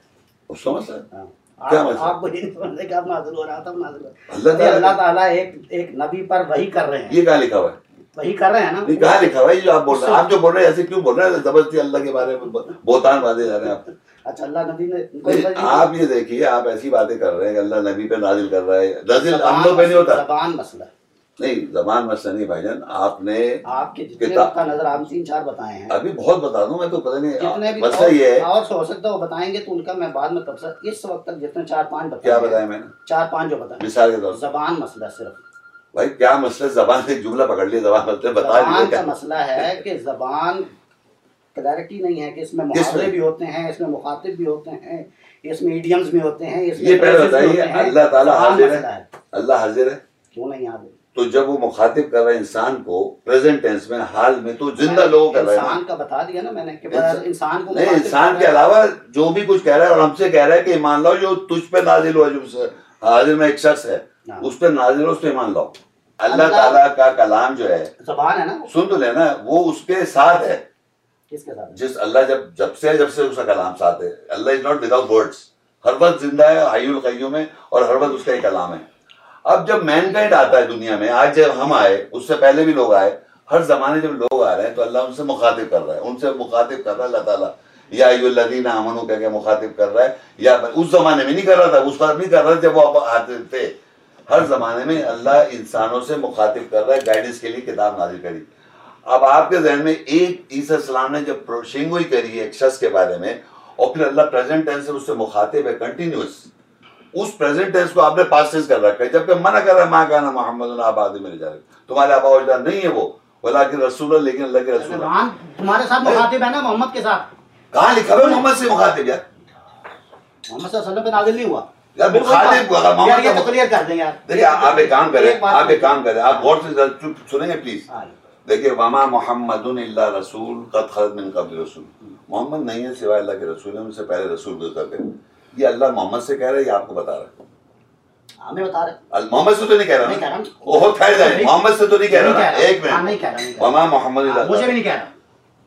Speaker 1: اس کا مسئلہ ہے۔
Speaker 3: ہاں۔
Speaker 1: کیا
Speaker 3: آپ
Speaker 1: مسئلہ؟
Speaker 3: آپ کو یہ نہیں سمجھتے کہ آپ نازل ہو رہا تھا اب نازل ہو رہا ہے۔
Speaker 1: اللہ
Speaker 3: یعنی اللہ
Speaker 1: تعالیٰ
Speaker 3: تعالیٰ ایک ایک نبی پر وہی کر رہے ہیں
Speaker 1: یہ کہاں لکھا ہوا ہے
Speaker 3: وہی کر رہے ہیں
Speaker 1: نہیں
Speaker 3: نا
Speaker 1: کہاں لکھا ہوا ہے یہ جو آپ بول رہے ہیں آپ جو بول رہے ہیں ایسے کیوں بول رہے ہیں زبردستی اللہ کے بارے میں بہتان باتیں جا رہے ہیں آپ
Speaker 3: اچھا اللہ نبی نے ان کو
Speaker 1: نہیں، آپ یہ دیکھیے آپ ایسی باتیں کر رے ہیں کہ اللہ نبی پہ نازل کر رہا ہے نازل ہم لوگ پہ نہیں ہوتا
Speaker 3: زبان مسئلہ ہے۔
Speaker 1: نہیں زبان مسئلہ نہیں بھائی جان آپ نے
Speaker 3: آپ کے جتنے
Speaker 1: کتاب-
Speaker 3: کا نظر آپ تین چار بتائے ہیں
Speaker 1: ابھی بہت بتا دوں میں تو پتہ
Speaker 3: جتنے بھی
Speaker 1: نہیں مسئلہ یہ ہے
Speaker 3: اور- اور سے ہو سکتا ہے وہ بتائیں گے تو ان کا میں بعد میں تبصرہ اس وقت تک جتنے چار پانچ بتائے
Speaker 1: کیا
Speaker 3: ہیں،
Speaker 1: بتایا میں نے
Speaker 3: چار پانچ جو بتائے
Speaker 1: مثال کے طور پر
Speaker 3: زبان مسئلہ صرف
Speaker 1: بھائی کیا مسئلہ زبان سے جملہ پکڑ لیا زبان مسئلہ بتا
Speaker 3: زبان
Speaker 1: دیا
Speaker 3: کا مسئلہ ہے کہ زبان کلیئرٹی نہیں ہے کہ اس میں
Speaker 1: میں؟
Speaker 3: محاورے بھی ہوتے ہیں اس میں مخاطب بھی ہوتے ہیں اس میں ایڈیمز بھی ہوتے ہیں اس میں
Speaker 1: یہ پہلے
Speaker 3: phrases بھی
Speaker 1: بتائیے
Speaker 3: ہوتے ہیں۔
Speaker 1: اللہ تعالیٰ
Speaker 3: سوال
Speaker 1: حاضر
Speaker 3: مسئلہ
Speaker 1: ہے اللہ حاضر ہے
Speaker 3: کیوں نہیں حاضر
Speaker 1: تو جب وہ مخاطب کر رہا ہے انسان کو پریزنٹ ٹینس میں حال میں تو زندہ لوگوں کر رہا ہے نا۔
Speaker 3: انسان کا بتا دیا نا میں نے کہ
Speaker 1: انسان-
Speaker 3: انسان کو
Speaker 1: نہیں
Speaker 3: مخاطب
Speaker 1: انسان
Speaker 3: کر
Speaker 1: کے
Speaker 3: رہا ہے۔
Speaker 1: علاوہ جو بھی کچھ کہہ رہا ہے اور ہم سے کہہ رہا ہے کہ ایمان لاؤ جو تجھ پہ نازل ہوا جو سے- حاضر میں ایک شخص ہے
Speaker 3: ہاں۔
Speaker 1: اس پہ نازل ہو اس پہ ایمان لاؤ اللہ
Speaker 3: اللہ-
Speaker 1: تعالیٰ کا کلام جو ہے
Speaker 3: زبان ہے نا
Speaker 1: سن تو لینا وہ اس کے ساتھ ہے
Speaker 3: کس کے ساتھ
Speaker 1: جس اللہ جب جب سے ہے، جب سے اس کا کلام ساتھ ہے اللہ از ناٹ وداؤٹ ورڈس ہر وقت زندہ ہے حی القیوم ہے اور ہر وقت اس کا ہی کلام ہے اب جب مین کائنڈ آتا ہے دنیا میں آج جب ہم آئے اس سے پہلے بھی لوگ آئے ہر زمانے جب لوگ آ رہے ہیں تو اللہ ان سے مخاطب کر رہا ہے ان سے مخاطب کر رہا ہے اللہ تعالیٰ یا ایو الذین آمنو کہہ کے مخاطب کر رہا ہے یا اس زمانے میں نہیں کر رہا تھا اس وقت نہیں کر رہا تھا جب وہ آپ آتے تھے ہر زمانے میں اللہ انسانوں سے مخاطب کر رہا ہے گائیڈنس کے لیے کتاب نازل کری اب آپ کے ذہن میں ایک عیسیٰ علیہ السلام نے جب شنگوئی کری ہے ایک شخص کے بارے میں اور پھر اللہ پریزنٹ ٹینس سے اس سے مخاطب ہے کنٹینیوس اس پریزنٹ ٹینس کو آپ نے پاسز کر رکھا ہے جبکہ منع کر رہا ہے ماں کا نا محمد آباد میرے جا تمہارے آبا اجداد نہیں ہے وہ بلا کہ رسول ہے، لیکن اللہ کے رسول ہے۔
Speaker 3: زبان تمہارے ساتھ مخاطب ہے نا محمد کے ساتھ
Speaker 1: کہاں لکھا ہوا ہے محمد سے مخاطب یار
Speaker 3: محمد صلی اللہ علیہ وسلم پہ نازل نہیں ہوا
Speaker 1: یار مخاطب کو-
Speaker 3: یار
Speaker 1: محمد
Speaker 3: یہ
Speaker 1: کا
Speaker 3: تو clear کر دیں یار
Speaker 1: دیکھیے آپ ایک کام کریں
Speaker 3: بات-
Speaker 1: آپ ایک کام کریں آپ غور سے ذرا چپ سنیں گے پلیز
Speaker 3: ہاں۔
Speaker 1: دیکھیے وما محمد اللہ رسول قد خلق من قبل رسول محمد نہیں ہے سوائے اللہ کے رسول ہیں ان سے پہلے رسول گزر گئے یہ اللہ محمد سے کہہ رہا ہے یہ آپ کو بتا رہا ہے
Speaker 3: ہمیں ہاں، بتا رہے
Speaker 1: ال- محمد سے تو نہیں کہہ رہا
Speaker 3: نہیں کہہ رہا
Speaker 1: نا
Speaker 3: ہوں۔
Speaker 1: وہ کہہ رہا ہے
Speaker 3: نہیں-
Speaker 1: محمد سے تو نہیں کہہ
Speaker 3: نہیں
Speaker 1: رہا نا؟
Speaker 3: کہہ رہا۔
Speaker 1: ایک
Speaker 3: ہاں، نہیں کہہ رہا، نہیں
Speaker 1: منٹ
Speaker 3: کہہ
Speaker 1: وما
Speaker 3: رہا۔
Speaker 1: محمد اللہ
Speaker 3: مجھے بھی نہیں کہہ رہا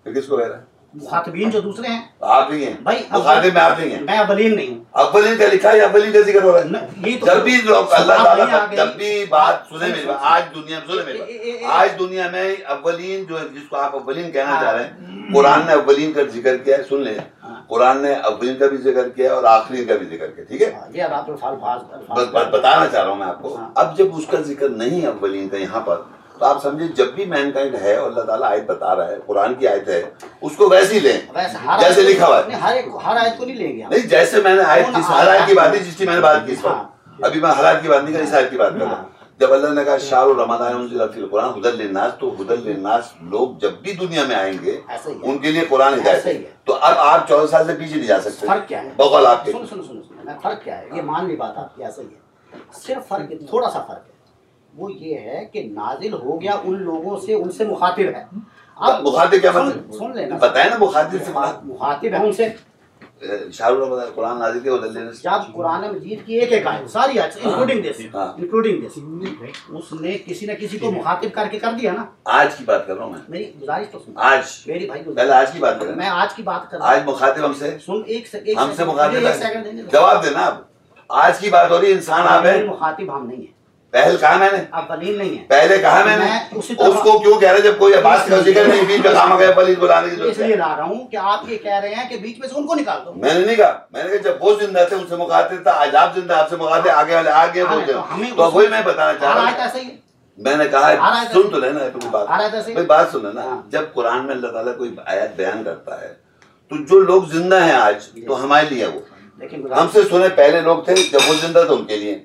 Speaker 1: پھر کس کو کہہ رہا ہے
Speaker 3: مخاطبین جو دوسرے ہیں
Speaker 1: آپ ہی ہیں
Speaker 3: بھائی اب-
Speaker 1: مخاطب میں آپ ہی ہیں
Speaker 3: میں اولین نہیں ہوں
Speaker 1: اولین کا جی لکھا ہے اولین کا ذکر ہو رہا
Speaker 3: نہ،
Speaker 1: ہے
Speaker 3: یہ تو
Speaker 1: جب بھی لوگ اللہ
Speaker 3: زبان
Speaker 1: تعالیٰ
Speaker 3: نہیں آ
Speaker 1: کا-
Speaker 3: گئی۔
Speaker 1: جب بھی بات سنے میری بات آج دنیا میں سنے میری
Speaker 3: جی، اے- اے- اے-
Speaker 1: بات آج دنیا میں اولین جو ہے جس کو آپ اولین کہنا چاہ رہے ہیں قرآن نے اولین کا ذکر کیا ہے سن لیں
Speaker 3: ہاں۔
Speaker 1: قرآن نے اولین کا بھی ذکر کیا ہے اور آخرین کا بھی ذکر کیا ٹھیک ہے
Speaker 3: ہاں، یہ رات الفال فاز
Speaker 1: بس بات بتانا چاہ رہا ہوں میں آپ کو
Speaker 3: ہاں۔
Speaker 1: اب جب اس کا ذکر نہیں ہے اولین کا یہاں پر تو آپ سمجھے جب بھی مین کائنڈ ہے اور اللہ تعالیٰ آیت بتا رہا ہے قرآن کی آیت ہے اس کو ویسی لیں
Speaker 3: ویسے ہر
Speaker 1: جیسے
Speaker 3: آیت-
Speaker 1: لکھا ہوا ہے
Speaker 3: نہیں، ہر ایک ہر آیت کو نہیں لیں گے ہم۔
Speaker 1: نہیں جیسے میں نے آیت کی ہر آیت کی بات ہے جس کی میں نے بات کی اس
Speaker 3: ہاں۔
Speaker 1: پر ابھی میں ہر آیت کی بات نہیں کر اس آیت کی بات کر رہا ہوں جب اللہ نے کہا شاہ رمضان انزل فی القرآن حدل للناس تو حدل للناس لوگ جب بھی دنیا میں آئیں گے
Speaker 3: ایسا ہی ہے۔
Speaker 1: ان کے لیے قرآن ہدایت
Speaker 3: ایسا
Speaker 1: ہے
Speaker 3: ہی ہے۔
Speaker 1: تو اب آپ چودہ سال سے پیچھے نہیں جا سکتے
Speaker 3: فرق کیا ہے
Speaker 1: بغول آپ کے
Speaker 3: سنو سنو سنو سنو میں فرق کیا ہے یہ مان لی بات آپ کی ایسا ہی ہے صرف فرق ہے، تھوڑا سا فرق ہے وہ یہ ہے کہ نازل ہو گیا ان لوگوں سے ان سے مخاطب ہے اب
Speaker 1: مخاطب کیا
Speaker 3: سن-
Speaker 1: مطلب
Speaker 3: سن لینا
Speaker 1: بتائیں نا مخاطب سے مراد۔
Speaker 3: مخاطب ہے ان سے
Speaker 1: اے، شاہ رمضان قرآن نازل کیا حدل للناس
Speaker 3: جب قرآن مجید کی ایک ایک آیت ساری آیت انکلوڈنگ دس
Speaker 1: ہاں۔
Speaker 3: انکلوڈنگ دس اس نے کسی نہ کسی کو مخاطب کر کے کر دیا نا
Speaker 1: آج کی بات کر رہا ہوں میں
Speaker 3: میری گزارش تو سن
Speaker 1: آج
Speaker 3: میری بھائی گزارش-
Speaker 1: پہلے آج کی بات کریں
Speaker 3: میں آج کی بات کر رہا ہوں
Speaker 1: آج مخاطب ہم سے
Speaker 3: سن ایک سے ایک
Speaker 1: ہم سے
Speaker 3: سیکنڈ-
Speaker 1: مخاطب
Speaker 3: مجھے ایک
Speaker 1: ہے۔
Speaker 3: سیکنڈ دینے دو۔
Speaker 1: جواب دینا آپ آج کی بات ہو رہی ہے انسان آپ ہے
Speaker 3: میرے مخاطب ہم نہیں ہیں
Speaker 1: پہل کہا میں نے
Speaker 3: آپ ولیم نہیں ہیں
Speaker 1: پہلے کہا میں نے
Speaker 3: میں اسی طرح-
Speaker 1: اس کو کیوں کہہ رہے جب کوئی عباس کا ذکر نہیں بیچ میں خامہ گئے پلیز بلانے کی ضرورت
Speaker 3: اس لیے
Speaker 1: ہے
Speaker 3: لا رہا ہوں کہ آپ یہ کہہ رہے ہیں کہ بیچ میں سے ان کو نکال دو
Speaker 1: میں نے نہیں کہا میں نے کہا جب وہ زندہ تھے ان سے مقاتے تھا آج آپ زندہ آپ سے مقاتے آگے والے آگے
Speaker 3: ہاں،
Speaker 1: بولتے
Speaker 3: تو ہمیں
Speaker 1: ہیں تو
Speaker 3: اس-
Speaker 1: وہی میں بتانا چاہ
Speaker 3: ہر
Speaker 1: رہا
Speaker 3: آیت
Speaker 1: ہوں
Speaker 3: ایسا ہی ہے
Speaker 1: میں نے کہا
Speaker 3: ہر
Speaker 1: ہے
Speaker 3: آیت
Speaker 1: سن
Speaker 3: ایسے-
Speaker 1: تو لینا پوری بات
Speaker 3: ہر آیت ایسے-
Speaker 1: بھائی بات سن لینا
Speaker 3: ہاں۔
Speaker 1: جب قرآن میں اللہ تعالیٰ کوئی آیت بیان کرتا ہے تو جو لوگ زندہ ہیں آج تو ہمارے لیے وہ
Speaker 3: لیکن
Speaker 1: ہم سے سنے پہلے لوگ تھے جب وہ زندہ تھے ان کے لیے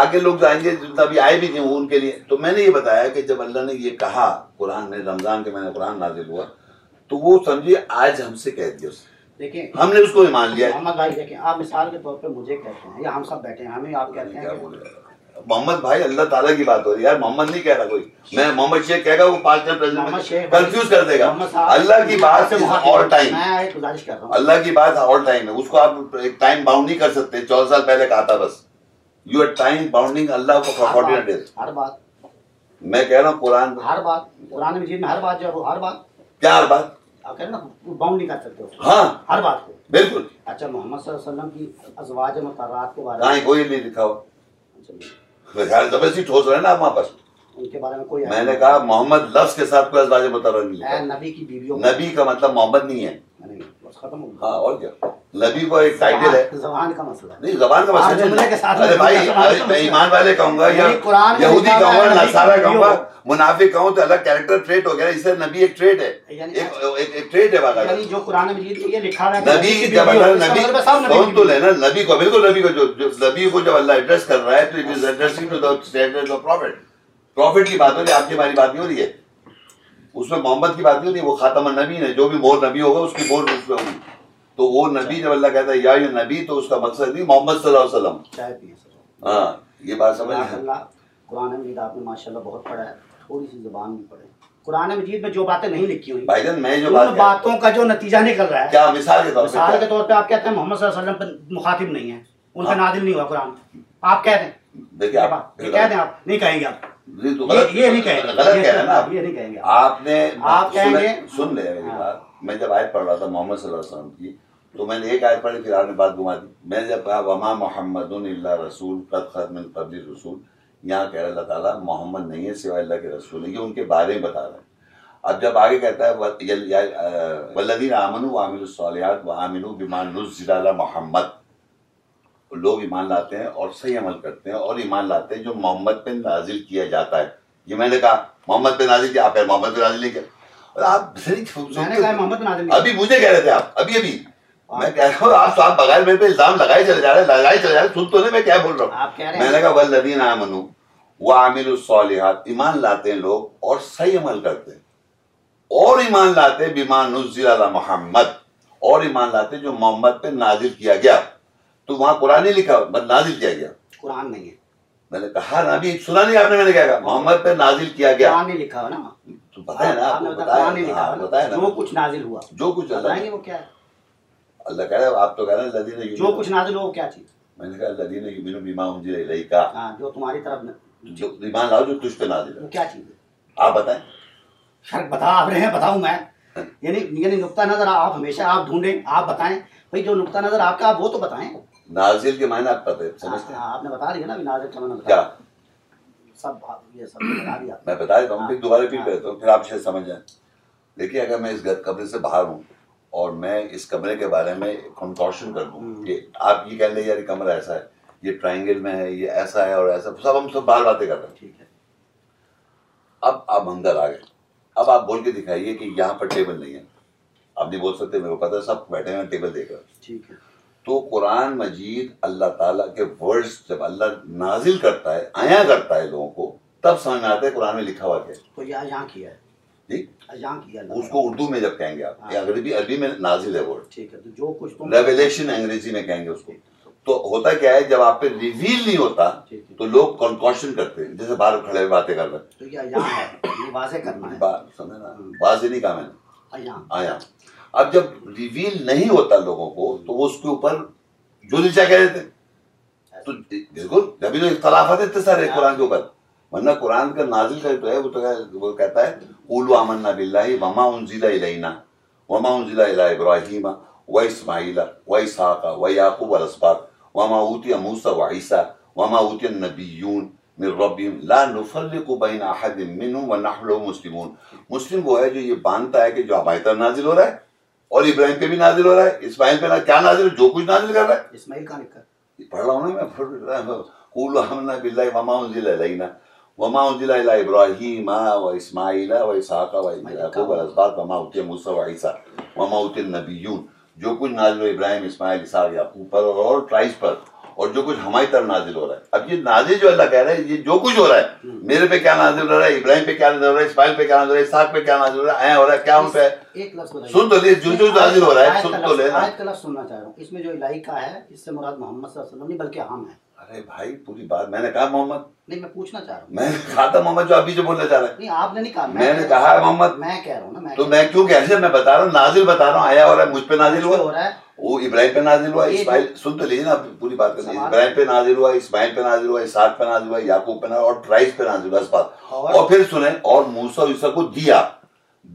Speaker 1: آگے لوگ آئیں گے جتنا بھی آئے بھی تھے وہ ان کے لیے تو میں نے یہ بتایا کہ جب اللہ نے یہ کہا قرآن میں رمضان کے میں نے قرآن نازل ہوا تو وہ سمجھیے آج ہم سے کہہ دیا اس نے۔
Speaker 3: دیکھیں
Speaker 1: ہم نے اس کو ایمان لیا ہے۔
Speaker 3: محمد بھائی دیکھیں آپ مثال کے طور پہ مجھے کہتے ہیں یا ہم سب بیٹھے ہیں ہمیں آپ کہتے ہیں
Speaker 1: کیا
Speaker 3: کہ
Speaker 1: بول رہے ہیں؟ محمد بھائی اللہ تعالیٰ کی بات ہو رہی ہے یار محمد نہیں کہہ رہا کوئی میں محمد شیخ کہے گا وہ پانچ ٹائم پریزنٹ
Speaker 3: محمد
Speaker 1: میں
Speaker 3: شیخ بھائی-
Speaker 1: کنفیوز کر دے گا
Speaker 3: محمد صاحب
Speaker 1: اللہ کی بات
Speaker 3: سے مخاطب
Speaker 1: آل
Speaker 3: ہیں۔
Speaker 1: ٹائم
Speaker 3: میں ایک گزارش کر رہا ہوں
Speaker 1: اللہ کی بات آل ٹائم ہے اس کو آپ ایک ٹائم باؤنڈ نہیں کر سکتے چودہ سال پہلے کہا تھا بس یو آر ٹائم باؤنڈنگ اللہ کو
Speaker 3: ہر
Speaker 1: فورٹی
Speaker 3: بات-
Speaker 1: ڈیز
Speaker 3: ہر بات
Speaker 1: میں کہہ رہا ہوں قرآن
Speaker 3: ہر بات قرآن مجید میں ہر بات جو ہے وہ ہر بات
Speaker 1: کیا ہر بات
Speaker 3: آپ کہہ رہے ہیں نا باؤنڈ نہیں کر سکتے اس کو۔
Speaker 1: ہاں
Speaker 3: ہر بات کو
Speaker 1: بالکل
Speaker 3: اچھا محمد صلی اللہ علیہ وسلم کی ازواج مقررات کے بارے
Speaker 1: کہیں کوئی نہیں لکھا ہو
Speaker 3: میں
Speaker 1: خیال زبردستی ٹھوس رہے ہیں نا آپ وہاں پر
Speaker 3: ان کے بارے میں کوئی
Speaker 1: میں نے کہا محمد لفظ کے ساتھ کوئی ازواج متعارف نہیں
Speaker 3: اے
Speaker 1: لکھا
Speaker 3: نبی کی بیویوں کو-
Speaker 1: نبی کا مطلب محمد نہیں ہے
Speaker 3: نہیں، بس ختم ہو گیا
Speaker 1: ہاں اور کیا نبی کو ایک ٹائٹل ہے
Speaker 3: زبان- زبان کا مسئلہ ہے
Speaker 1: نہیں زبان کا
Speaker 3: آپ
Speaker 1: مسئلہ
Speaker 3: جملے کے
Speaker 1: نہیں
Speaker 3: ساتھ
Speaker 1: ارے بھائی
Speaker 3: زبان کا
Speaker 1: ارے میں
Speaker 3: مسئلہ۔
Speaker 1: ایمان والے کہوں گا یا
Speaker 3: یعنی قرآن میں
Speaker 1: یہودی
Speaker 3: لکھا ہوا
Speaker 1: کہوں گا
Speaker 3: ہے، نبی کی
Speaker 1: نصارہ کہوں گا
Speaker 3: بیویوں
Speaker 1: منافق کہوں تو الگ کیریکٹر ٹریٹ ہو گیا اس سے نبی ایک ٹریٹ ہے
Speaker 3: یعنی-
Speaker 1: ایک ایک- ایک ٹریٹ ہے باقاعدہ
Speaker 3: یعنی جو قرآن مجید میں یہ لکھا ہوا ہے کہ
Speaker 1: نبی
Speaker 3: کی
Speaker 1: جب
Speaker 3: بیویوں-
Speaker 1: اللہ
Speaker 3: اس کا
Speaker 1: نبی
Speaker 3: مطلب ہے سب نبی
Speaker 1: کون
Speaker 3: کی
Speaker 1: تو
Speaker 3: بیویوں۔
Speaker 1: لینا نبی کو بالکل نبی کو جو جو- نبی کو جب اللہ ایڈریس کر رہا ہے تو it is addressing to the standard of prophet prophet کی بات ہو رہی ہے آپ کی ہماری بات نہیں ہو رہی ہے اس میں محمد کی بات نہیں ہوتی وہ خاتم النبی ہے جو بھی مور نبی ہوگا اس کی مور اس میں ہوگی تو وہ نبی جب اللہ کہتا ہے یا یہ نبی تو اس کا مقصد نہیں محمد صلی اللہ علیہ وسلم
Speaker 3: چائے پیے سر
Speaker 1: ہاں یہ بات سمجھ
Speaker 3: ماشاء اللہ قرآن مجید آپ نے ماشاء اللہ بہت پڑھا ہے تھوڑی سی زبان بھی پڑھے قرآن مجید میں جو باتیں نہیں لکھی ہوئی
Speaker 1: بھائی جان میں جو
Speaker 3: ان
Speaker 1: بات کہہ-
Speaker 3: باتوں کا جو نتیجہ نکل رہا ہے
Speaker 1: کیا مثال کے طور پہ
Speaker 3: مثال کے
Speaker 1: کیا؟
Speaker 3: طور پہ آپ کہتے ہیں محمد صلی اللہ علیہ وسلم پر مخاطب نہیں ہے ان پہ
Speaker 1: ہاں۔
Speaker 3: نادل نہیں ہوا قرآن آپ کہہ دیں
Speaker 1: دیکھیں
Speaker 3: یہ
Speaker 1: آپ
Speaker 3: بات- یہ کہہ دیں آپ نہیں کہیں گے آپ
Speaker 1: نہیں، تو غلط-
Speaker 3: یہ یہ نہیں کہیں گے
Speaker 1: غلط کہہ رہے ہیں نا آپ
Speaker 3: یہ نہیں کہیں گے آپ۔
Speaker 1: آپ نے
Speaker 3: آپ کہیں
Speaker 1: سنیں-
Speaker 3: گے-
Speaker 1: سن لے میری
Speaker 3: ہاں۔
Speaker 1: بات میں جب آیت پڑھ رہا تھا محمد صلی اللہ علیہ وسلم کی تو میں نے ایک آیت پڑھی پھر آپ نے بات گھما دی میں نے جب کہا وما محمد اللہ رسول قد ختم قبل رسول یہاں کہہ رہا اللہ تعالیٰ محمد نہیں ہے سوائے اللہ کے رسول ہے یہ ان کے بارے میں بتا رہا ہے اب جب آگے کہتا ہے وَ- یل- یا- آ، وَالَّذِينَ آمَنُوا وَعَمِلُوا الصَّالِحَاتِ وَآمِنُوا بِمَا نُزِّلَ عَلَى محمد لوگ ایمان لاتے ہیں اور صحیح عمل کرتے ہیں اور ایمان لاتے ہیں جو محمد پہ نازل کیا جاتا ہے یہ میں نے کہا محمد پہ نازل کیا آپ کہہ رہے محمد پہ نازل نہیں کیا اور آپ
Speaker 3: میں نے کہا ہے محمد ہاں۔ بن آدم
Speaker 1: ابھی مجھے کہہ رہے تھے آپ ابھی ابھی میں کہہ رہا ہوں آپ صاحب بغیر میرے پہ الزام لگائے چلے جا رہے ہیں لگائے چلے جا رہے ہیں سن تو نہیں میں کیا بول رہا ہوں
Speaker 3: آپ کہہ رہے
Speaker 1: میں
Speaker 3: ہیں
Speaker 1: نے کہا والذین آمنو وعملوا الصالحات ایمان لاتے ہیں لوگ اور صحیح عمل کرتے ہیں اور ایمان لاتے ہیں بما نزل علی محمد اور ایمان لاتے ہیں جو محمد پہ نازل کیا گیا تو وہاں قرآن نہیں لکھا بس نازل کیا گیا
Speaker 3: قرآن نہیں ہے
Speaker 1: میں نے کہا نا بھی سنا نہیں آپ نے میں نے کیا کہا محمد پہ نازل کیا گیا
Speaker 3: قرآن نہیں لکھا ہوا نا
Speaker 1: تو بتایا نا آپ
Speaker 3: آپ
Speaker 1: کو
Speaker 3: نے بتایا قرآن نہیں
Speaker 1: بتایا
Speaker 3: لکھا
Speaker 1: ہاں،
Speaker 3: ہوا
Speaker 1: بتایا
Speaker 3: نا
Speaker 1: نا
Speaker 3: جو کچھ نازل ہوا
Speaker 1: جو کچھ اللہ
Speaker 3: بتائیں گے وہ کیا ہے
Speaker 1: اللہ کہہ رہا ہے آپ تو کہہ رہے ہیں الذین
Speaker 3: جو
Speaker 1: یؤمنون-
Speaker 3: کچھ نازل ہوا وہ کیا چیز
Speaker 1: میں نے کہا الذین یؤمنون بما انزل الیک
Speaker 3: ہاں جو تمہاری طرف نہ-
Speaker 1: جو ایمان لاؤ جو تجھ پہ نازل ہے
Speaker 3: وہ کیا چیز ہے
Speaker 1: آپ بتائیں
Speaker 3: شر بتا آپ رہے ہیں بتاؤں میں یعنی یعنی نقطہ نظر آپ ہمیشہ آپ ڈھونڈیں آپ بتائیں بھئی جو نقطہ نظر آپ کا آپ وہ تو بتائیں
Speaker 1: نازل کے معنی آپ پتہ ہے سمجھتے ہیں
Speaker 3: ہاں، آپ نے بتا دیا نا ابھی نازل کا میں نے
Speaker 1: کیا
Speaker 3: بتا سب آپ- یہ سب بتا دیا
Speaker 1: میں بتا دیتا ہوں پھر دوبارہ پھر کہتا ہوں پھر آپ شاید سمجھ جائیں دیکھیے اگر میں اس گھر کمرے سے باہر ہوں اور میں اس کمرے کے بارے میں کنکاشن کر دوں کہ آپ یہ کہہ لیں یار یہ کمرہ ایسا ہے یہ ٹرائنگل میں ہے یہ ایسا ہے اور ایسا سب ہم سب باہر باتیں کر رہے ہیں
Speaker 3: ٹھیک ہے
Speaker 1: اب آپ اندر آ گئے اب آپ بول کے دکھائیے کہ یہاں پر ٹیبل نہیں ہے آپ نہیں بول سکتے میرے کو پتہ ہے سب بیٹھے ہیں ٹیبل دیکھ رہے ہیں
Speaker 3: ٹھیک ہے
Speaker 1: تو قرآن مجید اللہ تعالیٰ کے ورڈز جب اللہ نازل کرتا ہے آیا کرتا ہے لوگوں کو تب سمجھ میں آتا ہے قرآن میں لکھا ہوا کیا ہے
Speaker 3: تو یہ یہاں کیا ہے
Speaker 1: جی
Speaker 3: یہاں کیا ہے
Speaker 1: اس کو اردو میں جب کہیں گے آپ یا عربی عربی میں نازل ہے ورڈ
Speaker 3: ٹھیک ہے تو جو کچھ تم
Speaker 1: ریولیشن انگریزی میں کہیں گے اس کو تو ہوتا کیا ہے جب آپ پہ ریویل نہیں ہوتا
Speaker 3: ٹھیک ہے
Speaker 1: تو لوگ کنکوشن کرتے ہیں جیسے باہر کھڑے ہوئے باتیں کر رہے
Speaker 3: تو یہ یہاں ہے یہ واضح کرنا ہے
Speaker 1: بات سمجھے نا واضح نہیں کام ہے
Speaker 3: یہاں
Speaker 1: آیا اب جب ریویل نہیں ہوتا لوگوں کو تو وہ اس کے اوپر جو دل چاہ کہہ دیتے ہیں تو بالکل جبھی تو اختلافات اتنے سارے قرآن کے اوپر ورنہ قرآن کا نازل کا جو ہے وہ تو ہے- وہ کہتا ہے قولو آمنا باللہ وما انزل الینا وما انزل الی ابراہیم و اسماعیل و اسحاق و یعقوب و وما اوتی موسیٰ و عیسیٰ وما اوتی النبیون من ربهم لا نفرق بین احد منهم ونحن له مسلمون مسلم وہ ہے جو یہ مانتا ہے کہ جو ہماری طرف نازل ہو رہا ہے اور ابراہیم پہ بھی نازل ہو رہا ہے اسماعیل پہ نا- کیا نازل ہے جو کچھ نازل کر رہا ہے
Speaker 3: اسماعیل کا لکھا
Speaker 1: پڑھ رہا ہوں نا میں پڑھ رہا ہوں قولوا آمنا باللہ وما انزل الینا وما انزل الی ابراہیم و اسماعیل و اسحاق و یعقوب و الاسباط وما اوتی موسی و عیسی وما اوتی النبیون جو کچھ نازل ہو ابراہیم اسماعیل اسحاق یعقوب پر اور اور ٹرائبس پر اور جو کچھ ہماری طرف نازل ہو رہا ہے اب یہ نازل جو اللہ کہہ رہا ہے یہ جو کچھ ہو رہا ہے میرے پہ کیا نازل ہو رہا ہے ابراہیم پہ کیا نازل ہو رہا ہے اسماعیل پہ کیا نازل ہو رہا ہے اسحاق پہ کیا نازل ہو رہا ہے آیا ہو رہا ہے کیا ان پہ
Speaker 3: ایک لفظ بتائیے
Speaker 1: سن تو لیے جو جو نازل ہو رہا ہے
Speaker 3: آیت کا
Speaker 1: سن تو
Speaker 3: لفظ-
Speaker 1: لے نا
Speaker 3: آیت کا لفظ سننا چاہ رہا ہوں اس میں جو الہی کا ہے اس سے مراد محمد صلی اللہ علیہ وسلم نہیں بلکہ ہم ہے
Speaker 1: ارے بھائی پوری بات میں نے کہا محمد
Speaker 3: نہیں میں پوچھنا چاہ رہا ہوں
Speaker 1: میں نے کہا تھا محمد جو ابھی جو بولنا چاہ رہا ہے
Speaker 3: نہیں آپ نے نہیں کہا
Speaker 1: میں نے کہا ہے محمد
Speaker 3: میں کہہ رہا ہوں نا میں
Speaker 1: تو میں کیوں کہہ رہا ہوں؟ میں بتا رہا ہوں نازل بتا رہا ہوں آیا ہو رہا ہے مجھ پہ نازل ہوا
Speaker 3: ہو رہا ہے
Speaker 1: وہ ابراہیم پہ نازل ہوا
Speaker 3: یہ
Speaker 1: اسماعیل سن تو لیجیے نا آپ پوری بات کر لیجیے
Speaker 3: سوال-
Speaker 1: ابراہیم پہ نازل ہوا اسماعیل پہ نازل ہوا اسحاق پہ نازل ہوا یعقوب پہ نازل ہوا اور ٹرائز پہ نازل ہوا اس بات
Speaker 3: اور-
Speaker 1: اور پھر سنیں اور موسیٰ عیسیٰ کو دیا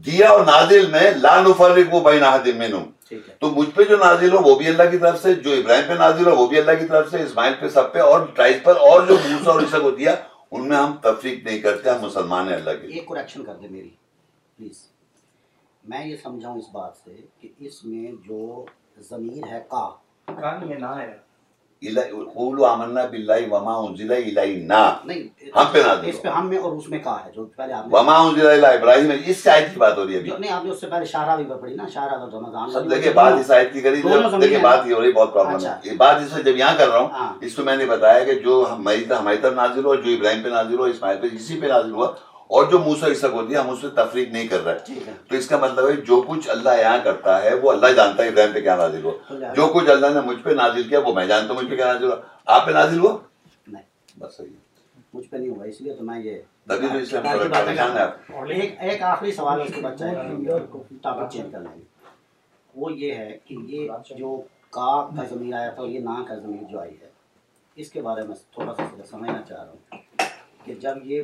Speaker 1: دیا اور نازل میں لا نفرق وہ بین احد منہم
Speaker 3: ٹھیک ہے
Speaker 1: تو مجھ پہ جو نازل ہو وہ بھی اللہ کی طرف سے جو ابراہیم پہ نازل ہو وہ بھی اللہ کی طرف سے اسماعیل پہ سب پہ اور ٹرائز پر اور جو موسیٰ اور عیسیٰ کو دیا ان میں ہم تفریق نہیں کرتے ہم مسلمان ہیں اللہ کے
Speaker 3: ایک کریکشن کر دیں میری پلیز میں یہ سمجھاؤں اس بات سے کہ اس میں جو ضمیر ہے کا
Speaker 5: کان میں نہ ہے
Speaker 1: إِلَى- قولوا آمنا باللہ وما انزل الینا
Speaker 3: نہیں
Speaker 1: ہم پہ نازل
Speaker 3: اس پہ ہم میں اور اس میں کا ہے جو پہلے آپ نے
Speaker 1: وما انزل الی ابراہیم اس سے آیت کی بات ہو رہی ہے ابھی
Speaker 3: جو- نہیں آپ نے اس سے پہلے شارہ بھی پڑھی نا شارہ اور رمضان
Speaker 1: سب دیکھیں بات اس آیت کی کری
Speaker 3: دونوں زمینیں
Speaker 1: دیکھیں بات یہ ہو رہی ہے، بہت پرابلم ہے
Speaker 3: اچھا۔
Speaker 1: یہ بات اس میں جب یہاں کر رہا
Speaker 3: ہاں۔
Speaker 1: ہوں اس کو میں نے بتایا کہ جو ہماری طرف- ہماری طرف نازل ہوا جو ابراہیم پہ نازل ہوا اسماعیل پہ اسی پہ نازل ہوا اور جو موسا عیسیٰ کو دیا ہم اس میں تفریق نہیں کر رہے
Speaker 3: ٹھیک ہے
Speaker 1: تو اس کا مطلب ہے جو کچھ اللہ یہاں کرتا ہے وہ اللہ جانتا ہے ابراہیم پہ کیا نازل ہوا جو کچھ اللہ نے مجھ پہ نازل کیا وہ میں جانتا ہوں مجھ پہ کیا نازل ہوا آپ پہ نازل ہوا
Speaker 3: نہیں
Speaker 1: بس صحیح ہے
Speaker 3: مجھ پہ نہیں ہوا اس لیے تو میں یہ
Speaker 1: تبھی تو اسلام
Speaker 3: کی
Speaker 1: پر
Speaker 3: باتیں
Speaker 1: پریشان ہے آپ
Speaker 3: ایک ایک آخری سوال ہے اس کے بعد چاہے ٹاپک چینج کر لیں گے وہ یہ ہے کہ یہ جو کا کا ضمیر آیا تھا اور یہ نا کا ضمیر جو آئی ہے اس کے بارے میں تھوڑا سا صرف سمجھنا چاہ رہا ہوں کہ جب یہ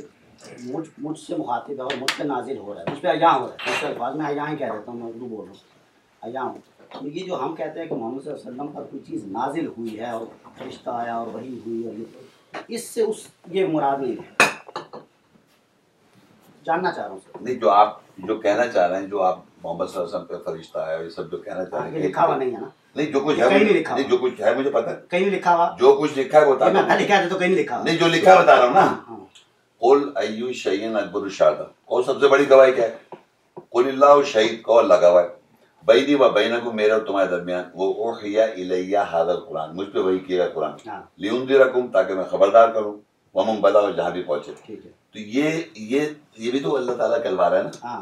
Speaker 3: مجھ مجھ سے مخاطب ہے اور مجھ پہ نازل ہو رہا ہے مجھ پہ عیاں ہو رہا ہے دوسرے الفاظ میں عیاں ہی کہہ دیتا ہوں میں اردو بول رہا ہوں عیاں ہوں تو یہ جو ہم کہتے ہیں کہ محمد صلی اللہ علیہ وسلم پر کوئی چیز نازل ہوئی ہے اور فرشتہ آیا اور وہی ہوئی اور یہ اس سے اس یہ مراد نہیں ہے جاننا چاہ رہا ہوں سر
Speaker 1: نہیں جو آپ جو کہنا چاہ رہے ہیں جو آپ محمد صلی اللہ علیہ وسلم پہ فرشتہ ہے یہ سب جو کہنا چاہ رہے
Speaker 3: آگے
Speaker 1: ہیں
Speaker 3: لکھا ہوا نہیں ہے نا
Speaker 1: نہیں جو کچھ ہے
Speaker 3: کہیں
Speaker 1: مجھے-
Speaker 3: نہیں لکھا ہوا۔
Speaker 1: نہیں جو کچھ ہے مجھے پتا ہے
Speaker 3: کہیں لکھا ہوا
Speaker 1: جو کچھ لکھا ہے وہ بتا
Speaker 3: یہ میں
Speaker 1: رہا
Speaker 3: پہلے
Speaker 1: ہوں
Speaker 3: کہہ دیتا تو کہیں لکھا ہوا
Speaker 1: نہیں جو لکھا ہے بتا رہا ہوں نا
Speaker 3: ہاں
Speaker 1: قل ایو شیئن اکبر الشہادہ اور سب سے بڑی گواہی کیا ہے قل اللہ شہید کو اللہ گواہ ہے۔ بینی و بینکم میرے اور تمہارے درمیان وہ اوحیہ الیہ ھذا القرآن مجھ پہ وہی کیا گیا قرآن
Speaker 3: ہاں
Speaker 1: لیندرکم تاکہ میں خبردار کروں ومن بلا اور جہاں بھی پہنچے
Speaker 3: ٹھیک ہے
Speaker 1: تو یہ یہ یہ بھی تو اللہ تعالیٰ کلوا رہا ہے نا
Speaker 3: ہاں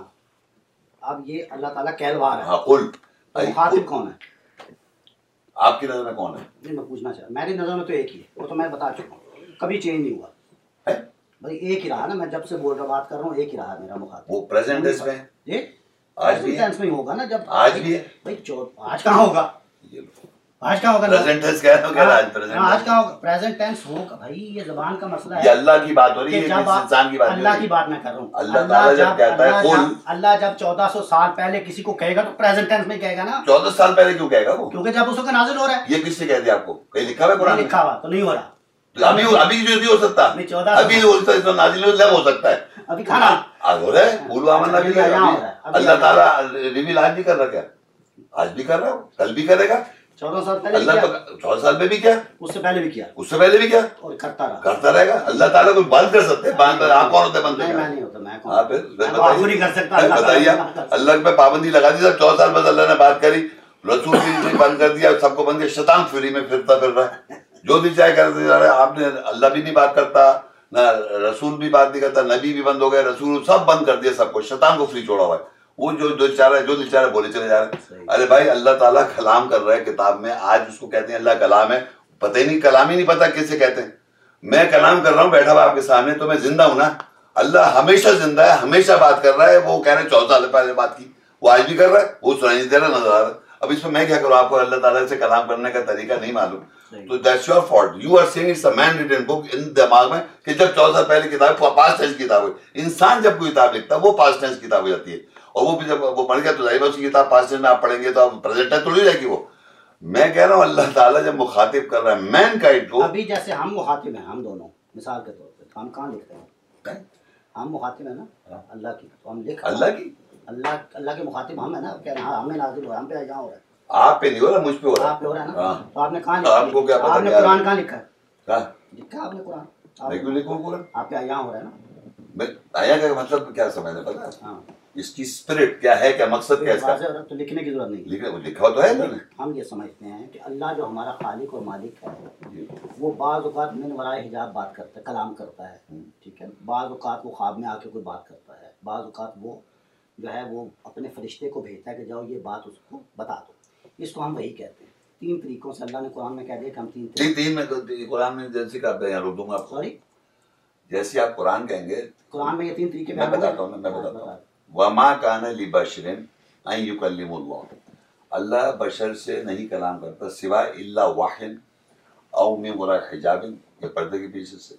Speaker 3: اب یہ اللہ تعالیٰ کہلوا رہا
Speaker 1: ہاں قل
Speaker 3: ہے
Speaker 1: ای-
Speaker 3: مخاطب
Speaker 1: قل-
Speaker 3: کون ہے
Speaker 1: آپ کی نظر میں کون ہے
Speaker 3: نہیں میں پوچھنا چاہ رہا میری نظر میں تو ایک ہی ہے وہ تو میں بتا چکا ہوں کبھی چینج نہیں ہوا
Speaker 1: ہے؟
Speaker 3: بھائی ایک ہی رہا نا میں جب سے بول رہا بات کر رہا ہوں ایک ہی رہا میرا مخاطب
Speaker 1: وہ پریزنٹ ڈیس میں ہے۔
Speaker 3: یہ
Speaker 1: آج بھی ہے۔
Speaker 3: present tense میں ہی ہوگا نا جب
Speaker 1: آج بھی ہے۔
Speaker 3: بھائی چو- آج کہاں ہوگا
Speaker 1: یہ لو۔
Speaker 3: آج کہاں ہوگا
Speaker 1: Present tense کہہ رہا ہوں کہ
Speaker 3: ہاں،
Speaker 1: آج present
Speaker 3: ہاں، آج
Speaker 1: tense۔
Speaker 3: کہاں ہوگا پریزنٹ ٹینس ہوگا بھائی یہ زبان کا مسئلہ
Speaker 1: یہ
Speaker 3: ہے
Speaker 1: اللہ کی بات ہو رہی ہے
Speaker 3: کہ
Speaker 1: یہ
Speaker 3: جب
Speaker 1: کسی
Speaker 3: آپ-
Speaker 1: انسان کی بات نہیں ہو
Speaker 3: اللہ
Speaker 1: رہی
Speaker 3: کی بات میں کر رہا ہوں
Speaker 1: اللہ تعالیٰ جب کہتا ہے،
Speaker 3: اللہ
Speaker 1: قل-
Speaker 3: جب- اللہ جب چودہ سو سال پہلے کسی کو کہے گا تو پریزنٹ ٹینس میں کہے گا نا
Speaker 1: چودہ سال پہلے کیوں کہے گا وہ
Speaker 3: کیونکہ جب اس وقت نازل ہو رہا ہے
Speaker 1: یہ کس نے کہہ دیا آپ کو کہیں لکھا ہوا ہے قرآن
Speaker 3: نہیں
Speaker 1: میں؟
Speaker 3: لکھا ہوا تو نہیں ہو رہا
Speaker 1: تو ابھی ابھی جو نہیں ہو سکتا
Speaker 3: نہیں، چودہ
Speaker 1: ابھی ہو سکتا ہے، اس میں نازل ہو لب ہو سکتا ہے
Speaker 3: ابھی کھانا
Speaker 1: آج ہو رہا ہے بولو امن
Speaker 3: اچھا،
Speaker 1: نبی
Speaker 3: ابھی یہاں ہو رہا ہے، ابھی
Speaker 1: اللہ
Speaker 3: یہاں ہو
Speaker 1: تعالیٰ ریویل آج بھی کر رہا کیا آج بھی کر رہا ہو کل بھی کرے گا
Speaker 3: چودہ سال پہلے
Speaker 1: اللہ
Speaker 3: کیا
Speaker 1: پاک- چودہ سال میں بھی کیا
Speaker 3: اس سے پہلے بھی کیا
Speaker 1: اس سے پہلے بھی کیا
Speaker 3: اور کرتا رہا
Speaker 1: کرتا رہے گا اللہ تعالیٰ کو بند کر سکتے ہیں بند کر آپ کون ہوتے ہیں بند
Speaker 3: نہیں میں نہیں
Speaker 1: کرنے؟
Speaker 3: ہوتا میں
Speaker 1: آپ پھر-
Speaker 3: کون
Speaker 1: پھر
Speaker 3: میں قابو نہیں کر سکتا
Speaker 1: پھر
Speaker 3: اللہ
Speaker 1: بتائیے
Speaker 3: تعالیٰ
Speaker 1: آپ اللہ پہ پابندی لگا دی سر چودہ سال بعد اللہ نے بات کری رسول بھی نے بند کر دیا سب کو بند کیا شیطان فری میں پھرتا پھر رہا ہے جو بھی چاہے کرتے جا رہا ہے آپ نے اللہ بھی نہیں بات کرتا نہ رسول بھی بات نہیں کرتا نبی بھی بند ہو گئے رسول سب بند کر دیا سب کو شیطان کو فری چھوڑا ہوا ہے وہ جو جو چاہ رہا ہے جو دل چاہ رہا ہے بولے چلے جا رہے ہیں ارے بھائی اللہ تعالیٰ کلام کر رہا ہے کتاب میں آج اس کو کہتے ہیں اللہ کلام ہے پتہ ہی نہیں کلام ہی نہیں پتہ کیسے کہتے ہیں میں کلام کر رہا ہوں بیٹھا ہوا آپ کے سامنے تو میں زندہ ہوں نا اللہ ہمیشہ زندہ ہے ہمیشہ بات کر رہا ہے وہ کہہ رہے ہیں چودہ سال پہلے بات کی وہ آج بھی کر رہا ہے وہ سنائی نہیں دے رہا نظر آ رہا ہے۔ اب اس میں میں کیا کروں آپ کو اللہ تعالیٰ سے کلام کرنے کا طریقہ نہیں معلوم تو that's your fault you are saying it's a man written book ان دماغ میں کہ جب چودہ سال پہلے کتاب پاس ٹینس کتاب ہوئی انسان جب کوئی کتاب لکھتا ہے وہ پاس ٹینس کتاب ہو جاتی ہے اور وہ بھی جب وہ مر گیا تو ظاہر ہے اس کی کتاب پاس ٹینس میں آپ پڑھیں گے تو آپ پریزنٹ ہے تو نہیں رہے گی وہ میں کہہ رہا ہوں اللہ تعالیٰ جب مخاطب کر رہا ہے مین کائنڈ کو
Speaker 3: ابھی جیسے ہم مخاطب ہیں ہم دونوں مثال کے طور پہ ہم کہاں لکھتے ہیں ہم مخاطب ہیں نا اللہ کی تو ہم لکھ
Speaker 1: ہاں۔ اللہ کی
Speaker 3: اللہ اللہ کے مخاطب ہم ہیں نا کہہ رہے ہیں ہاں، ہمیں نازل ہو رہا ہے ہم پہ یہاں ہو رہا ہے
Speaker 1: آپ پہ نہیں ہو رہا مجھ پہ ہو رہا
Speaker 3: آپ پہ ہو رہا ہے نا
Speaker 1: ہاں۔
Speaker 3: تو آپ نے کہاں
Speaker 1: آپ کو
Speaker 3: لکھا
Speaker 1: کیا
Speaker 3: ہے؟
Speaker 1: پتا
Speaker 3: آپ نے
Speaker 1: کیا ہے؟
Speaker 3: قرآن کہاں لکھا ہے
Speaker 1: ہاں
Speaker 3: لکھا ہے آپ نے قرآن
Speaker 1: میں
Speaker 3: آپ-
Speaker 1: کیوں لکھوں پورا
Speaker 3: آپ پہ یہاں ہو رہا ہے نا
Speaker 1: میں آیا کا مطلب کیا سمجھنا پتا ہے؟
Speaker 3: ہاں
Speaker 1: اس کی اسپرٹ کیا ہے کیا مقصد کیا
Speaker 3: کوئی
Speaker 1: اس کا
Speaker 3: واضح اور تو لکھنے کی ضرورت نہیں ہے
Speaker 1: لکھا لکھا تو ہے نا
Speaker 3: ہم یہ سمجھتے ہیں کہ اللہ جو ہمارا خالق اور مالک ہے
Speaker 1: جی۔
Speaker 3: وہ بعض اوقات من ورائے حجاب بات کرتا ہے کلام کرتا ہے ٹھیک ہے بعض اوقات وہ خواب میں آ کے کوئی بات کرتا ہے بعض اوقات وہ جو ہے وہ اپنے فرشتے کو بھیجتا ہے کہ جاؤ یہ بات اس کو بتا دو اس کو ہم وہی کہتے ہیں تین طریقوں سے اللہ نے قرآن میں کہہ دیا کہ ہم تین
Speaker 1: تین
Speaker 3: طریقے
Speaker 1: تین میں تو قرآن میں جیسے کہ آپ یہاں روک دوں گا آپ کو
Speaker 3: سوری
Speaker 1: جیسے آپ قرآن کہیں گے
Speaker 3: قرآن میں یہ تین طریقے
Speaker 1: میں
Speaker 3: بیان ہوئے ہیں۔
Speaker 1: بتاتا ہوں میں
Speaker 3: ہاں،
Speaker 1: بتاتا
Speaker 3: بتا
Speaker 1: ہوں وما کان لبشرن ان یکلم اللہ اللہ بشر سے نہیں کلام کرتا سوائے الا واحد او من وراء حجاب یہ پردے کے پیچھے سے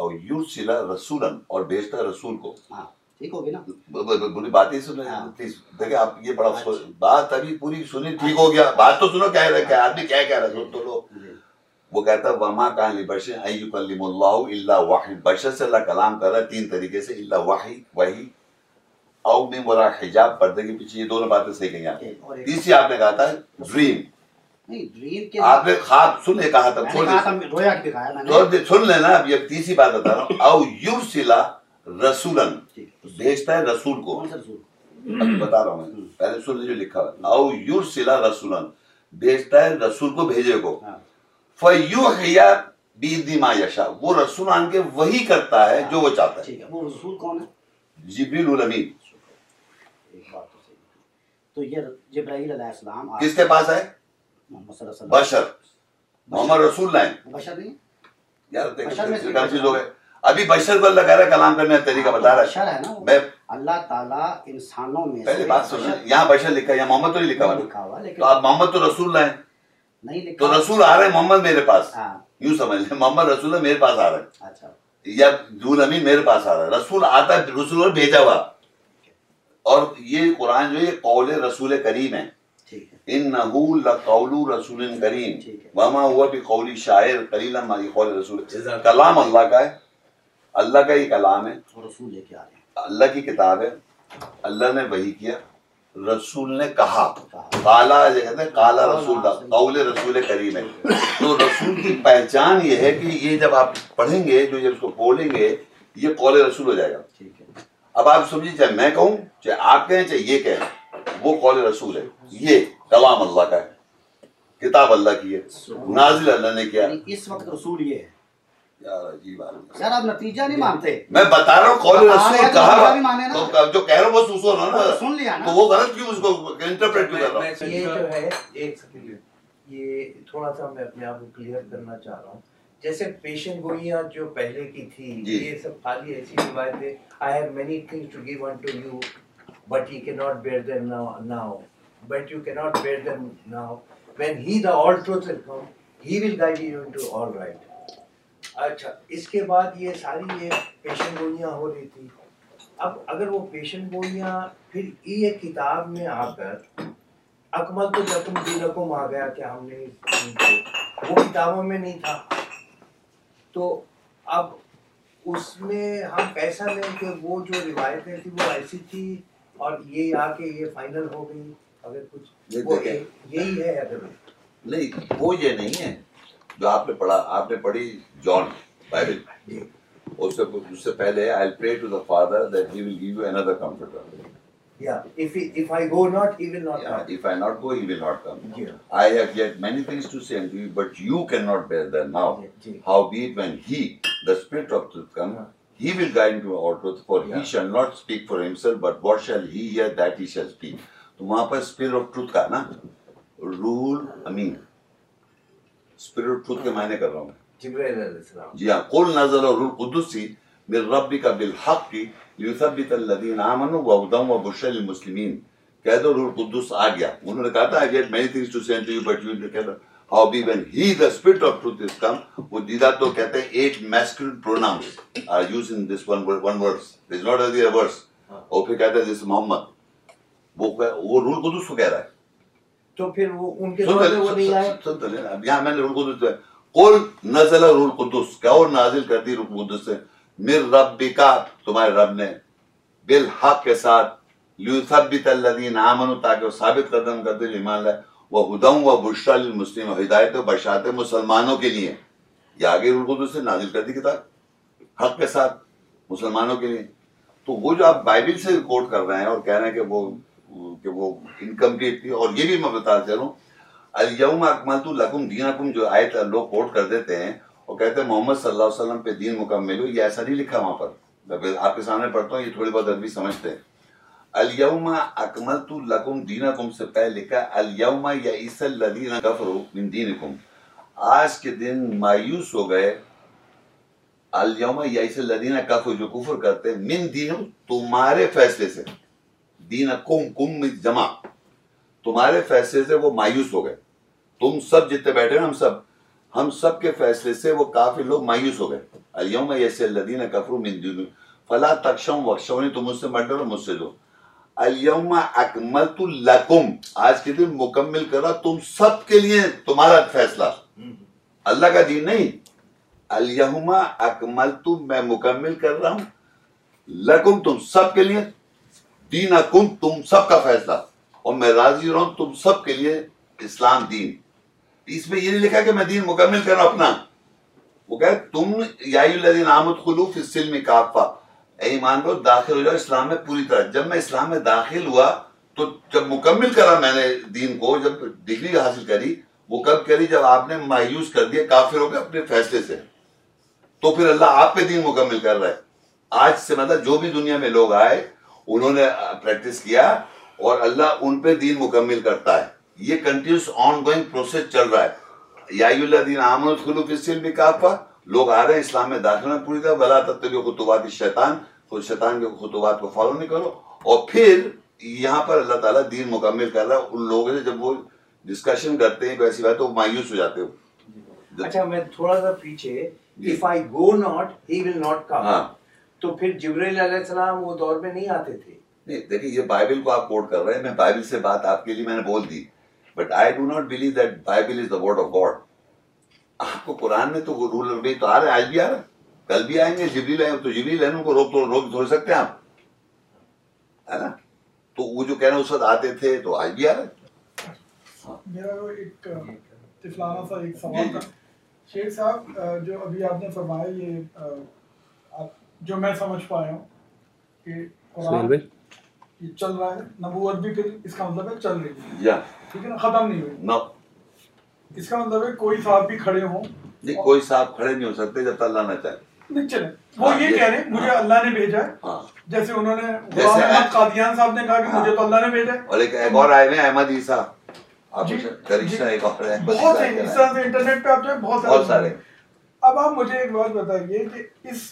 Speaker 1: او یرسل رسولا اور بھیجتا ہے رسول کو
Speaker 3: دو۔ ہاں ٹھیک ہوگی نا
Speaker 1: ب- ب- ب- پوری بات ہی سن
Speaker 3: ہاں۔ اچھا۔
Speaker 1: دیکھیں آپ یہ بڑا افسوس بات ابھی پوری سنی ٹھیک ہو گیا بات تو سنو کیا ہے کیا آدمی کیا کہہ رہا ہے سن تو لو
Speaker 3: جی
Speaker 1: وہ کہتا ہے وما کان لبشر ان یکلم اللہ الا واحد بشر سے اللہ کلام کر رہا ہے تین طریقے سے الا وحی وحی او من وراء حجاب پردے کے پیچھے یہ دونوں باتیں صحیح کہیں آپ نے۔
Speaker 3: ایک جی، اور ایک
Speaker 1: تیسری آپ نے کہا تھا ڈریم
Speaker 3: نہیں ڈریم کے
Speaker 1: آپ نے خواب سن لے کہا تھا
Speaker 3: میں نے
Speaker 1: چھوڑ
Speaker 3: کہا تھا
Speaker 1: دیجیے۔
Speaker 3: رویا کے دکھایا اچھا، میں نے
Speaker 1: چھوڑ دیجیے، سن لینا اب یہ تیسری بات بتا رہا ہوں او یرسلا رسولن
Speaker 3: ٹھیک ہے۔
Speaker 1: بھیجتا ہے رسول کو
Speaker 3: کون سا رسول
Speaker 1: ابھی بتا رہا ہوں میں پہلے سن لیجیے جو لکھا ہوا ہے۔ او یرسلا رسولن بھیجتا ہے رسول کو بھیجے کو
Speaker 3: ہاں
Speaker 1: فیوحیا بیدی ما یشا وہ رسول آن کے وہی کرتا ہے جو وہ چاہتا ہے
Speaker 3: ٹھیک ہے وہ رسول کون ہے
Speaker 1: جبریل الامین
Speaker 3: ہاں۔ شکر ایک بات تو صحیح تو یہ جبرائیل علیہ السلام آپ
Speaker 1: کس کے پاس ہے
Speaker 3: ہاں۔ محمد صلی اللہ علیہ وسلم
Speaker 1: بشر محمد رسول لائن
Speaker 3: بشر نہیں
Speaker 1: یار
Speaker 3: بشر میں سے-
Speaker 1: دیکھیں چیز ہو گئے ابھی بشر پر لگا رہا ہے، کلام کرنے کا طریقہ بتا رہا ہے
Speaker 3: بشر ہے نا وہ۔
Speaker 1: میں
Speaker 3: اللہ تعالیٰ انسانوں میں
Speaker 1: پہلے
Speaker 3: سے
Speaker 1: بات سننا
Speaker 3: بشر
Speaker 1: یہاں بشر لکھا ہے یہاں محمد تو نہیں لکھا ہوا
Speaker 3: نہیں
Speaker 1: نا۔
Speaker 3: لکھا ہوا لیکن
Speaker 1: تو آپ محمد تو رسول لائیں
Speaker 3: نہیں لکھا
Speaker 1: تو رسول آ رہے ہیں محمد میرے پاس
Speaker 3: ہاں
Speaker 1: یوں سمجھ لیں محمد رسول ہے میرے پاس آ رہا ہے
Speaker 3: اچھا
Speaker 1: یا دول امین میرے پاس آ رہا ہے رسول آتا ہے رسول اور بھیجا ہوا اور یہ قرآن جو ہے یہ قول رسول کریم ہے
Speaker 3: ٹھیک ہے
Speaker 1: انه لقول رسول کریم
Speaker 3: ٹھیک ہے۔
Speaker 1: وما هو بقول شاعر قليلا ما یہ قول رسول
Speaker 2: جزاک اللہ۔
Speaker 1: کلام اللہ کا ہے اللہ کا یہ کلام ہے
Speaker 3: اور رسول لے کے آ رہے ہیں
Speaker 1: اللہ کی کتاب ہے اللہ نے وہی کیا رسول نے کہا
Speaker 3: کہا۔
Speaker 1: کالا یہ کہتے ہیں کالا رسول اللہ قول رسول کریم ہے تو رسول کی پہچان یہ ہے کہ یہ جب آپ پڑھیں گے جو جب اس کو بولیں گے یہ قول رسول ہو جائے گا
Speaker 3: ٹھیک ہے
Speaker 1: اب آپ سمجھیے چاہے میں کہوں چاہے آپ کہیں چاہے یہ کہیں وہ قول رسول ہے یہ کلام اللہ کا ہے کتاب اللہ کی ہے نازل اللہ نے کیا ہے۔
Speaker 3: یعنی اس وقت رسول یہ ہے
Speaker 1: یار عجیب آدمی ہے۔
Speaker 3: سر آپ نتیجہ نہیں مانتے
Speaker 1: میں بتا رہا ہوں قول
Speaker 3: بتا
Speaker 1: رسول
Speaker 3: رہے ہیں تو
Speaker 1: کہا
Speaker 3: دوبارہ بھی مانے نا۔
Speaker 1: تو جو کہہ رہا ہوں وہ سوسو نا
Speaker 3: وہ سن لیا نا
Speaker 1: تو وہ غلط کیوں اس کو انٹرپریٹ کیوں کر رہا ہوں
Speaker 2: یہ جو ہے ایک سیکنڈ یہ تھوڑا سا میں اپنے آپ کو کلیئر کرنا چاہ رہا ہوں جیسے پیشن گوئیاں جو پہلے کی تھی
Speaker 1: جی۔
Speaker 2: یہ سب خالی ایسی روایتیں I have many things to give in to you but you can not bear them now but you can not bear them now when he the all truth will come he will guide you to all right اچھا اس کے بعد یہ ساری یہ پیشن گوئیاں ہو رہی تھی اب اگر وہ پیشن گوئیاں پھر یہ کتاب میں آ کر اکمل تو لکم بھی لکم آ گیا کہ ہم نے ان کو- وہ کتابوں میں نہیں تھا تو اب اس میں ہم ایسا لیں کہ وہ جو روایتیں تھی وہ ایسی تھی اور یہ آ کے یہ فائنل ہو گئی اگر کچھ
Speaker 1: یہ
Speaker 2: وہ
Speaker 1: دیکھیں۔
Speaker 2: ایک- یہی ہے اگر
Speaker 1: نہیں وہ یہ نہیں ہے جو آپ نے پڑھا آپ نے پڑھی جان بائبل
Speaker 2: جی
Speaker 1: اس سے اس سے پہلے I pray to the father that he will give you another comforter
Speaker 2: یا if he- if I go not, he will not
Speaker 1: Yeah,
Speaker 2: come.
Speaker 1: if I not go, he will not come.
Speaker 2: Yeah.
Speaker 1: I have yet many things to say unto you, but you cannot bear them now.
Speaker 2: Yeah, yeah.
Speaker 1: Howbeit, when he, the Spirit of truth,
Speaker 2: Yeah.
Speaker 1: come, he will guide into all truth, for
Speaker 2: Yeah.
Speaker 1: he shall not speak for himself, but what shall he hear, that he shall speak. تو وہاں پر اسپرٹ آف ٹروتھ کا ہے نا رول امین اسپرٹ آف ٹروتھ کے معنی کر رہا ہوں میں
Speaker 2: جبرائیل علیہ السلام
Speaker 1: جی ہاں قل نزل روح القدس من ربك بالحق ليثبت الذين آمنوا وهدى وبشرى للمسلمين کہہ دو روح القدس آ گیا انہوں نے کہا تھا I get many things to say unto you but you didn't tell them. How be when he the spirit of truth is come وہ دیدہ تو کہتے ہیں eight masculine pronouns are used in this one word one verse there's not a other verse اور پھر کہتا ہے جیسے محمد وہ کہہ- وہ روح القدس کو کہہ رہا ہے
Speaker 2: تو پھر وہ ان کے
Speaker 1: سن
Speaker 2: دور
Speaker 1: تو
Speaker 2: میں
Speaker 1: لے-
Speaker 2: وہ نہیں آئے
Speaker 1: سن- سن تو لے، اب یہاں میں نے روح القدس ہے۔ قل نزل روح القدس کیا اور نازل کر دی روح القدس سے مر ربکا تمہارے رب نے بالحق کے ساتھ لیثبت الذین آمنوا تاکہ وہ ثابت قدم کرتے جو ایمان لائے وہ ہدم و بشرا للمسلم ہدایت و بشارت مسلمانوں کے لیے یہ آگے روح القدس سے نازل کر دی کتاب حق کے ساتھ مسلمانوں کے لیے تو وہ جو آپ بائبل سے کوٹ کر رہے ہیں اور کہہ رہے ہیں کہ وہ کہ وہ انکمپلیٹ تھی اور یہ بھی میں بتا چل رہا ہوں الیوم اکملت لکم دینکم جو آیت لوگ کوٹ کر دیتے ہیں اور کہتے ہیں محمد صلی اللہ علیہ وسلم پہ دین مکمل ہو یہ ایسا نہیں لکھا وہاں پر میں آپ کے سامنے پڑھتا ہوں یہ تھوڑی بہت عربی سمجھتے ہیں الیوم اکملت لکم دینکم سے پہلے لکھا الیوم یئس الذین کفروا من دینکم آج کے دن مایوس ہو گئے الیوم یئس الذین کفروا جو کفر کرتے ہیں من دینکم تمہارے فیصلے سے دینکم کم جمع تمہارے فیصلے سے وہ مایوس ہو گئے تم سب جتنے بیٹھے ہیں ہم سب ہم سب کے فیصلے سے وہ کافی لوگ مایوس ہو گئے الیوم یس الذین کفروا من دین فلا تخشم وخشونی تم مجھ سے مت ڈرو مجھ سے جو الیوم اکملت لکم آج کے دن مکمل کرا تم سب کے لیے تمہارا فیصلہ اللہ کا دین نہیں الیوم اکملت میں مکمل کر رہا ہوں لکم تم سب کے لیے دینکم تم سب کا فیصلہ اور میں راضی ہو رہا ہوں تم سب کے لیے اسلام دین اس میں یہ نہیں لکھا کہ میں دین مکمل کر رہا ہوں اپنا وہ کہ تم یا الذین آمد خلوف السلم کافہ اے ایمان کو داخل ہو جاؤ اسلام میں پوری طرح جب میں اسلام میں داخل ہوا تو جب مکمل کرا میں نے دین کو جب ڈگری حاصل کری وہ کب کری جب آپ نے مایوس کر دیا کافر ہو کے اپنے فیصلے سے تو پھر اللہ آپ پہ دین مکمل کر رہا ہے آج سے مطلب جو بھی دنیا میں لوگ آئے انہوں نے پریکٹس کیا اور اللہ ان پہ دین مکمل کرتا ہے یہ کنٹینیوس آن گوئنگ پروسیس چل رہا ہے یا ایھا الذین آمنوا ادخلوا فی السلم کافہ لوگ آ رہے ہیں اسلام میں داخل ہونا پوری طرح بلا تتبعوا خطوات الشیطان خود شیطان کے خطوات کو فالو نہیں کرو اور پھر یہاں پر اللہ تعالیٰ دین مکمل کر رہا ہے ان لوگوں سے جب وہ ڈسکشن کرتے ہیں کوئی ایسی بات تو وہ مایوس ہو جاتے ہیں
Speaker 2: اچھا میں تھوڑا سا پیچھے
Speaker 1: جی۔
Speaker 2: If I go not he will not
Speaker 1: ہاں
Speaker 2: کم تو پھر جبریل علیہ السلام وہ دور میں نہیں آتے تھے
Speaker 1: نہیں دیکھیے یہ بائبل کو آپ کوٹ کر رہے ہیں میں بائبل سے بات آپ کے لیے میں نے بول دی but I do not believe that Bible is the word of God آپ کو قرآن میں تو وہ رول اور بھی تو آ رہے ہیں آج بھی آ رہے ہیں کل بھی آئیں گے جبریل آئیں گے تو جبریل ہیں ان کو روک تو روک تھوڑی سکتے ہیں آپ ہے نا تو وہ جو کہہ رہے ہیں اس وقت آتے تھے تو آج بھی آ رہے ہیں
Speaker 5: میرا وہ ایک اہ، طفلانہ سا ایک سوال تھا شیخ صاحب اہ، جو ابھی آپ نے فرمایا یہ اہ، آپ- جو میں سمجھ پایا ہوں کہ
Speaker 6: سنیل
Speaker 5: قرآن
Speaker 6: بھائی
Speaker 5: یہ چل رہا ہے نبوت بھی پھر اس کا مطلب ہے چل رہی ہے
Speaker 1: یا
Speaker 5: ٹھیک ہے نا ختم نہیں ہوئی
Speaker 1: نو
Speaker 5: اس کا مطلب ہے کوئی صاحب بھی کھڑے ہوں
Speaker 1: نہیں کوئی صاحب کھڑے نہیں ہو سکتے جب تک اللہ نہ چاہے
Speaker 5: نہیں چلے وہ
Speaker 1: ہاں، یہ-
Speaker 5: یہ کہہ رہے ہیں مجھے اللہ نے بھیجا ہے
Speaker 1: ہاں
Speaker 5: جیسے انہوں نے
Speaker 1: جیسے
Speaker 5: غلام
Speaker 1: ہے-
Speaker 5: احمد قادیان صاحب نے کہا کہ
Speaker 1: ہاں۔
Speaker 5: مجھے تو اللہ نے بھیجا ہے
Speaker 1: اور ایک ایک اور آئے ہوئے ہیں احمد عیسیٰ آپ
Speaker 5: جی،
Speaker 1: کرشتہ
Speaker 5: جی۔
Speaker 1: ایک اور ہے احمد
Speaker 5: بہت
Speaker 1: عیسیٰ
Speaker 5: ہے
Speaker 1: ایک
Speaker 5: اس
Speaker 1: اور ہے۔
Speaker 5: طرح سے انٹرنیٹ پہ آپ جو ہے بہت
Speaker 1: بہت سارے
Speaker 5: اب آپ مجھے ایک بات بتائیے کہ اس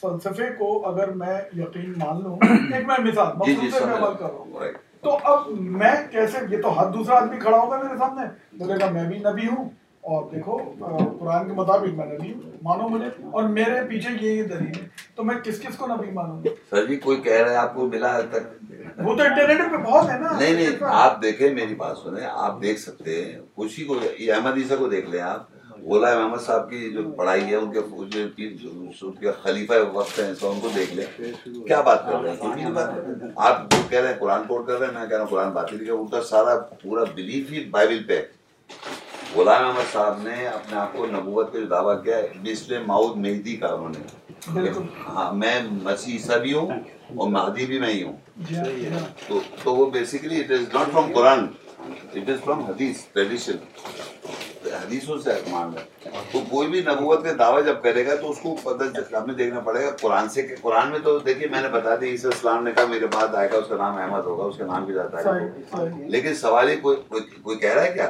Speaker 5: فلسفے کو اگر میں یقین مان لوں ایک میں مثال
Speaker 1: جی
Speaker 5: مقصود
Speaker 1: جی
Speaker 5: سے میں عمل کر رہا ہوں
Speaker 1: سمجھ Right.
Speaker 5: تو اب میں کیسے یہ تو ہر دوسرا آدمی کھڑا ہوگا میرے سامنے بولے گا میں بھی نبی ہوں اور دیکھو آ، قرآن کے مطابق میں نبی ہوں مانو مجھے اور میرے پیچھے یہ یہ دلیل ہے تو میں کس کس کو نبی مانوں گا
Speaker 1: سر جی کوئی کہہ رہا ہے آپ کو ملا ہے تک
Speaker 5: وہ تو انٹرنیٹ پہ بہت ہے نا
Speaker 1: نہیں نہیں آپ دیکھیں میری بات سنیں آپ دیکھ سکتے ہیں کسی کو یہ احمد عیسیٰ کو دیکھ لیں آپ غلام احمد صاحب کی جو پڑھائی ہے ان کے وہ جو تین سو- کے خلیفہ وقت ہیں تو ان کو دیکھ لیں کیا بات کر رہے ہیں یہ میری بات کر رہے ہیں۔ آپ جو کہہ رہے ہیں قرآن کوٹ کر رہے ہیں میں کہہ رہا ہوں قرآن بات ہی نہیں کر رہا ہوں۔ ان کا سارا پورا بلیف ہی بائبل پہ ہے۔ غلام احمد صاحب نے اپنے آپ کو نبوت کا جو دعویٰ کیا ہے مسل ماؤد مہدی کا انہوں نے
Speaker 5: بالکل۔
Speaker 1: ہاں میں مسیح عیسیٰ بھی ہوں اور مہدی بھی میں ہی ہوں
Speaker 5: جی ہاں، جی ہاں۔
Speaker 1: تو تو وہ basically it is not from قرآن اٹ از فرام حدیث ٹریڈیشن حدیثوں سے مان ہے تو کوئی بھی نبوت کا دعویٰ جب کرے گا تو اس کو پتہ ہمیں دیکھنا پڑے گا قرآن سے کہ قرآن میں تو دیکھیے میں نے بتا دیا عیسی اسلام نے کہا میرے بعد آئے گا اس کا نام احمد ہوگا اس کا نام بھی جاتا
Speaker 5: صحیح،
Speaker 1: ہے
Speaker 5: صحیح۔
Speaker 1: لیکن سوال یہ کوئی کوئی- کوئی کہہ رہا ہے کیا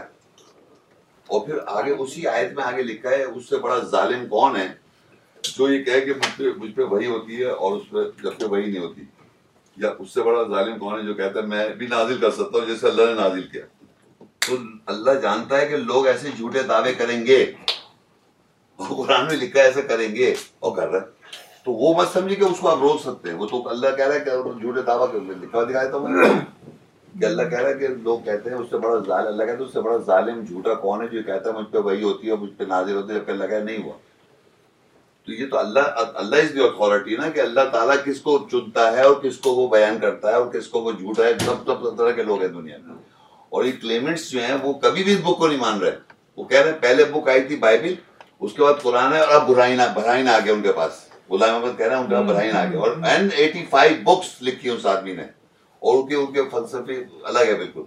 Speaker 1: اور پھر آگے اسی آیت میں آگے لکھا ہے اس سے بڑا ظالم کون ہے جو یہ کہے کہ مجھ پہ مجھ پہ وہی ہوتی ہے اور اس پہ جب پہ وہی نہیں ہوتی یا اس سے بڑا ظالم کون ہے جو کہتا ہے میں بھی نازل کر سکتا ہوں جیسے اللہ نے نازل کیا تو اللہ جانتا ہے کہ لوگ ایسے جھوٹے دعوے کریں گے اور قرآن میں لکھا ہے ایسا کریں گے اور کر رہے ہیں۔ تو وہ مت سمجھے کہ اس کو آپ روک سکتے ہیں وہ تو اللہ کہہ رہا ہے کہ اور جھوٹے دعویٰ کر لکھا ہوا دکھایا تھا میں نے کہ اللہ کہہ رہا ہے کہ لوگ کہتے ہیں اس سے بڑا ظالم اللہ کہتا ہے اس سے بڑا ظالم جھوٹا کون ہے جو کہتا ہے مجھ پہ وہی ہوتی ہے مجھ پہ نازل ہوتی ہے جب کہ اللہ کہہ نہیں ہوا تو یہ تو اللہ اللہ از دی اتھارٹی نا کہ اللہ تعالیٰ کس کو چنتا ہے اور کس کو وہ بیان کرتا ہے اور کس کو وہ جھوٹا ہے سب سب طرح کے لوگ ہیں دنیا میں اور یہ کلیمنٹس جو ہیں وہ کبھی بھی اس بک کو نہیں مان رہے وہ کہہ رہے ہیں پہلے بک آئی تھی بائبل اس کے بعد قرآن ہے اور اب برہین برہین آ گیا ان کے پاس غلام احمد کہہ رہے ہیں ان کے پاس برہین آ گیا اور این ایٹی فائیو بکس لکھی ہیں اس آدمی نے اور ان کے ان کے فلسفے الگ ہے بالکل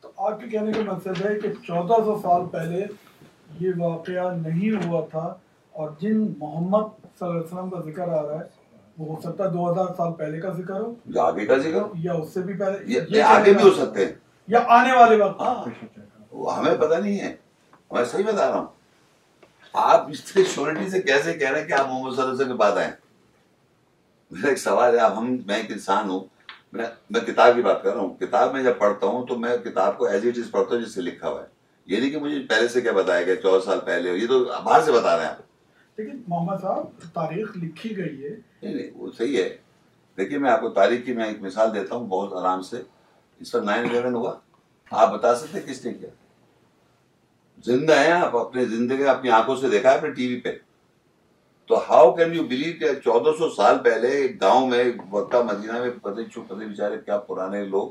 Speaker 5: تو آپ کے کہنے کا مقصد ہے کہ چودہ سو سال پہلے یہ واقعہ نہیں ہوا تھا اور جن محمد صلی اللہ علیہ وسلم کا ذکر آ رہا ہے وہ ہو سکتا ہے دو ہزار سال پہلے کا ذکر ہو
Speaker 1: جو آگے کا ذکر
Speaker 5: یا اس سے بھی پہلے
Speaker 1: یہ-
Speaker 5: یہ
Speaker 1: یہ آگے بھی ہو
Speaker 5: کہنا-
Speaker 1: سکتے ہیں ہاں۔
Speaker 5: یا آنے والے وقت ہاں،
Speaker 1: وہ ہمیں پتہ نہیں ہے میں صحیح بتا رہا ہوں آپ اس کی شورٹی سے کیسے کہہ رہے ہیں کہ آپ محمد صلی اللہ علیہ وسلم کے بعد آئے میرا ایک سوال ہے آپ ہم میں ایک انسان ہوں میں میں کتاب کی بات کر رہا ہوں کتاب میں جب پڑھتا ہوں تو میں کتاب کو ایز اٹ از پڑھتا ہوں جس سے لکھا ہوا ہے یہ نہیں کہ مجھے پہلے سے کیا بتایا گیا چودہ سال پہلے یہ تو باہر سے بتا رہے ہیں آپ
Speaker 5: لیکن محمد صاحب تاریخ لکھی گئی ہے
Speaker 1: نہیں نہیں وہ صحیح ہے دیکھیے میں آپ کو تاریخ کی میں ایک مثال دیتا ہوں بہت آرام سے اس پر نائن الیون ہوا آپ بتا سکتے ہیں کس نے کیا زندہ ہیں آپ اپنے زندگی اپنی آنکھوں سے دیکھا ہے اپنے ٹی وی پہ تو ہاؤ کین یو بلیو کہ چودہ سو سال پہلے ایک گاؤں میں ایک مکہ مدینہ میں پتہ نہیں چھو پتہ بیچارے کیا پرانے لوگ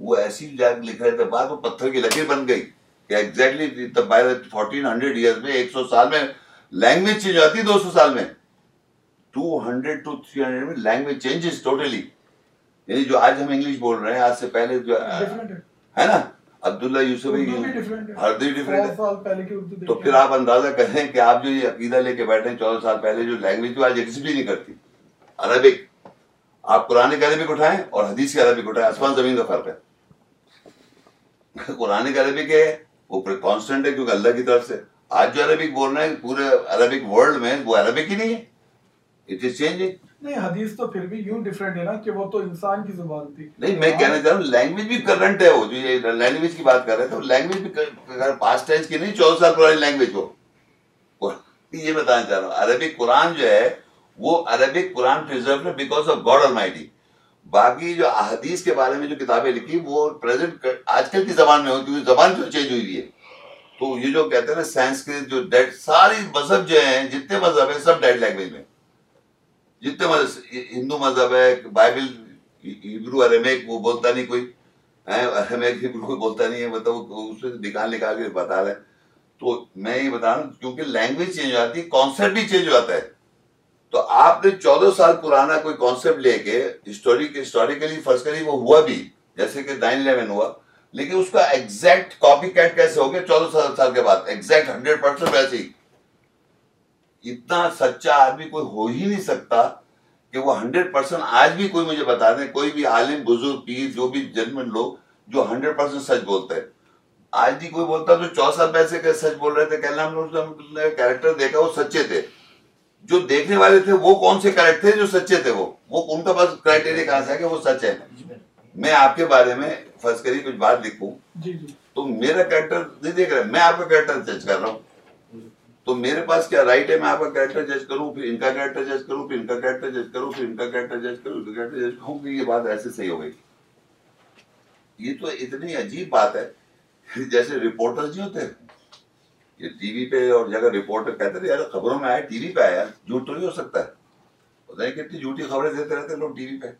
Speaker 1: وہ ایسی جاگ لکھ رہے تھے بات وہ پتھر کی لکیر بن گئی کہ ایگزیکٹلی فورٹین ہنڈریڈ ایئرس میں ایک سو سال میں لینگویج چینج آتی ہے دو سو سال میں two hundred two three hundred میں لینگویج چینجز ٹوٹلی یعنی جو آج ہم انگلش بول رہے ہیں آج سے پہلے جو
Speaker 5: ڈفرینٹ ہے
Speaker 1: ہے نا عبداللہ یوسف
Speaker 5: اردو بھی ڈفرینٹ ہے
Speaker 1: ہردی ڈفرینٹ
Speaker 5: سو سال پہلے کی اردو
Speaker 1: تو
Speaker 5: دیکھیں۔
Speaker 1: پھر آپ اندازہ کریں کہ آپ جو یہ عقیدہ لے کے بیٹھے ہیں چودہ سال پہلے جو لینگویج جو آج ایکسٹ بھی نہیں کرتی عربک آپ قرآن کا عربک اٹھائیں اور حدیث کا عربک اٹھائیں آسمان زمین کا فرق ہے قرآن کا عربک ہے وہ کانسٹنٹ ہے کیونکہ اللہ کی طرف سے آج جو عربک بول رہے ہیں پورے عربک ورلڈ میں وہ عربک ہی نہیں ہے اٹ از چینجنگ
Speaker 5: نہیں حدیث تو پھر بھی یوں ڈیفرنٹ ہے نا کہ وہ تو انسان کی زبان تھی
Speaker 1: نہیں میں کہنا چاہ رہا ہوں لینگویج بھی کرنٹ ہے وہ جو یہ لینگویج کی بات کر رہے تھے لینگویج بھی پاسٹ ٹینس کی نہیں چودہ سال پرانی لینگویج ہو یہ بتانا چاہ رہا ہوں عربک قرآن جو ہے وہ عربک قرآن پرزرو ہے بیکاز آف گاڈ المائٹی باقی جو احادیث کے بارے میں جو کتابیں لکھی وہ پریزنٹ آج کل کی زبان میں ہو کیونکہ زبان جو چینج ہوئی ہوئی ہے تو یہ جو کہتے ہیں نا سانسکرت جو ڈیڈ ساری مذہب جو ہیں جتنے مذہب ہیں سب ڈیڈ لینگویج میں جتنے مذہب ہندو مذہب ہے بائبل ہبرو اریمیک وہ بولتا نہیں کوئی اریمیک ہبرو کوئی بولتا نہیں ہے مطلب وہ اس سے نکال نکال کے بتا رہا ہے تو میں یہ بتا رہا ہوں کیونکہ لینگویج چینج ہو جاتی ہے کانسیپٹ بھی چینج ہو جاتا ہے تو آپ نے چودہ سال پرانا کوئی کانسیپٹ لے کے ہسٹورک ہسٹوریکلی فرض کری وہ ہوا بھی جیسے کہ نائن الیون ہوا لیکن اس کا ایگزیکٹ کاپی کیٹ کیسے ہو گیا چودہ سال سال کے بعد ایگزیکٹ ہنڈریڈ پرسینٹ ویسے ہی اتنا سچا آدمی کوئی ہو ہی نہیں سکتا کہ وہ ہنڈریڈ پرسینٹ آج بھی کوئی مجھے بتا دیں کوئی بھی عالم بزرگ پیر جو بھی جنمن لوگ جو ہنڈریڈ پرسینٹ سچ بولتے ہیں آج بھی کوئی بولتا ہے جو چوسا پیسے کے سچ بول رہے تھے کہنا ہم نے اس نے کیریکٹر دیکھا وہ سچے تھے جو دیکھنے والے تھے وہ کون سے کریکٹر تھے جو سچے تھے وہ وہ ان کا بس کرائٹیریا کہاں سے ہے کہ وہ سچ ہے میں آپ کے بارے میں فرض کری کچھ بات لکھوں
Speaker 5: جی جی
Speaker 1: تو میرا کریکٹر نہیں دیکھ رہا میں آپ کا کریکٹر جج کر رہا ہوں تو میرے پاس کیا رائٹ ہے میں آپ کا کریکٹر جج کروں پھر ان کا کریکٹر جج کروں پھر ان کا کریکٹر جج کروں پھر ان کا کریکٹر جج کروں ان کا کریکٹر جج کروں کہ یہ بات ایسے صحیح ہو گئی یہ تو اتنی عجیب بات ہے جیسے رپورٹر جی ہوتے ہیں یہ ٹی وی پہ اور جگہ رپورٹر کہتے تھے یار خبروں میں آیا ٹی وی پہ آیا جھوٹ تو نہیں ہو سکتا ہے پتہ نہیں کتنی جھوٹی خبریں دیتے رہتے ہیں لوگ ٹی وی پہ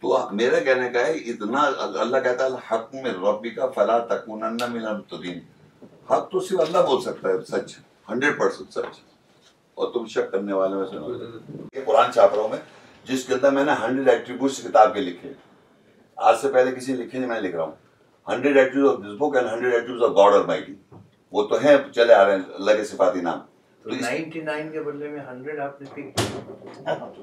Speaker 1: تو میرا کہنے کا ہے اتنا اللہ کہتا ہے حق میں ربی کا فلا تکونن من المتدین حق تو صرف اللہ بول سکتا ہے سچ ہنڈریڈ پرسینٹ سچ اور تم شک کرنے والے میں سنو یہ قرآن چھاپ رہا ہوں میں جس کے اندر میں نے ہنڈریڈ ایٹریبیوٹس کتاب کے لکھے آج سے پہلے کسی نے لکھے نہیں میں لکھ رہا ہوں hundred attribute of this book and hundred attribute of God اور وہ تو ہیں چلے آ رہے ہیں اللہ کے صفاتی نام تو اس-
Speaker 2: نائنٹی نائن کے بدلے میں ہنڈریڈ آپ نے پک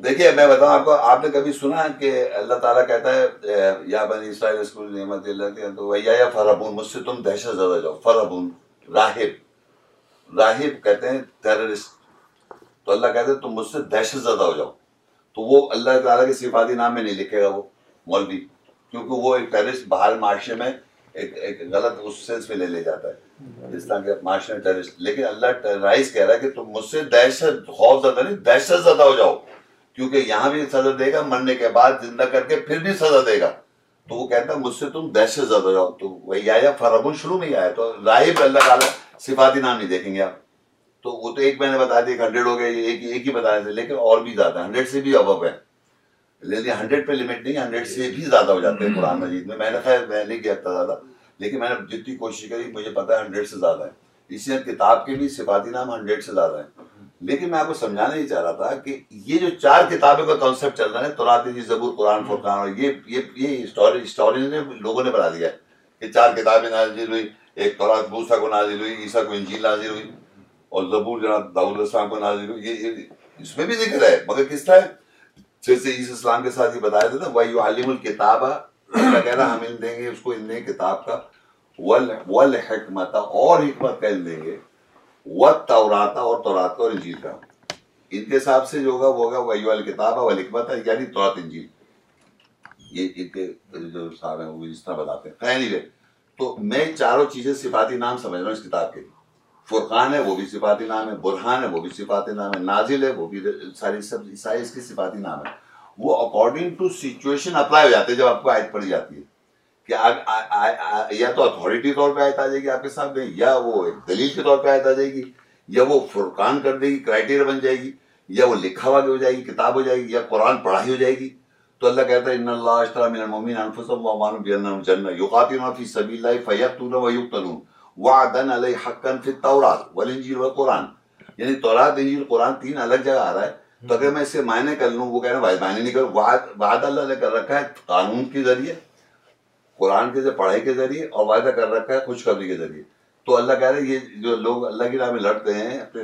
Speaker 1: دیکھیے میں بتاؤں آپ کو آپ نے کبھی سنا ہے کہ اللہ تعالیٰ کہتا ہے یا بنی اسرائیل اسکول نعمت اللہ کی تو ویا یا فرحبون مجھ سے تم دہشت زدہ جاؤ فرحبون راہب راہب کہتے ہیں ٹیررسٹ تو اللہ کہتے ہیں تم مجھ سے دہشت زدہ ہو جاؤ تو وہ اللہ تعالیٰ کے صفاتی نام میں نہیں لکھے گا وہ مولوی کیونکہ وہ ایک ٹیررسٹ باہر معاشرے میں ایک ایک غلط اس سینس میں لے لے جاتا ہے جس طرح کے معاشرے میں ٹیررسٹ لیکن اللہ رائز کہہ رہا ہے کہ تم مجھ سے دہشت خوف زدہ نہیں دہشت زدہ ہو جاؤ کیونکہ یہاں بھی سزا دے گا مرنے کے بعد زندہ کر کے پھر بھی سزا دے گا تو وہ کہتا ہے مجھ سے تم دہشت زدہ ہو جاؤ تو وہی آیا فربن شروع میں ہی آیا تو راہب اللہ تعالیٰ صفاتی نام نہیں دیکھیں گے آپ تو وہ تو ایک میں نے بتا دیا ایک ہنڈریڈ ہو گیا یہ ایک ایک ہی بتایا تھے لیکن اور بھی زیادہ ہنڈریڈ سے بھی ابب ہے لیکن ہنڈریڈ پہ لمٹ نہیں ہنڈریڈ سے بھی زیادہ ہو جاتے ہیں قرآن مجید میں میں نے خیر میں نہیں کیا تھا زیادہ لیکن میں نے جتنی کوشش کری مجھے پتا ہے ہنڈریڈ سے زیادہ ہے اس لیے کتاب کے بھی صفاتی نام ہنڈریڈ سے زیادہ ہیں لیکن میں آپ کو سمجھانا یہ چاہ رہا تھا کہ یہ جو چار کتابیں کا کانسیپٹ چل رہا ہے تورات انجیل زبور قرآن فرقان اور یہ یہ یہ ہسٹوری ہسٹورین نے لوگوں نے بنا دیا ہے کہ چار کتابیں نازل ہوئی ایک تورات موسیٰ کو نازل ہوئی عیسیٰ کو انجیل نازل ہوئی اور زبور جناب داؤد علیہ السلام کو نازل ہوئی یہ یہ- اس میں بھی ذکر ہے مگر کس طرح جیسے عیسی اسلام کے ساتھ یہ بتایا تھا نا وہی عالم الکتاب اللہ کہہ رہا ہم علم دیں گے اس کو علم دیں گے کتاب کا ول ول حکمت اور حکمت کا علم دیں گے و توراتا اور تورات کا اور انجیل کا ان کے حساب سے جو ہوگا وہ ہوگا وہی وال کتاب و حکمت یعنی تورات انجیل یہ ان کے جو صاحب ہیں وہ اس طرح بتاتے ہیں خیر anyway، تو میں چاروں چیزیں صفاتی نام سمجھ رہا ہوں اس کتاب کے فرقان ہے وہ بھی صفاتی نام ہے برہان ہے وہ بھی صفاتی نام ہے نازل ہے وہ بھی ساری سب ساری اس کی صفاتی نام ہے وہ اکارڈنگ ٹو سچویشن اپلائی ہو جاتے ہیں جب آپ کو آیت پڑی جاتی ہے کہ آ- آ- آ- آ- یا تو اتھارٹی طور پہ آیت آ جائے گی آپ کے سامنے یا وہ ایک دلیل کے طور پہ آیت آ جائے گی یا وہ فرقان کر دے گی کرائٹیریا بن جائے گی یا وہ لکھا ہوا بھی ہو جائے گی کتاب ہو جائے گی یا قرآن پڑھائی ہو جائے گی تو اللہ کہتا ہے ان اللہ اشترى من المؤمنین انفسهم واموالهم بان لهم جنہ یقاتلون فی سبیل اللہ فیقتلون ویقتلون وعدا علی حقا فی التوراۃ والانجیل والقرآن یعنی تورات انجیل قرآن تین الگ جگہ آ رہا ہے تو اگر میں اسے معنی کر لوں وہ کہہ رہے ہیں بھائی معنی نہیں کرو وعد وعدہ اللہ نے کر رکھا ہے قانون کے ذریعے قرآن کے ذریعے پڑھائی کے ذریعے اور وعدہ کر رکھا ہے خوشخبری کے ذریعے تو اللہ کہہ رہے ہیں یہ جو لوگ اللہ کی راہ میں لڑتے ہیں اپنے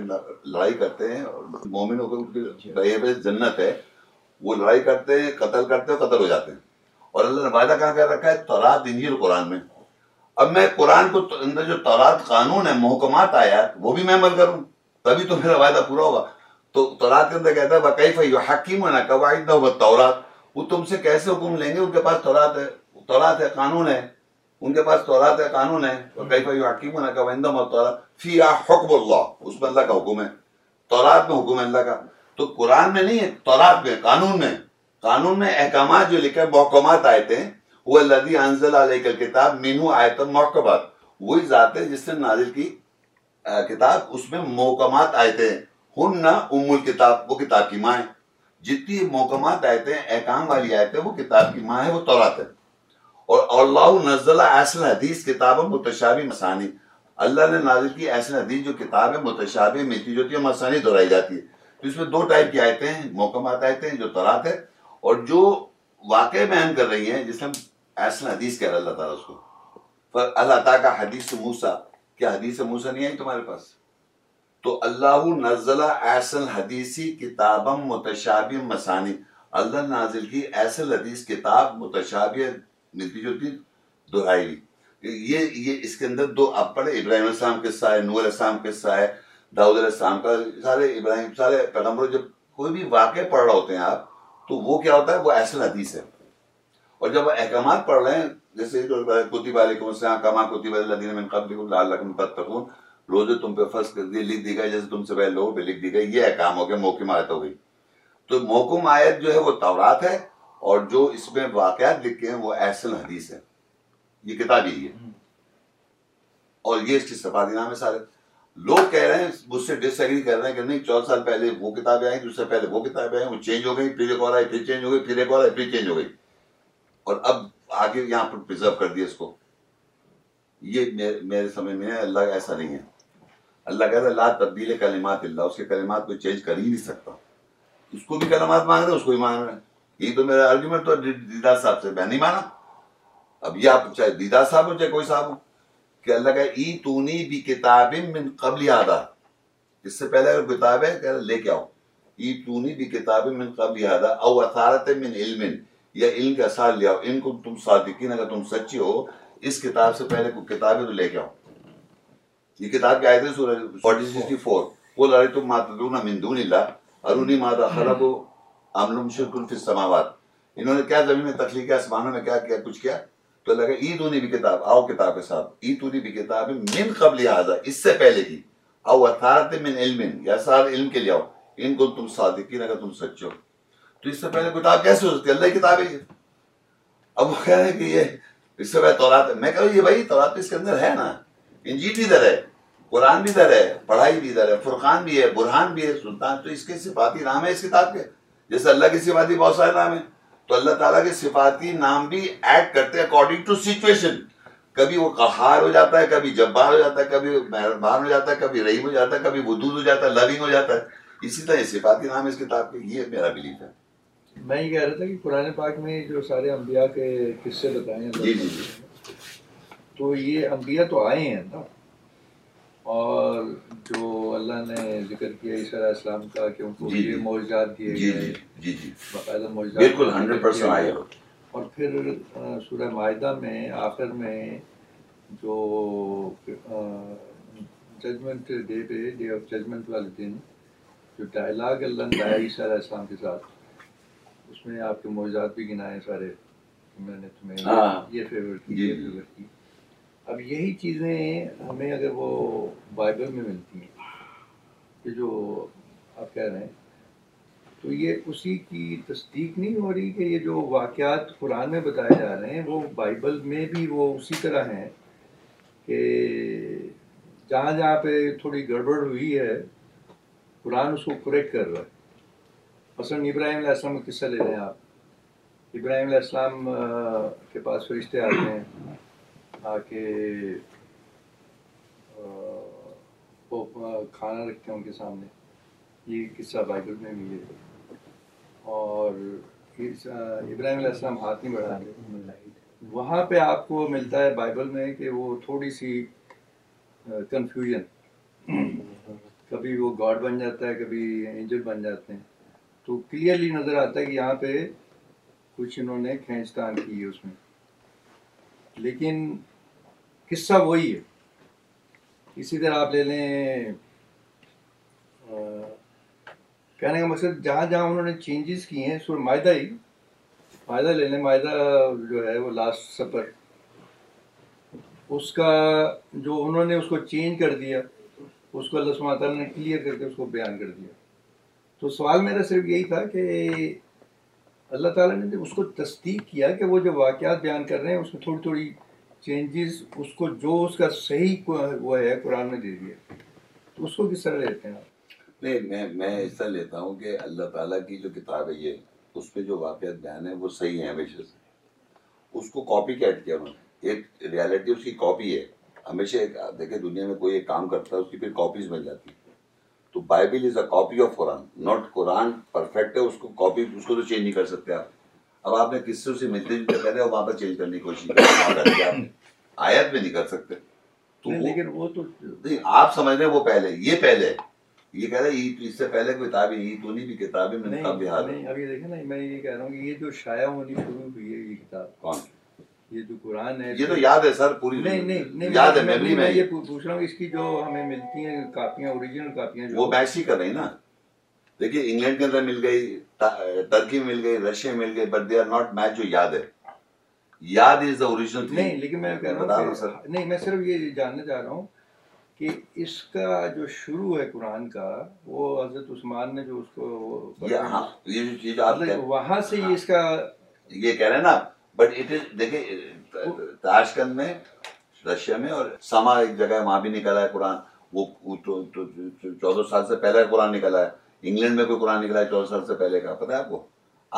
Speaker 1: لڑائی کرتے ہیں اور مومنوں کو ان کی رہے ہوئے جنت ہے وہ لڑائی کرتے ہیں قتل کرتے ہیں قتل ہو جاتے ہیں اور اللہ نے وعدہ کہاں کر رکھا ہے تورات انجیل قرآن میں اب میں قرآن کو تو- اندر جو تورات قانون ہے محکمات آیات وہ بھی میں عمل کروں تبھی تو میرا وعدہ پورا ہوگا تو تورات کے اندر کہتا ہے بقیف حکیم نہ قواعد نہ تورات وہ تم سے کیسے حکم لیں گے ان کے پاس تورات ہے تورات ہے قانون ہے ان کے پاس تورات ہے قانون ہے بقیف حکیم نہ قواعد نہ تورات فی حکم اللہ اس میں اللہ کا حکم ہے تورات میں حکم ہے اللہ کا تو قرآن میں نہیں ہے تورات میں قانون میں قانون میں احکامات جو لکھے ہیں، محکمات آیتیں ہیں وہ الذی انزل علیہ کتاب مینو آیت محکمات وہی ذات ہے جس نے نازل کی آ، کتاب اس میں محکمات آیتیں ہیں ہن نہ ام الکتاب وہ کتاب کی ماں ہے جتنی محکمات آیتیں ہیں، احکام والی آیتیں وہ کتاب کی ماں ہے وہ تورات ہے اور اللہ نزلہ اصل حدیث کتاب متشابہ مسانی اللہ نے نازل کی ایسے حدیث جو کتاب ہے متشابہ ملتی جوتی ہے مسانی دہرائی جاتی ہے تو اس میں دو ٹائپ کی آیتیں ہیں محکمات آیتیں ہیں جو تورات ہے اور جو واقع بیان کر رہی ہیں جس میں ایسے حدیث کہہ رہا ہے اللہ تعالیٰ اس کو پر اللہ تعالیٰ کا حدیث موسا کیا حدیث موسا نہیں آئی تمہارے پاس تو اللہ نزلہ احسن حدیثی کتابم متشابہ مسانی اللہ نے نازل کی احسن حدیث کتاب متشابہ ملتی جلتی دہرائی ہوئی یہ یہ اس کے اندر دو آپ پڑھے ابراہیم علیہ السلام قصہ ہے نور علیہ السلام قصہ ہے داؤد علیہ السلام کا سارے ابراہیم سارے پیغمبر جب کوئی بھی واقعہ پڑھ رہے ہوتے ہیں آپ تو وہ کیا ہوتا ہے وہ احسن حدیث ہے اور جب احکامات پڑھ رہے ہیں جیسے جو کتب علیکم السلام کما کتب الذین من قبلکم لعلکم تتقون روزے تم پہ فرض کر دیے لکھ دی گئی جیسے تم سے پہلے لوگوں پہ لکھ دی گئی یہ احکام ہو گیا محکم آیت ہو گئی تو محکم آیت جو ہے وہ تورات ہے اور جو اس میں واقعات لکھے ہیں وہ احسن حدیث ہے یہ کتاب ہی ہے اور یہ اس کی سفاری نام ہے سارے لوگ کہہ رہے ہیں مجھ سے ڈس ایگری کر رہے ہیں کہ نہیں چودہ سال پہلے وہ کتابیں آئیں اس سے پہلے وہ کتابیں آئیں وہ چینج ہو گئی پھر ایک اور آئی پھر چینج ہو گئی پھر ایک اور آئی پھر چینج ہو گئی اور اب آگے یہاں پر پرزرو کر دیا اس کو یہ میرے میرے سمجھ میں ہے اللہ ایسا نہیں ہے اللہ کہتا ہے لا تبدیل کلمات اللہ اس کے کلمات کو چینج کر ہی نہیں سکتا اس کو بھی کلمات مانگ رہے ہیں اس کو بھی مانگ رہے ہیں یہ تو میرا آرگیومنٹ تو دیدار صاحب سے میں نہیں مانا اب یہ آپ چاہے دیدار صاحب ہو چاہے کوئی صاحب ہو کہ اللہ کا ای تونی بھی کتاب من قبل آدھا اس سے پہلے اگر کتاب ہے کہ لے کے آؤ ای تونی بھی کتاب من قبل آدھا او اثارت من علم یا علم کا اثار لے آؤ ان کو تم صادقین اگر تم سچی ہو اس کتاب سے پہلے کوئی کتاب ہے تو لے کے آؤ یہ کتاب کی آیت ہے سورہ 40 64 قل ارئیتم ما تدعون من دون اللہ ارونی ماذا خلقوا ام لهم شرک فی السماوات انہوں نے کیا زمین میں تخلیق کیا آسمانوں میں کیا کیا کچھ کیا تو لگا عید اونی بھی کتاب آؤ کتاب کے ساتھ عید اونی بھی کتاب من قبل ہذا اس سے پہلے کی او اثارت من علم یا سار علم کے لیے آؤ ان کو تم صادقین اگر تم سچ ہو تو اس سے پہلے کتاب کیسے ہو سکتی ہے؟ اللہ کی کتاب ہے یہ اب وہ کہہ رہے ہیں کہ یہ اس سے پہلے تورات ہے میں کہہ رہا ہوں یہ بھائی تورات تو اس کے اندر ہے نا انجیل بھی در ہے قرآن بھی در ہے پڑھائی بھی در ہے فرقان بھی ہے برہان بھی ہے سلطان تو اس کے صفاتی نام ہے اس کتاب کے جیسے اللہ کے صفاتی بہت سارے نام ہیں تو اللہ تعالیٰ کے صفاتی نام بھی ایڈ کرتے ہیں اکارڈنگ ٹو سچویشن کبھی وہ قہار ہو جاتا ہے کبھی جبار ہو جاتا ہے کبھی مہربان ہو جاتا ہے کبھی رحیم ہو جاتا ہے کبھی ودود ہو جاتا ہے لونگ ہو جاتا ہے اسی طرح یہ صفاتی نام ہے اس کتاب کے یہ میرا بلیف ہے
Speaker 6: میں یہ کہہ رہا تھا کہ قرآن پاک میں جو سارے انبیاء کے قصے بتائے ہیں
Speaker 1: جی، جی، جی۔
Speaker 6: تو یہ انبیاء تو آئے ہیں نا اور جو اللہ نے ذکر کیا عیسیٰ علیہ السلام کا کہ ان کو
Speaker 1: جی،
Speaker 6: یہ
Speaker 1: جی۔
Speaker 6: معجزات دیے
Speaker 1: جی
Speaker 6: گئے
Speaker 1: جی جی جی
Speaker 6: باقاعدہ معجزات
Speaker 1: بالکل
Speaker 6: ذکر
Speaker 1: ہنڈریڈ
Speaker 6: کیا
Speaker 1: پرسینٹ آئے
Speaker 6: گیا۔
Speaker 1: ہو
Speaker 6: اور پھر آ، سورہ معاہدہ میں آخر میں جو ججمنٹ ڈے پہ ڈے آف ججمنٹ والے دن جو ڈائلاگ اللہ نے لایا عیسیٰ علیہ السلام کے ساتھ اس میں آپ کے معجزات بھی گنائے سارے کہ میں نے
Speaker 1: ہاں۔
Speaker 6: تمہیں یہ فیور
Speaker 1: جی،
Speaker 6: کی یہ
Speaker 1: جی۔
Speaker 6: فیور کی اب یہی چیزیں ہمیں اگر وہ بائبل میں ملتی ہیں کہ جو آپ کہہ رہے ہیں تو یہ اسی کی تصدیق نہیں ہو رہی کہ یہ جو واقعات قرآن میں بتائے جا رہے ہیں وہ بائبل میں بھی وہ اسی طرح ہیں کہ جہاں جہاں پہ تھوڑی گڑبڑ ہوئی ہے قرآن اس کو کریکٹ کر رہا ہے مثلاً ابراہیم علیہ السلام کا قصہ لے لیں آپ ابراہیم علیہ السلام آ، کے پاس فرشتے آتے ہیں آ کے آ، وہ آ، کھانا رکھتے ہیں ان کے سامنے یہ قصہ بائبل میں بھی ہے اور اس، آ، ابراہیم علیہ السلام ہاتھ نہیں بڑھاتے وہاں پہ آپ کو ملتا ہے بائبل میں کہ وہ تھوڑی سی کنفیوژن کبھی وہ گاڈ بن جاتا ہے کبھی اینجل بن جاتے ہیں تو کلیئرلی نظر آتا ہے کہ یہاں پہ کچھ انہوں نے کھینچتان کی ہے اس میں لیکن قصہ وہی ہے اسی طرح آپ لے لیں آ، کہنے کا مقصد جہاں جہاں انہوں نے چینجز کیے ہیں سور معاہدہ ہی معاہدہ لے لیں معاہدہ جو ہے وہ لاسٹ سفر اس کا جو انہوں نے اس کو چینج کر دیا اس کو اللہ سبحانہ تعالیٰ نے کلیئر کر کے اس کو بیان کر دیا تو سوال میرا صرف یہی تھا کہ اللہ تعالیٰ نے جب اس کو تصدیق کیا کہ وہ جو واقعات بیان کر رہے ہیں اس میں تھوڑی تھوڑی چینجز اس کو جو اس کا صحیح کو- وہ ہے قرآن میں دے دیا تو اس کو کس طرح لیتے ہیں آپ
Speaker 1: نہیں میں میں ایسا لیتا ہوں کہ اللہ تعالیٰ کی جو کتاب ہے یہ اس میں جو واقعات بیان ہے وہ صحیح ہے ہمیشہ سے اس کو کاپی کیٹ کیا انہوں نے ایک ریالٹی اس کی کاپی ہے ہمیشہ ایک دیکھیں دنیا میں کوئی ایک کام کرتا ہے اس کی پھر کاپیز مل جاتی ہیں تو Bible is a copy of Quran not Quran perfect ہے اس کو کاپی اس کو تو چینج نہیں کر سکتے آپ اب آپ نے کس سے اسے ملتے جلتے پہلے اور وہاں پر چینج کرنے کی کوشش کی وہاں کر دیا آپ نے۔ آیت میں نہیں کر سکتے تو
Speaker 6: نہیں،
Speaker 1: وہ-
Speaker 6: لیکن وہ تو
Speaker 1: نہیں آپ سمجھ رہے ہیں وہ پہلے یہ پہلے ہے۔ یہ کہہ رہے ہیں، اس سے پہلے کوئی کتاب ہی نہیں تو نہیں بھی کتابیں میں
Speaker 6: نہیں
Speaker 1: کب بہار
Speaker 6: نہیں، ابھی دیکھیں نا میں یہ کہہ رہا ہوں کہ یہ جو شائع ہونی شروع ہوئی ہے یہ کتاب
Speaker 1: کون
Speaker 6: یہ جو قرآن ہے
Speaker 1: یہ تو یاد ہے سر پوری
Speaker 6: نہیں نہیں نہیں
Speaker 1: یاد ہے
Speaker 6: میں-
Speaker 1: میموری میں
Speaker 6: میں یہ پو- پوچھ رہا ہوں اس کی جو ہمیں ملتی ہیں کاپیاں اوریجنل کاپیاں جو
Speaker 1: وہ میچ ہی کر رہی نا دیکھیے انگلینڈ کے اندر مل گئی ترکی مل گئی رشیا مل گئی but they are not match جو یاد ہے یاد از دا اوریجنل
Speaker 6: نہیں لیکن میں کہہ
Speaker 1: بتا
Speaker 6: رہا
Speaker 1: رہا ہوں
Speaker 6: ہوں
Speaker 1: سر
Speaker 6: کہ- نہیں میں صرف یہ جاننا چاہ رہا ہوں کہ اس کا جو شروع ہے قرآن کا وہ حضرت عثمان نے جو اس کو وہ-
Speaker 1: یہ ہاں یہ جو چیز آپ
Speaker 6: مطلب وہاں سے یہ اس کا
Speaker 1: یہ کہہ رہے ہیں نا بٹ اٹ از دیکھیں تاشکند میں رشیا میں اور سما ایک جگہ ہے وہاں بھی نکلا ہے قرآن وہ چودہ سال سے پہلے قرآن نکلا ہے انگلینڈ میں کوئی قرآن نکلا ہے چودہ سال سے پہلے کا پتہ ہے آپ کو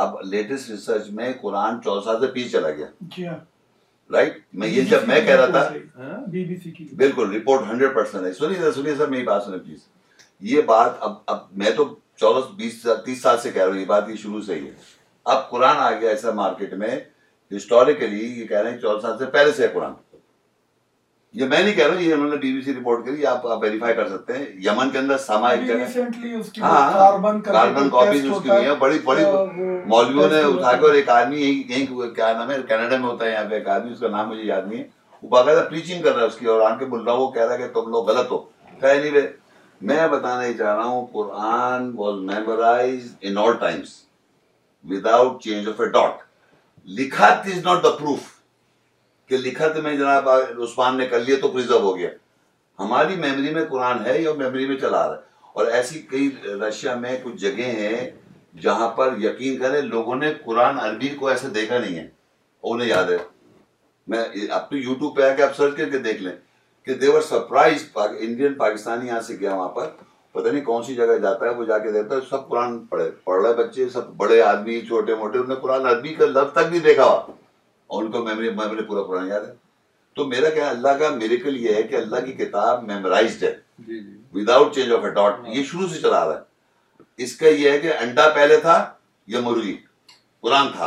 Speaker 1: اب لیٹسٹ ریسرچ میں قرآن چودہ سال سے پیچھے چلا گیا
Speaker 5: جی ہاں
Speaker 1: رائٹ میں یہ جب میں کہہ رہا تھا
Speaker 6: ہاں؟
Speaker 5: بی بی سی کی
Speaker 1: بالکل رپورٹ ہنڈریڈ پرسینٹ ہے سنیے سر سنیے سر میری بات سنیں پلیز یہ بات اب اب میں تو چوبیس بیس سال تیس سال سے کہہ رہا ہوں یہ بات یہ شروع سے ہی ہے اب قرآن آ گیا ایسا مارکیٹ میں ہسٹوریکلی یہ کہہ رہے ہیں چودہ سال سے پہلے سے ہے قرآن یہ میں نہیں کہہ رہا ہوں یہ انہوں نے بی بی سی رپورٹ کری آپ آپ ویریفائی کر سکتے ہیں یمن کے اندر سما ایک
Speaker 5: ابھی
Speaker 1: جگہ
Speaker 5: recently اس کی
Speaker 1: ہاں،
Speaker 5: کاربن کا
Speaker 1: کاربن
Speaker 5: کوئی
Speaker 1: کاپیز
Speaker 5: test
Speaker 1: اس کی
Speaker 5: ہوتا
Speaker 1: ہوئی ہیں بڑی بڑی
Speaker 5: آ، وہ
Speaker 1: مولویوں نے
Speaker 5: test ہوتا
Speaker 1: اٹھا
Speaker 5: ہے۔
Speaker 1: کے اور ایک آدمی یہیں یہیں کیا نام ہے کینیڈا میں ہوتا ہے یہاں پہ ایک آدمی اس کا نام مجھے یاد نہیں ہے وہ باقاعدہ پریچنگ کر رہا ہے اس کی اور آن کے بول رہا ہے، وہ کہہ رہا ہے کہ تم لوگ غلط ہو خیر نہیں بھائی میں بتانا ہی چاہ رہا ہوں قرآن was memorise in all times without change of a dot لکھت از ناٹ دا پروف کہ لکھت میں جناب عثمان نے کر لیا تو پرزرو ہو گیا ہماری میموری میں قرآن ہے یا میموری میں چلا رہا ہے اور ایسی کئی رشیا میں کچھ جگہیں ہیں جہاں پر یقین کریں لوگوں نے قرآن عربی کو ایسے دیکھا نہیں ہے اور انہیں یاد ہے میں اب تو یوٹیوب پہ آ کے آپ سرچ کر کے دیکھ لیں کہ دیور سرپرائز انڈین پاکستانی یہاں سے گیا وہاں پر پتہ نہیں کون سی جگہ جاتا ہے وہ جا کے دیکھتا ہے سب قرآن پڑھے پڑھ رہے بچے سب بڑے آدمی چھوٹے موٹے انہوں نے قرآن عربی کا لفظ تک نہیں دیکھا ہوا اور ان کو میموری میموری پورا قرآن یاد ہے تو میرا کیا اللہ کا میریکل یہ ہے کہ اللہ کی کتاب میمورائزڈ ہے
Speaker 6: جی جی
Speaker 1: without change of a dot یہ شروع سے چلا رہا ہے اس کا یہ ہے کہ انڈا پہلے تھا یا مرغی قرآن تھا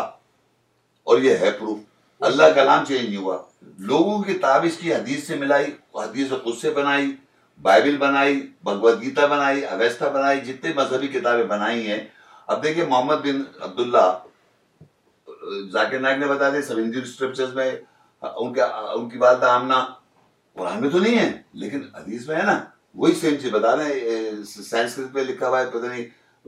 Speaker 1: اور یہ ہے پروف اللہ کا کلام چینج نہیں ہوا لوگوں کی کتاب اس کی حدیث سے ملائی حدیث و قصے بنائی بائبل بنائی بھگوت گیتا بنائی اویستہ بنائی جتنے مذہبی کتابیں بنائی ہیں اب دیکھیے محمد بن عبداللہ ذاکر نائک نے بتا دیا سب ہندو اسکرپچرز میں ان کا ان کی بات آمنا قرآن میں تو نہیں ہے لیکن حدیث میں ہے نا وہی سیم چیز بتا رہے ہیں سنسکرت میں لکھا ہوا ہے پتہ نہیں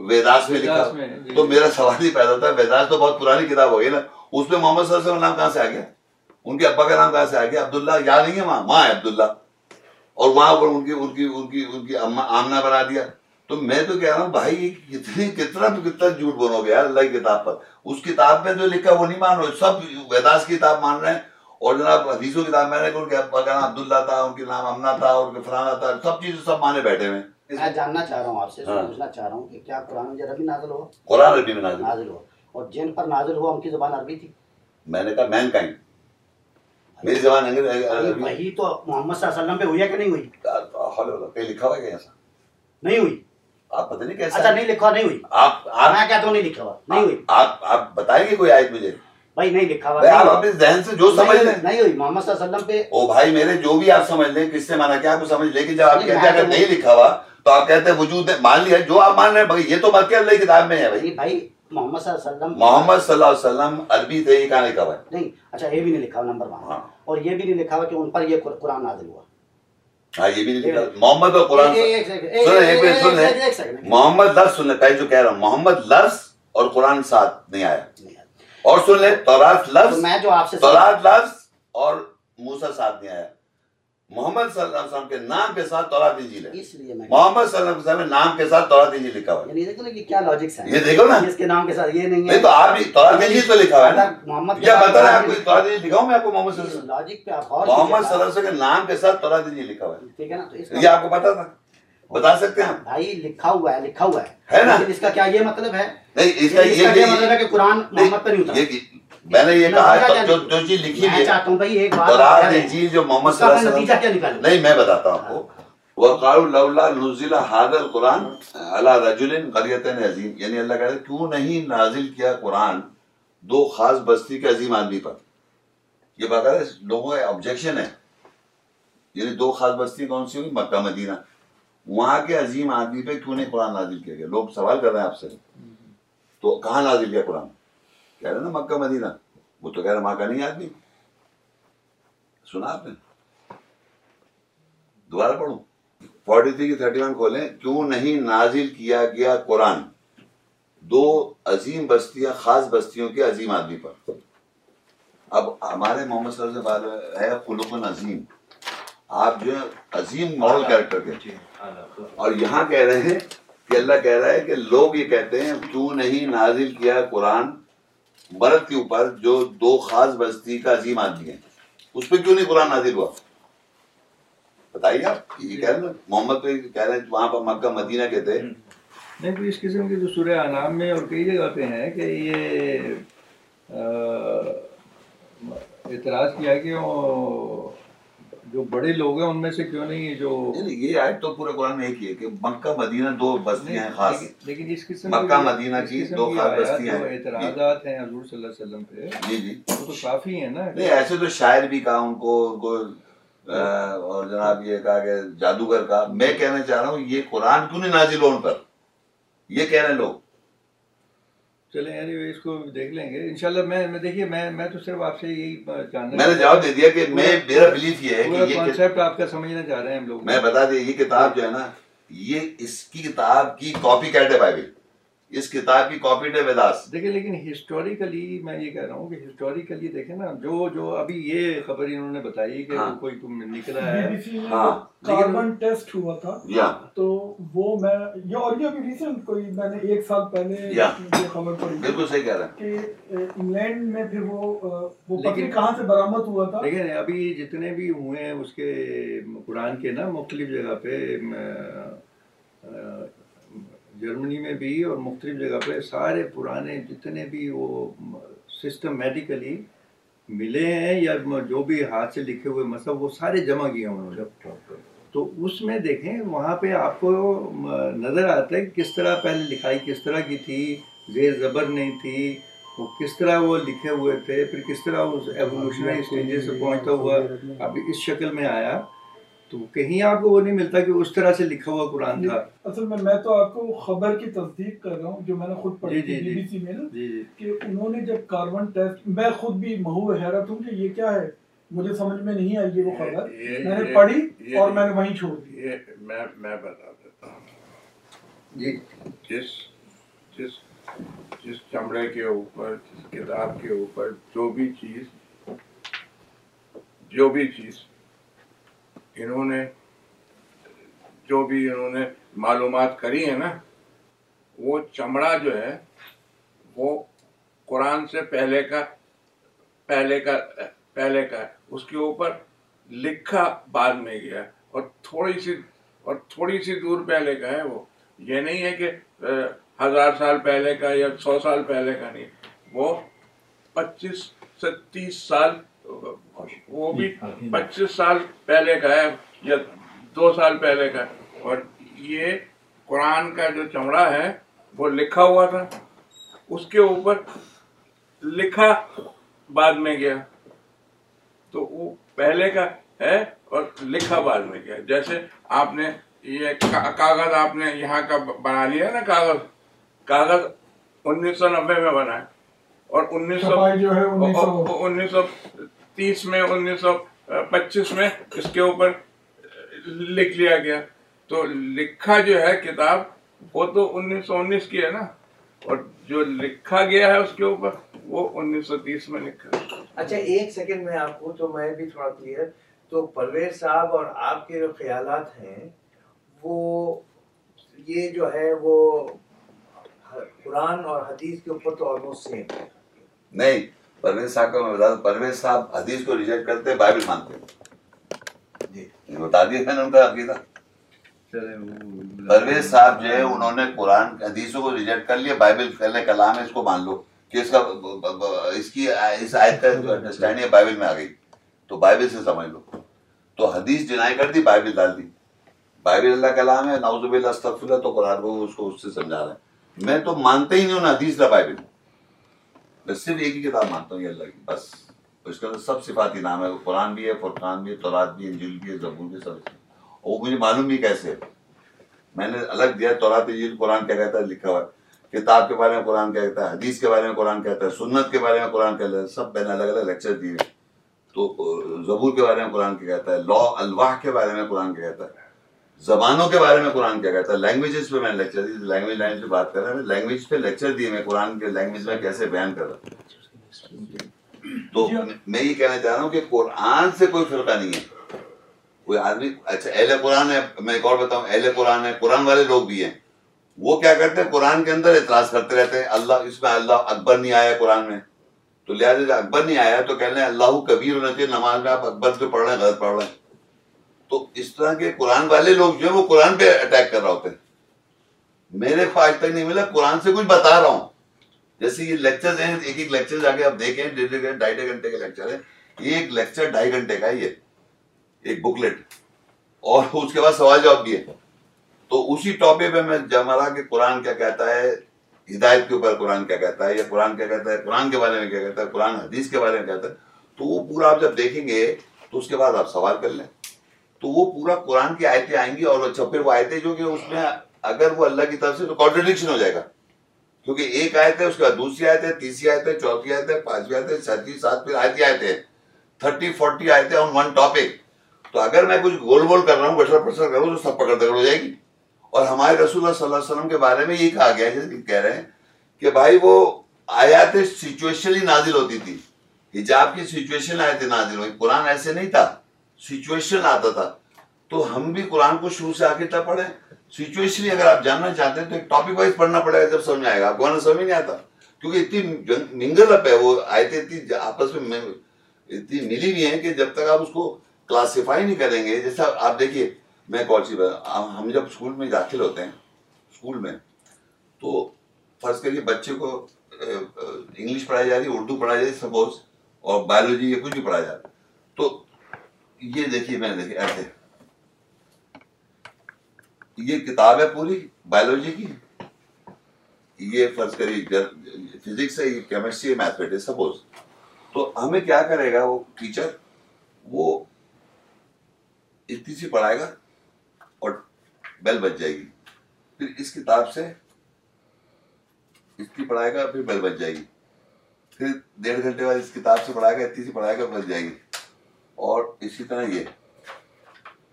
Speaker 1: ویداس میں لکھا
Speaker 6: ویداس میں، جی۔
Speaker 1: تو میرا سوال ہی پیدا ہوتا ہے ویداس تو بہت پرانی کتاب ہو گئی نا اس میں محمد صلی اللہ علیہ وسلم کا نام کہاں سے آ گیا ان کے ابا کا نام کہاں سے آ گیا عبداللہ یاد نہیں ہے وہاں ماں ہے عبداللہ اور وہاں پر ان کی ان کی ان کی ان کی اماں- آمنہ بنا دیا تو میں تو کہہ رہا ہوں بھائی کتنے کتنا کتنا جھوٹ بولو گے یار اللہ کی کتاب پر اس کتاب میں جو لکھا وہ نہیں مان رہے سب ویداس کی کتاب مان رہے ہیں اور جناب حدیثوں کی کتاب مان رہے ہیں کہ ان کے ابا کا نام عبداللہ تھا ان کے نام امنا تھا ان کے فلانا تھا سب چیزیں سب مانے بیٹھے ہوئے ہیں
Speaker 3: میں جاننا چاہ رہا ہوں آپ سے
Speaker 1: ہاں۔
Speaker 3: پوچھنا چاہ رہا ہوں کہ کیا قرآن مجھے عربی نازل ہوا
Speaker 1: قرآن عربی میں نازل ہوا۔
Speaker 3: نازل ہوا اور جن پر نازل ہوا ان کی زبان عربی تھی
Speaker 1: میں نے کہا مین کائنڈ میری زبان انگریز- عربی-
Speaker 3: وہی تو محمد صلی اللہ علیہ وسلم پہ ہوئی ہے کہ نہیں ہوئی
Speaker 1: حول ولا- کہیں لکھا ہوا ہے کہ ایسا
Speaker 3: نہیں ہوئی
Speaker 1: آپ پتہ نہیں
Speaker 3: اچھا
Speaker 1: کیسا
Speaker 3: نہیں لکھا نہیں ہوئی
Speaker 1: آپ آپ
Speaker 3: میں کہتا ہوں نہیں لکھا ہوا نہیں ہوئی
Speaker 1: آپ آپ بتائیں گے کوئی آیت مجھے
Speaker 3: بھائی نہیں لکھا ہوا
Speaker 1: بھائی آپ اپنے ذہن سے جو سمجھ لیں
Speaker 3: نہیں ہوئی محمد صلی اللہ علیہ وسلم پہ
Speaker 1: او بھائی میرے جو بھی آپ سمجھ لیں کس سے مانا کیا آپ کو سمجھ لیں کہ جب آپ کہتے ہیں اگر نہیں لکھا ہوا تو آپ کہتے ہیں وجود ہے مان لیا جو آپ مان رہے ہیں مگر یہ تو بلکہ اللہ کی کتاب میں ہے بھائی
Speaker 3: نہیں بھائی محمد صلی اللہ علیہ وسلم
Speaker 1: محمد صلی اللہ علیہ وسلم عربی تھے یہ کہاں لکھا ہوا ہے
Speaker 3: نہیں اچھا یہ بھی نہیں لکھا ہوا نمبر ون
Speaker 1: ہاں۔
Speaker 3: اور یہ بھی نہیں لکھا ہوا کہ ان پر یہ قر- قرآن نازل ہوا
Speaker 1: ہاں یہ بھی نہیں لکھا محمد اور قرآن
Speaker 3: ایک- ایک سیکنڈ، ایک-
Speaker 1: سنیں، ایک
Speaker 3: ایک-
Speaker 1: منٹ،
Speaker 3: ایک-
Speaker 1: سنیں۔
Speaker 3: ایک- ایک سیکنڈ۔
Speaker 1: محمد لفظ سن لیں پہلے جو کہہ رہا ہوں محمد لفظ اور قرآن ساتھ نہیں آیا اور سن لیں تورات
Speaker 3: تو
Speaker 1: لفظ
Speaker 3: میں جو آپ سے
Speaker 1: تورات لفظ اور موسا ساتھ نہیں آیا محمد صلی اللہ علیہ وسلم کے نام کے ساتھ تورات انجیل ہے
Speaker 3: اس لیے میں
Speaker 1: محمد صلی اللہ علیہ وسلم کے نام کے ساتھ تورات انجیل لکھا ہوا ہے
Speaker 3: یعنی دیکھو نا کہ کیا لاجکس ہیں
Speaker 1: یہ دیکھو نا
Speaker 3: اس کے نام کے ساتھ یہ نہیں ہے
Speaker 1: نہیں تو آپ بھی تورات انجیل تو لکھا ہوا ہے نا
Speaker 3: اگر محمد
Speaker 1: کیا بتا رہا ہے آپ کو تورات انجیل دکھاؤں میں آپ کو محمد صلی اللہ علیہ وسلم
Speaker 3: لاجک پہ آپ غور
Speaker 1: محمد
Speaker 3: کیجیے
Speaker 1: صلی اللہ
Speaker 3: گا۔
Speaker 1: علیہ وسلم کے نام کے ساتھ تورات انجیل لکھا ہوا ہے
Speaker 3: ٹھیک ہے نا تو اس
Speaker 1: یہ
Speaker 3: کا
Speaker 1: آپ کو پتا تھا بتا سکتے ہیں آپ
Speaker 3: بھائی لکھا ہوا ہے لکھا ہوا ہے
Speaker 1: ہے نا؟
Speaker 3: لیکن اس کا کیا یہ مطلب ہے
Speaker 1: نہیں اس کا
Speaker 3: لیکن اس کا یہ مطلب ہے
Speaker 1: یہ
Speaker 3: کہ قرآن محمد پہ نہیں اترا
Speaker 1: میں نے یہ
Speaker 3: نتیجہ
Speaker 1: کہا
Speaker 3: کیا
Speaker 1: ہے جو
Speaker 3: نکلا؟
Speaker 1: جو چیز لکھی
Speaker 3: میں
Speaker 1: گئی ہے
Speaker 3: چاہتا ہوں بھائی اچھا، ایک بات
Speaker 1: تورات
Speaker 3: کریں۔
Speaker 1: انجیل جو محمد
Speaker 3: اس
Speaker 1: صلی
Speaker 3: کا
Speaker 1: اللہ
Speaker 3: میں
Speaker 1: علیہ وسلم
Speaker 3: نتیجہ کیا ہاں۔ نکالوں
Speaker 1: نہیں میں بتاتا ہوں آپ کو وقار لولا نزل هذا القرآن على رجل قرية عظیم یعنی اللہ کہہ رہا ہے کیوں نہیں نازل کیا قرآن دو خاص بستی کے عظیم آدمی پر یہ باقاعدہ لوگوں کا آبجیکشن ہے یعنی دو خاص بستی کون سی ہوگی مکہ مدینہ وہاں کے عظیم آدمی پہ کیوں نہیں قرآن نازل کیا گیا لوگ سوال کر رہے ہیں آپ سے تو کہاں نازل کیا قرآن کہہ رہے ہیں نا مکہ مدینہ وہ تو کہہ رہے ہیں وہاں کا نہیں آدمی سنا آپ نے دوبارہ پڑھوں فورٹی تھری کی تھرٹی ون کھولیں کیوں نہیں نازل کیا گیا قرآن دو عظیم بستیاں خاص بستیوں کے عظیم آدمی پر اب ہمارے محمد صلی اللہ علیہ وسلم سے بات ہے خلق عظیم آپ جو ہیں عظیم ماحول کیریکٹر کے اور یہاں کہہ رہے ہیں کہ اللہ کہہ رہا ہے کہ لوگ یہ کہتے ہیں کیوں نہیں نازل کیا قرآن مرد کے اوپر جو دو خاص بستی کا عظیم آدمی ہے اس پہ کیوں نہیں قرآن نازل ہوا بتائیے آپ یہ کہہ رہے ہیں محمد پہ کہہ رہے ہیں وہاں پر مکہ مدینہ کے تھے
Speaker 6: نہیں تو اس قسم کے جو سورہ انعام میں اور کئی جگہ پہ ہیں کہ یہ آ، اعتراض کیا کہ وہ جو بڑے لوگ ہیں ان میں سے کیوں نہیں یہ جو
Speaker 1: نہیں، نہیں، یہ آیت تو پورے قرآن میں ایک ہی ہے کہ مکہ مدینہ دو بستیاں ہیں خاص
Speaker 6: لیکن- لیکن اس قسم
Speaker 1: مکہ،
Speaker 6: کی-
Speaker 1: مدینہ
Speaker 6: اس
Speaker 1: کی
Speaker 6: قسم
Speaker 1: دو
Speaker 6: کی
Speaker 1: خاص
Speaker 6: آیات
Speaker 1: بستیاں
Speaker 6: جو
Speaker 1: ہیں۔
Speaker 6: اعتراضات ہیں حضور صلی اللہ علیہ وسلم پہ
Speaker 1: جی جی
Speaker 6: وہ تو کافی ہیں نا
Speaker 1: نہیں ایسے تو شاعر بھی کہا ان کو ان کو آ، اور جناب یہ کہا کہ جادوگر کا میں کہنا چاہ رہا ہوں یہ قرآن کیوں نہیں نازل ہوا ان پر یہ کہہ رہے ہیں لوگ
Speaker 6: چلیں یعنی اس کو دیکھ لیں گے انشاءاللہ میں میں دیکھیے میں میں تو صرف آپ سے یہی جاننا
Speaker 1: میں نے جواب دے دیا کہ میں میرا بلیف یہ ہے
Speaker 6: پورا
Speaker 1: کہ یہ
Speaker 6: کانسیپٹ آپ کا سمجھنا چاہ رہے ہیں ہم لوگ
Speaker 1: میں بتا دیا یہ کتاب جو ہے نا یہ اس کی کتاب کی کاپی کیٹ ہے بائبل اس کتاب کی کاپی ہے ویداس
Speaker 6: دیکھیں لیکن ہسٹوریکلی میں یہ کہہ رہا ہوں کہ ہسٹوریکلی دیکھیں نا جو جو ابھی یہ خبر انہوں نے بتائی کہ
Speaker 1: ہاں۔
Speaker 6: کوئی تم نکلا
Speaker 5: بی
Speaker 6: ہے
Speaker 5: بی سی میں
Speaker 1: ہاں،
Speaker 5: کاربن ٹیسٹ ہوا تھا
Speaker 1: جی ہاں
Speaker 5: تو وہ میں یہ اور یہ بھی ریسنٹ کوئی میں نے ایک سال پہلے
Speaker 1: Yeah.
Speaker 5: یہ خبر پڑھی
Speaker 1: بالکل صحیح کہہ رہے ہیں
Speaker 5: کہ اے، انگلینڈ میں پھر وہ اے، وہ
Speaker 6: لیکن-
Speaker 5: پتلی کہاں سے برآمد ہوا تھا
Speaker 6: لیکن ابھی جتنے بھی ہوئے ہیں اس کے قرآن کے نا مختلف جگہ پہ م، آ، جرمنی میں بھی اور مختلف جگہ پہ سارے پرانے جتنے بھی وہ سسٹمیٹیکلی ملے ہیں یا جو بھی ہاتھ سے لکھے ہوئے مسئلہ وہ سارے جمع کیے ہیں انہوں نے تو اس میں دیکھیں وہاں پہ آپ کو م، نظر آتا ہے کہ کس طرح پہلے لکھائی کس طرح کی تھی زیر زبر نہیں تھی وہ کس طرح وہ لکھے ہوئے تھے پھر کس طرح اس ایولیوشنری اسٹیجز سے پہنچتا ہوا اب اس شکل میں آیا تو کہیں آپ کو وہ نہیں ملتا کہ اس طرح سے لکھا ہوا قرآن تھا
Speaker 5: اصل میں میں تو آپ کو خبر کی تصدیق کر رہا ہوں جو میں نے خود پڑھی
Speaker 6: جی،
Speaker 5: تھی
Speaker 6: جی،
Speaker 5: بی
Speaker 6: جی۔
Speaker 5: بی سی میں نا
Speaker 6: جی جی
Speaker 5: کہ انہوں نے جب کاربن ٹیسٹ میں خود بھی مہو حیرت ہوں کہ یہ کیا ہے مجھے سمجھ میں نہیں آئی یہ وہ خبر میں نے پڑھی اور میں نے وہیں چھوڑ دی
Speaker 7: یہ میں میں بتا دیتا ہوں
Speaker 6: جی
Speaker 7: جس جس جس چمڑے کے اوپر جس کتاب کے اوپر جو بھی چیز جو بھی چیز انہوں نے جو بھی انہوں نے معلومات کری ہے نا وہ چمڑا جو ہے وہ قرآن سے پہلے کا پہلے کا پہلے کا ہے۔ اس کے اوپر لکھا بعد میں گیا ہے۔ اور تھوڑی سی اور تھوڑی سی دور پہلے کا ہے وہ یہ نہیں ہے کہ اے، ہزار سال پہلے کا یا سو سال پہلے کا نہیں وہ پچیس سے تیس سال وہ بھی پچیس سال پہلے کا ہے یا دو سال پہلے کا ہے اور یہ قرآن کا جو چمڑا ہے وہ لکھا ہوا تھا اس کے اوپر لکھا بعد میں گیا تو وہ پہلے کا ہے اور لکھا بعد میں گیا جیسے آپ نے یہ کا- کاغذ آپ نے یہاں کا ب- بنا لیا نا کاغذ کاغذ انیس سو نبے میں بنا ہے اور انیس سو
Speaker 5: چھپائی جو ہے 1900
Speaker 7: انیس سو تیس میں انیس سو پچیس میں اس کے اوپر لکھ لیا گیا تو لکھا جو ہے کتاب وہ تو انیس سو انیس کی ہے نا اور جو لکھا گیا ہے اس کے اوپر وہ انیس سو تیس میں لکھا ہے
Speaker 2: اچھا ایک سیکنڈ میں آپ کو تو میں بھی تھوڑا کلیئر تو پرویز صاحب اور آپ کے جو خیالات ہیں وہ یہ جو ہے وہ قرآن اور حدیث کے اوپر تو آلموسٹ سیم ہے
Speaker 1: نہیں پرویز صاحب کا میں بتا دوں پرویز صاحب حدیث کو ریجیکٹ کرتے ہیں بائبل مانتے ہیں
Speaker 2: جی۔
Speaker 1: یہ بتا دیا میں نے ان کا عقیدہ
Speaker 6: چلے وہ-
Speaker 1: پرویز صاحب جو ہے انہوں نے قرآن حدیثوں کو ریجیکٹ کر لیا بائبل پہلے کلام ہے اس کو مان لو کہ اس کا ب- ب- ب- اس کی آ- اس آیت کا جو انڈرسٹینڈنگ ہے بائبل میں آ گئی تو بائبل سے سمجھ لو تو حدیث ڈینائی کر دی بائبل ڈال دی بائبل اللہ کلام ہے نعوذ باللہ استغفر اللہ تو قرآن کو اس کو اس سے سمجھا رہا ہے میں تو مانتے ہی نہیں ہوں نہ حدیث نہ بائبل میں صرف ایک ہی کتاب مانتا ہوں یہ اللہ کی بس اس کا تو سب صفاتی نام ہے قرآن بھی ہے فرقان بھی ہے تورات بھی ہے، انجیل بھی ہے زبور بھی ہے، سب اور وہ مجھے معلوم بھی کیسے ہے میں نے الگ دیا تورات انجیل قرآن کیا کہتا ہے لکھا ہوا ہے کتاب کے بارے میں قرآن کیا کہتا ہے حدیث کے بارے میں قرآن کہتا ہے سنت کے بارے میں قرآن کہتا ہے سب میں نے الگ الگ لیکچر دیے تو اہ، زبور کے بارے میں قرآن کیا کہتا ہے لا الواح کے بارے میں قرآن کیا کہتا ہے زبانوں کے بارے میں قرآن کیا کہتا ہے لینگویجز پہ میں نے لیکچر دی لینگویج لائن پہ بات کر رہا ہے لینگویج پہ لیکچر دیے میں قرآن کے لینگویج میں کیسے بیان کر رہا ہوں۔ تو میں یہ کہنا چاہ رہا ہوں کہ قرآن سے کوئی فرقہ نہیں ہے کوئی آدمی اچھا اہل قرآن ہے میں ایک اور بتاؤں اہل قرآن ہے قرآن والے لوگ بھی ہیں وہ کیا کرتے ہیں قرآن کے اندر اعتراض کرتے رہتے ہیں اللہ اس میں اللہ اکبر نہیں آیا ہے قرآن میں تو لہٰذا جب اکبر نہیں آیا ہے تو کہہ لیں اللہ کبیر ہونا چاہیے نماز میں آپ اکبر سے پڑھ رہے ہیں غلط پڑھ رہے ہیں تو اس طرح کے قرآن والے لوگ جو ہے وہ قرآن پہ اٹیک کر رہا ہوتے ہیں میرے کو آج تک نہیں ملا قرآن سے کچھ بتا رہا ہوں جیسے یہ لیکچرز ہیں ایک ایک لیکچر جا کے آپ دیکھیں ڈیڑھ ڈیڑھ گھنٹے- ڈھائی ڈھائی گھنٹے کے لیکچر ہیں یہ ایک لیکچر ڈھائی گھنٹے کا ہے یہ ایک بکلیٹ اور اس کے بعد سوال جواب بھی ہے تو اسی ٹاپک پہ میں جمرا کہ قرآن کیا کہتا ہے ہدایت کے اوپر قرآن کیا کہتا ہے یا قرآن کیا کہتا ہے قرآن کے بارے میں کیا کہتا ہے قرآن حدیث کے بارے میں کہتا ہے تو وہ پورا آپ جب دیکھیں گے تو اس کے بعد آپ سوال کر لیں تو وہ پورا قرآن کی آیتیں آئیں گی اور اچھا پھر وہ آیتیں جو کہ اس میں اگر وہ اللہ کی طرف سے تو کانٹرڈکشن ہو جائے گا کیونکہ ایک آیت ہے اس کے بعد دوسری آیت ہے تیسری آیت ہے چوتھی آیت ہے پانچویں آیت ہے چھٹی سات پھر آیت ہی آیت ہے تھرٹی فورٹی آیت ہے آن ون ٹاپک تو اگر میں کچھ گول گول کر رہا ہوں بشر پسر کروں تو سب پکڑ پکڑ ہو جائے گی اور ہمارے رسول اللہ صلی اللہ علیہ وسلم کے بارے میں یہ کہا گیا ہے جیسے کہ کہہ رہے ہیں کہ بھائی وہ آیات سچویشنلی نازل ہوتی تھی حجاب کی سچویشن آیتیں نازل ہوئی قرآن ایسے نہیں تھا سچویشن آتا تھا تو ہم بھی قرآن کو شروع سے آخر تک پڑھیں سچویشنلی اگر آپ جاننا چاہتے ہیں تو ایک ٹاپک وائز پڑھنا پڑے گا جب سمجھ آئے گا آپ کو ورنہ سمجھ نہیں آتا کیونکہ اتنی منگل اپ ہے وہ آیتیں اتنی ج- آپس میں میں- اتنی ملی ہوئی ہیں کہ جب تک آپ اس کو کلاسیفائی نہیں کریں گے جیسا آپ دیکھیے میں کون سی بات- ہم ہم جب اسکول میں داخل ہوتے ہیں اسکول میں تو فرض کریے بچے کو اے، اے، انگلش پڑھائی جا رہی ہے اردو پڑھائی جا رہی ہے سپوز اور بایولوجی یہ کچھ بھی پڑھایا جا رہا ہے تو یہ دیکھیے میں نے دیکھی ایسے یہ کتاب ہے پوری بایولوجی کی یہ فرض کریے فزکس ہے یہ کیمسٹری ہے میتھمیٹکس سپوز تو ہمیں کیا کرے گا وہ ٹیچر وہ اتنی سی پڑھائے گا اور بیل بچ جائے گی پھر اس کتاب سے اس کی پڑھائے گا پھر بیل بچ جائے گی پھر ڈیڑھ گھنٹے بعد اس کتاب سے پڑھائے گا اتنی سی پڑھائے گا بچ جائے گی اور اسی طرح یہ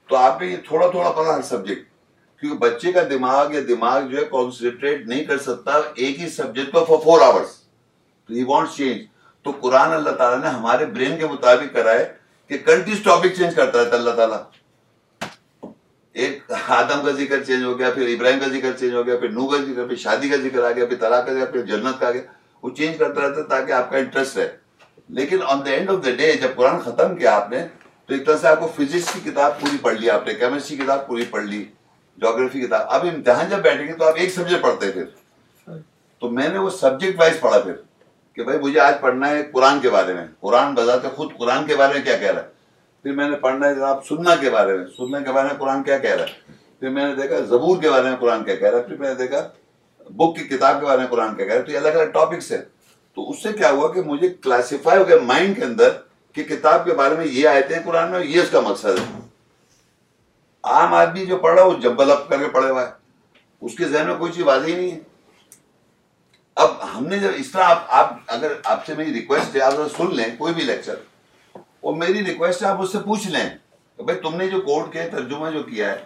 Speaker 1: تو آپ نے یہ تھوڑا تھوڑا پڑھا ہر سبجیکٹ کیونکہ بچے کا دماغ یا دماغ جو ہے کانسنٹریٹ نہیں کر سکتا ایک ہی سبجیکٹ پر فور فور آورس تو ہی وانٹ چینج تو قرآن اللہ تعالیٰ نے ہمارے برین کے مطابق کرا ہے کہ کنٹینیوس ٹاپک چینج کرتا رہتا ہے اللہ تعالیٰ ایک آدم کا ذکر چینج ہو گیا پھر ابراہیم کا ذکر چینج ہو گیا پھر نو کا ذکر پھر شادی کا ذکر آ گیا پھر طلاق کا ذکر پھر جنت کا آ گیا وہ چینج کرتا رہتا ہے تاکہ آپ کا انٹرسٹ رہے لیکن on the end of the day جب قرآن ختم کیا آپ نے تو ایک طرح سے آپ کو فزکس کی کتاب پوری پڑھ لی آپ نے کیمسٹری کی کتاب پوری پڑھ لی جغرافی کی کتاب اب امتحان جب بیٹھیں گے تو آپ ایک سبجیکٹ پڑھتے ہیں پھر تو میں نے وہ سبجیکٹ وائز پڑھا پھر کہ بھائی مجھے آج پڑھنا ہے قرآن کے بارے میں قرآن بذات خود قرآن کے بارے میں کیا کہہ رہا ہے پھر میں نے پڑھنا ہے جناب سننا کے بارے میں سننا کے بارے میں قرآن کیا کہہ رہا ہے پھر میں نے دیکھا زبور کے بارے میں قرآن کیا کہہ رہا ہے پھر میں نے دیکھا بک کی کتاب کے بارے میں قرآن کیا کہہ رہا ہے تو یہ الگ الگ ٹاپکس ہیں تو اس سے کیا ہوا کہ مجھے کلاسیفائی ہو گیا مائنڈ کے اندر کہ کتاب کے بارے میں یہ آئے تھے قرآن میں یہ اس کا مقصد ہے عام آدمی جو پڑھ رہا ہے وہ جبل اپ کر کے پڑے ہوا ہے اس کے ذہن میں کوئی چیز واضح ہی نہیں ہے اب ہم نے جب اس طرح آپ آپ اگر آپ سے میری ریکویسٹ ہے آپ ذرا سن لیں کوئی بھی لیکچر اور میری ریکویسٹ ہے آپ اس سے پوچھ لیں کہ بھائی تم نے جو کورٹ کے ترجمہ جو کیا ہے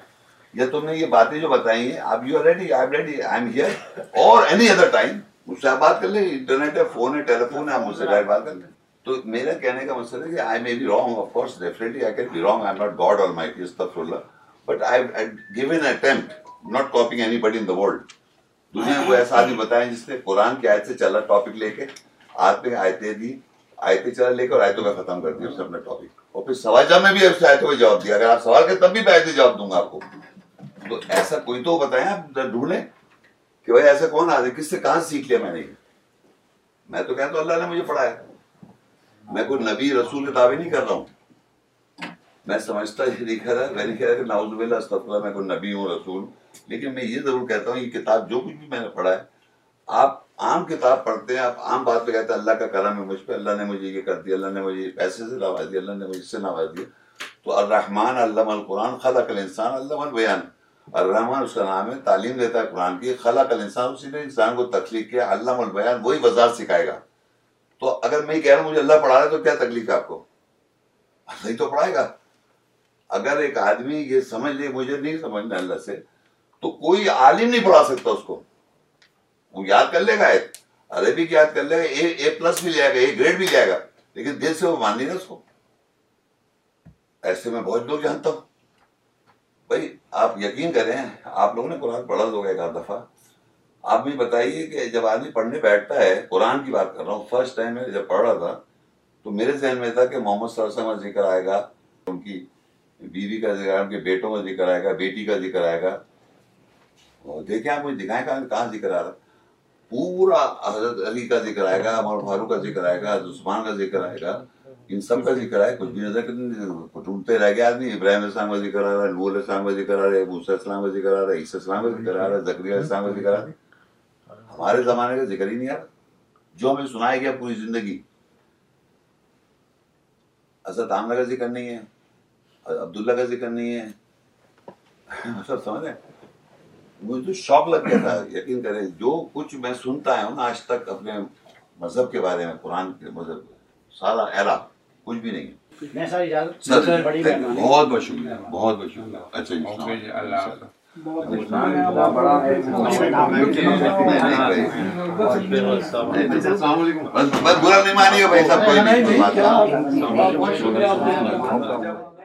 Speaker 1: یا تم نے یہ باتیں جو بتائی ہیں آپ you are ready I ready I am here اور اینی ادر ٹائم مجھ سے آپ بات کر لیں انٹرنیٹ ہے فون ہے ٹیلی فون ہے آپ مجھ سے ڈائریکٹ بات کر لیں تو میرا کہنے کا مسئلہ ہے کہ I may be wrong of course definitely I can be wrong I not God all my استغفر اللہ but I give an attempt not copying anybody in the world دنیا کو ایسا آدمی بتائیں جس نے قرآن کی آیت سے چلا ٹاپک لے کے آپ نے آیتیں دی آیتیں چلا لے کے اور آیتوں کا ختم کر دیا اس نے اپنا ٹاپک اور پھر سوال جب میں بھی اس آیتوں کا جواب دیا اگر آپ سوال کریں تب بھی میں آیتیں جواب دوں گا آپ کو تو ایسا کوئی تو بتائیں آپ ذرا ڈھونڈیں کہ بھائی ایسا کون آدمی کس سے کہاں سیکھ لیا میں نے یہ؟ میں تو کہتا ہوں اللہ نے مجھے پڑھایا میں کوئی نبی رسول کے دعوے نہیں کر رہا ہوں میں سمجھتا یہ لکھا تھا میں نے کہا کہ ناؤز باللہ استغفر میں کوئی نبی ہوں رسول ہوں۔ لیکن میں یہ ضرور کہتا ہوں یہ کتاب جو کچھ بھی میں نے پڑھا ہے آپ عام کتاب پڑھتے ہیں آپ عام بات پہ کہتے ہیں اللہ کا کرم ہے مجھ پہ اللہ نے مجھے یہ کر دیا اللہ نے مجھے پیسے سے نواز دیا اللہ نے مجھے اس سے نواز دیا تو الرحمن علم القرآن خلق الانسان علم البیان الرحمن اس کا نام ہے تعلیم دیتا ہے قرآن کی خلق الانسان اسی نے انسان کو تخلیق کیا علم البیان وہی وضاحت سکھائے گا تو اگر میں یہ کہہ رہا ہوں مجھے اللہ پڑھا رہا ہے تو کیا تکلیف ہے آپ کو اللہ ہی تو پڑھائے گا اگر ایک آدمی یہ سمجھ لے مجھے نہیں سمجھنا اللہ سے تو کوئی عالم نہیں پڑھا سکتا اس کو وہ یاد کر لے گا آیت عربی کی یاد کر لے گا اے اے پلس بھی لے آئے گا اے گریڈ بھی لے آئے گا لیکن دل سے وہ مان نہیں رہا اس کو ایسے میں بہت لوگ جانتا ہوں بھائی آپ یقین کریں آپ لوگوں نے قرآن پڑھا ہوگا ایک آدھ دفعہ آپ بھی بتائیے کہ جب آدمی پڑھنے بیٹھتا ہے قرآن کی بات کر رہا ہوں فرسٹ ٹائم میں جب پڑھ رہا تھا تو میرے ذہن میں تھا کہ محمد صلی اللہ علیہ وسلم کا ذکر آئے گا ان کی بیوی کا ذکر آئے گا ان کے بیٹوں کا ذکر آئے گا بیٹی کا ذکر آئے گا اور دیکھیں آپ مجھے دکھائیں کہاں کہاں ذکر آ رہا ہے؟ پورا حضرت علی کا ذکر آئے گا عمر فاروق کا ذکر آئے گا حضرت عثمان کا ذکر آئے گا ان سب کا ذکر آئے کچھ بھی نظر نہیں ڈھونڈتے رہ گیا آدمی ابراہیم علیہ السلام کا ذکر آ رہا ہے نور علیہ السلام کا ذکر آ رہا ہے موسیٰ علیہ السلام کا ذکر آ رہا ہے عیسیٰ علیہ السلام کا ذکر آ رہا ہے زکریہ علیہ السلام کا ذکر آ رہا ہے ہمارے زمانے کا ذکر ہی نہیں آ رہا جو ہمیں سنایا گیا پوری زندگی حضرت عامر کا ذکر نہیں ہے حضرت عبداللہ کا ذکر نہیں ہے سب سمجھ رہے ہیں؟ مجھے تو شوق لگ گیا تھا یقین کریں جو کچھ میں سنتا آیا ہوں نا آج تک اپنے مذہب کے بارے میں قرآن کے مذہب سارا ایرا کچھ بھی نہیں ہے
Speaker 3: میں سر اجازت
Speaker 1: سر
Speaker 3: بڑی
Speaker 1: تھینک-
Speaker 3: مہربانی
Speaker 1: بہت بہت شکریہ بہت بہت شکریہ اچھا جی السلام علیکم۔
Speaker 7: اللہ حافظ
Speaker 5: ہاں،
Speaker 1: نہیں، نہیں، بس بس برا نہیں مانیے گا بھائی صاحب کوئی
Speaker 5: نہیں، نہیں، کیا-
Speaker 1: نہیں
Speaker 5: بہت بہت شکریہ آپ نے-
Speaker 4: بہت-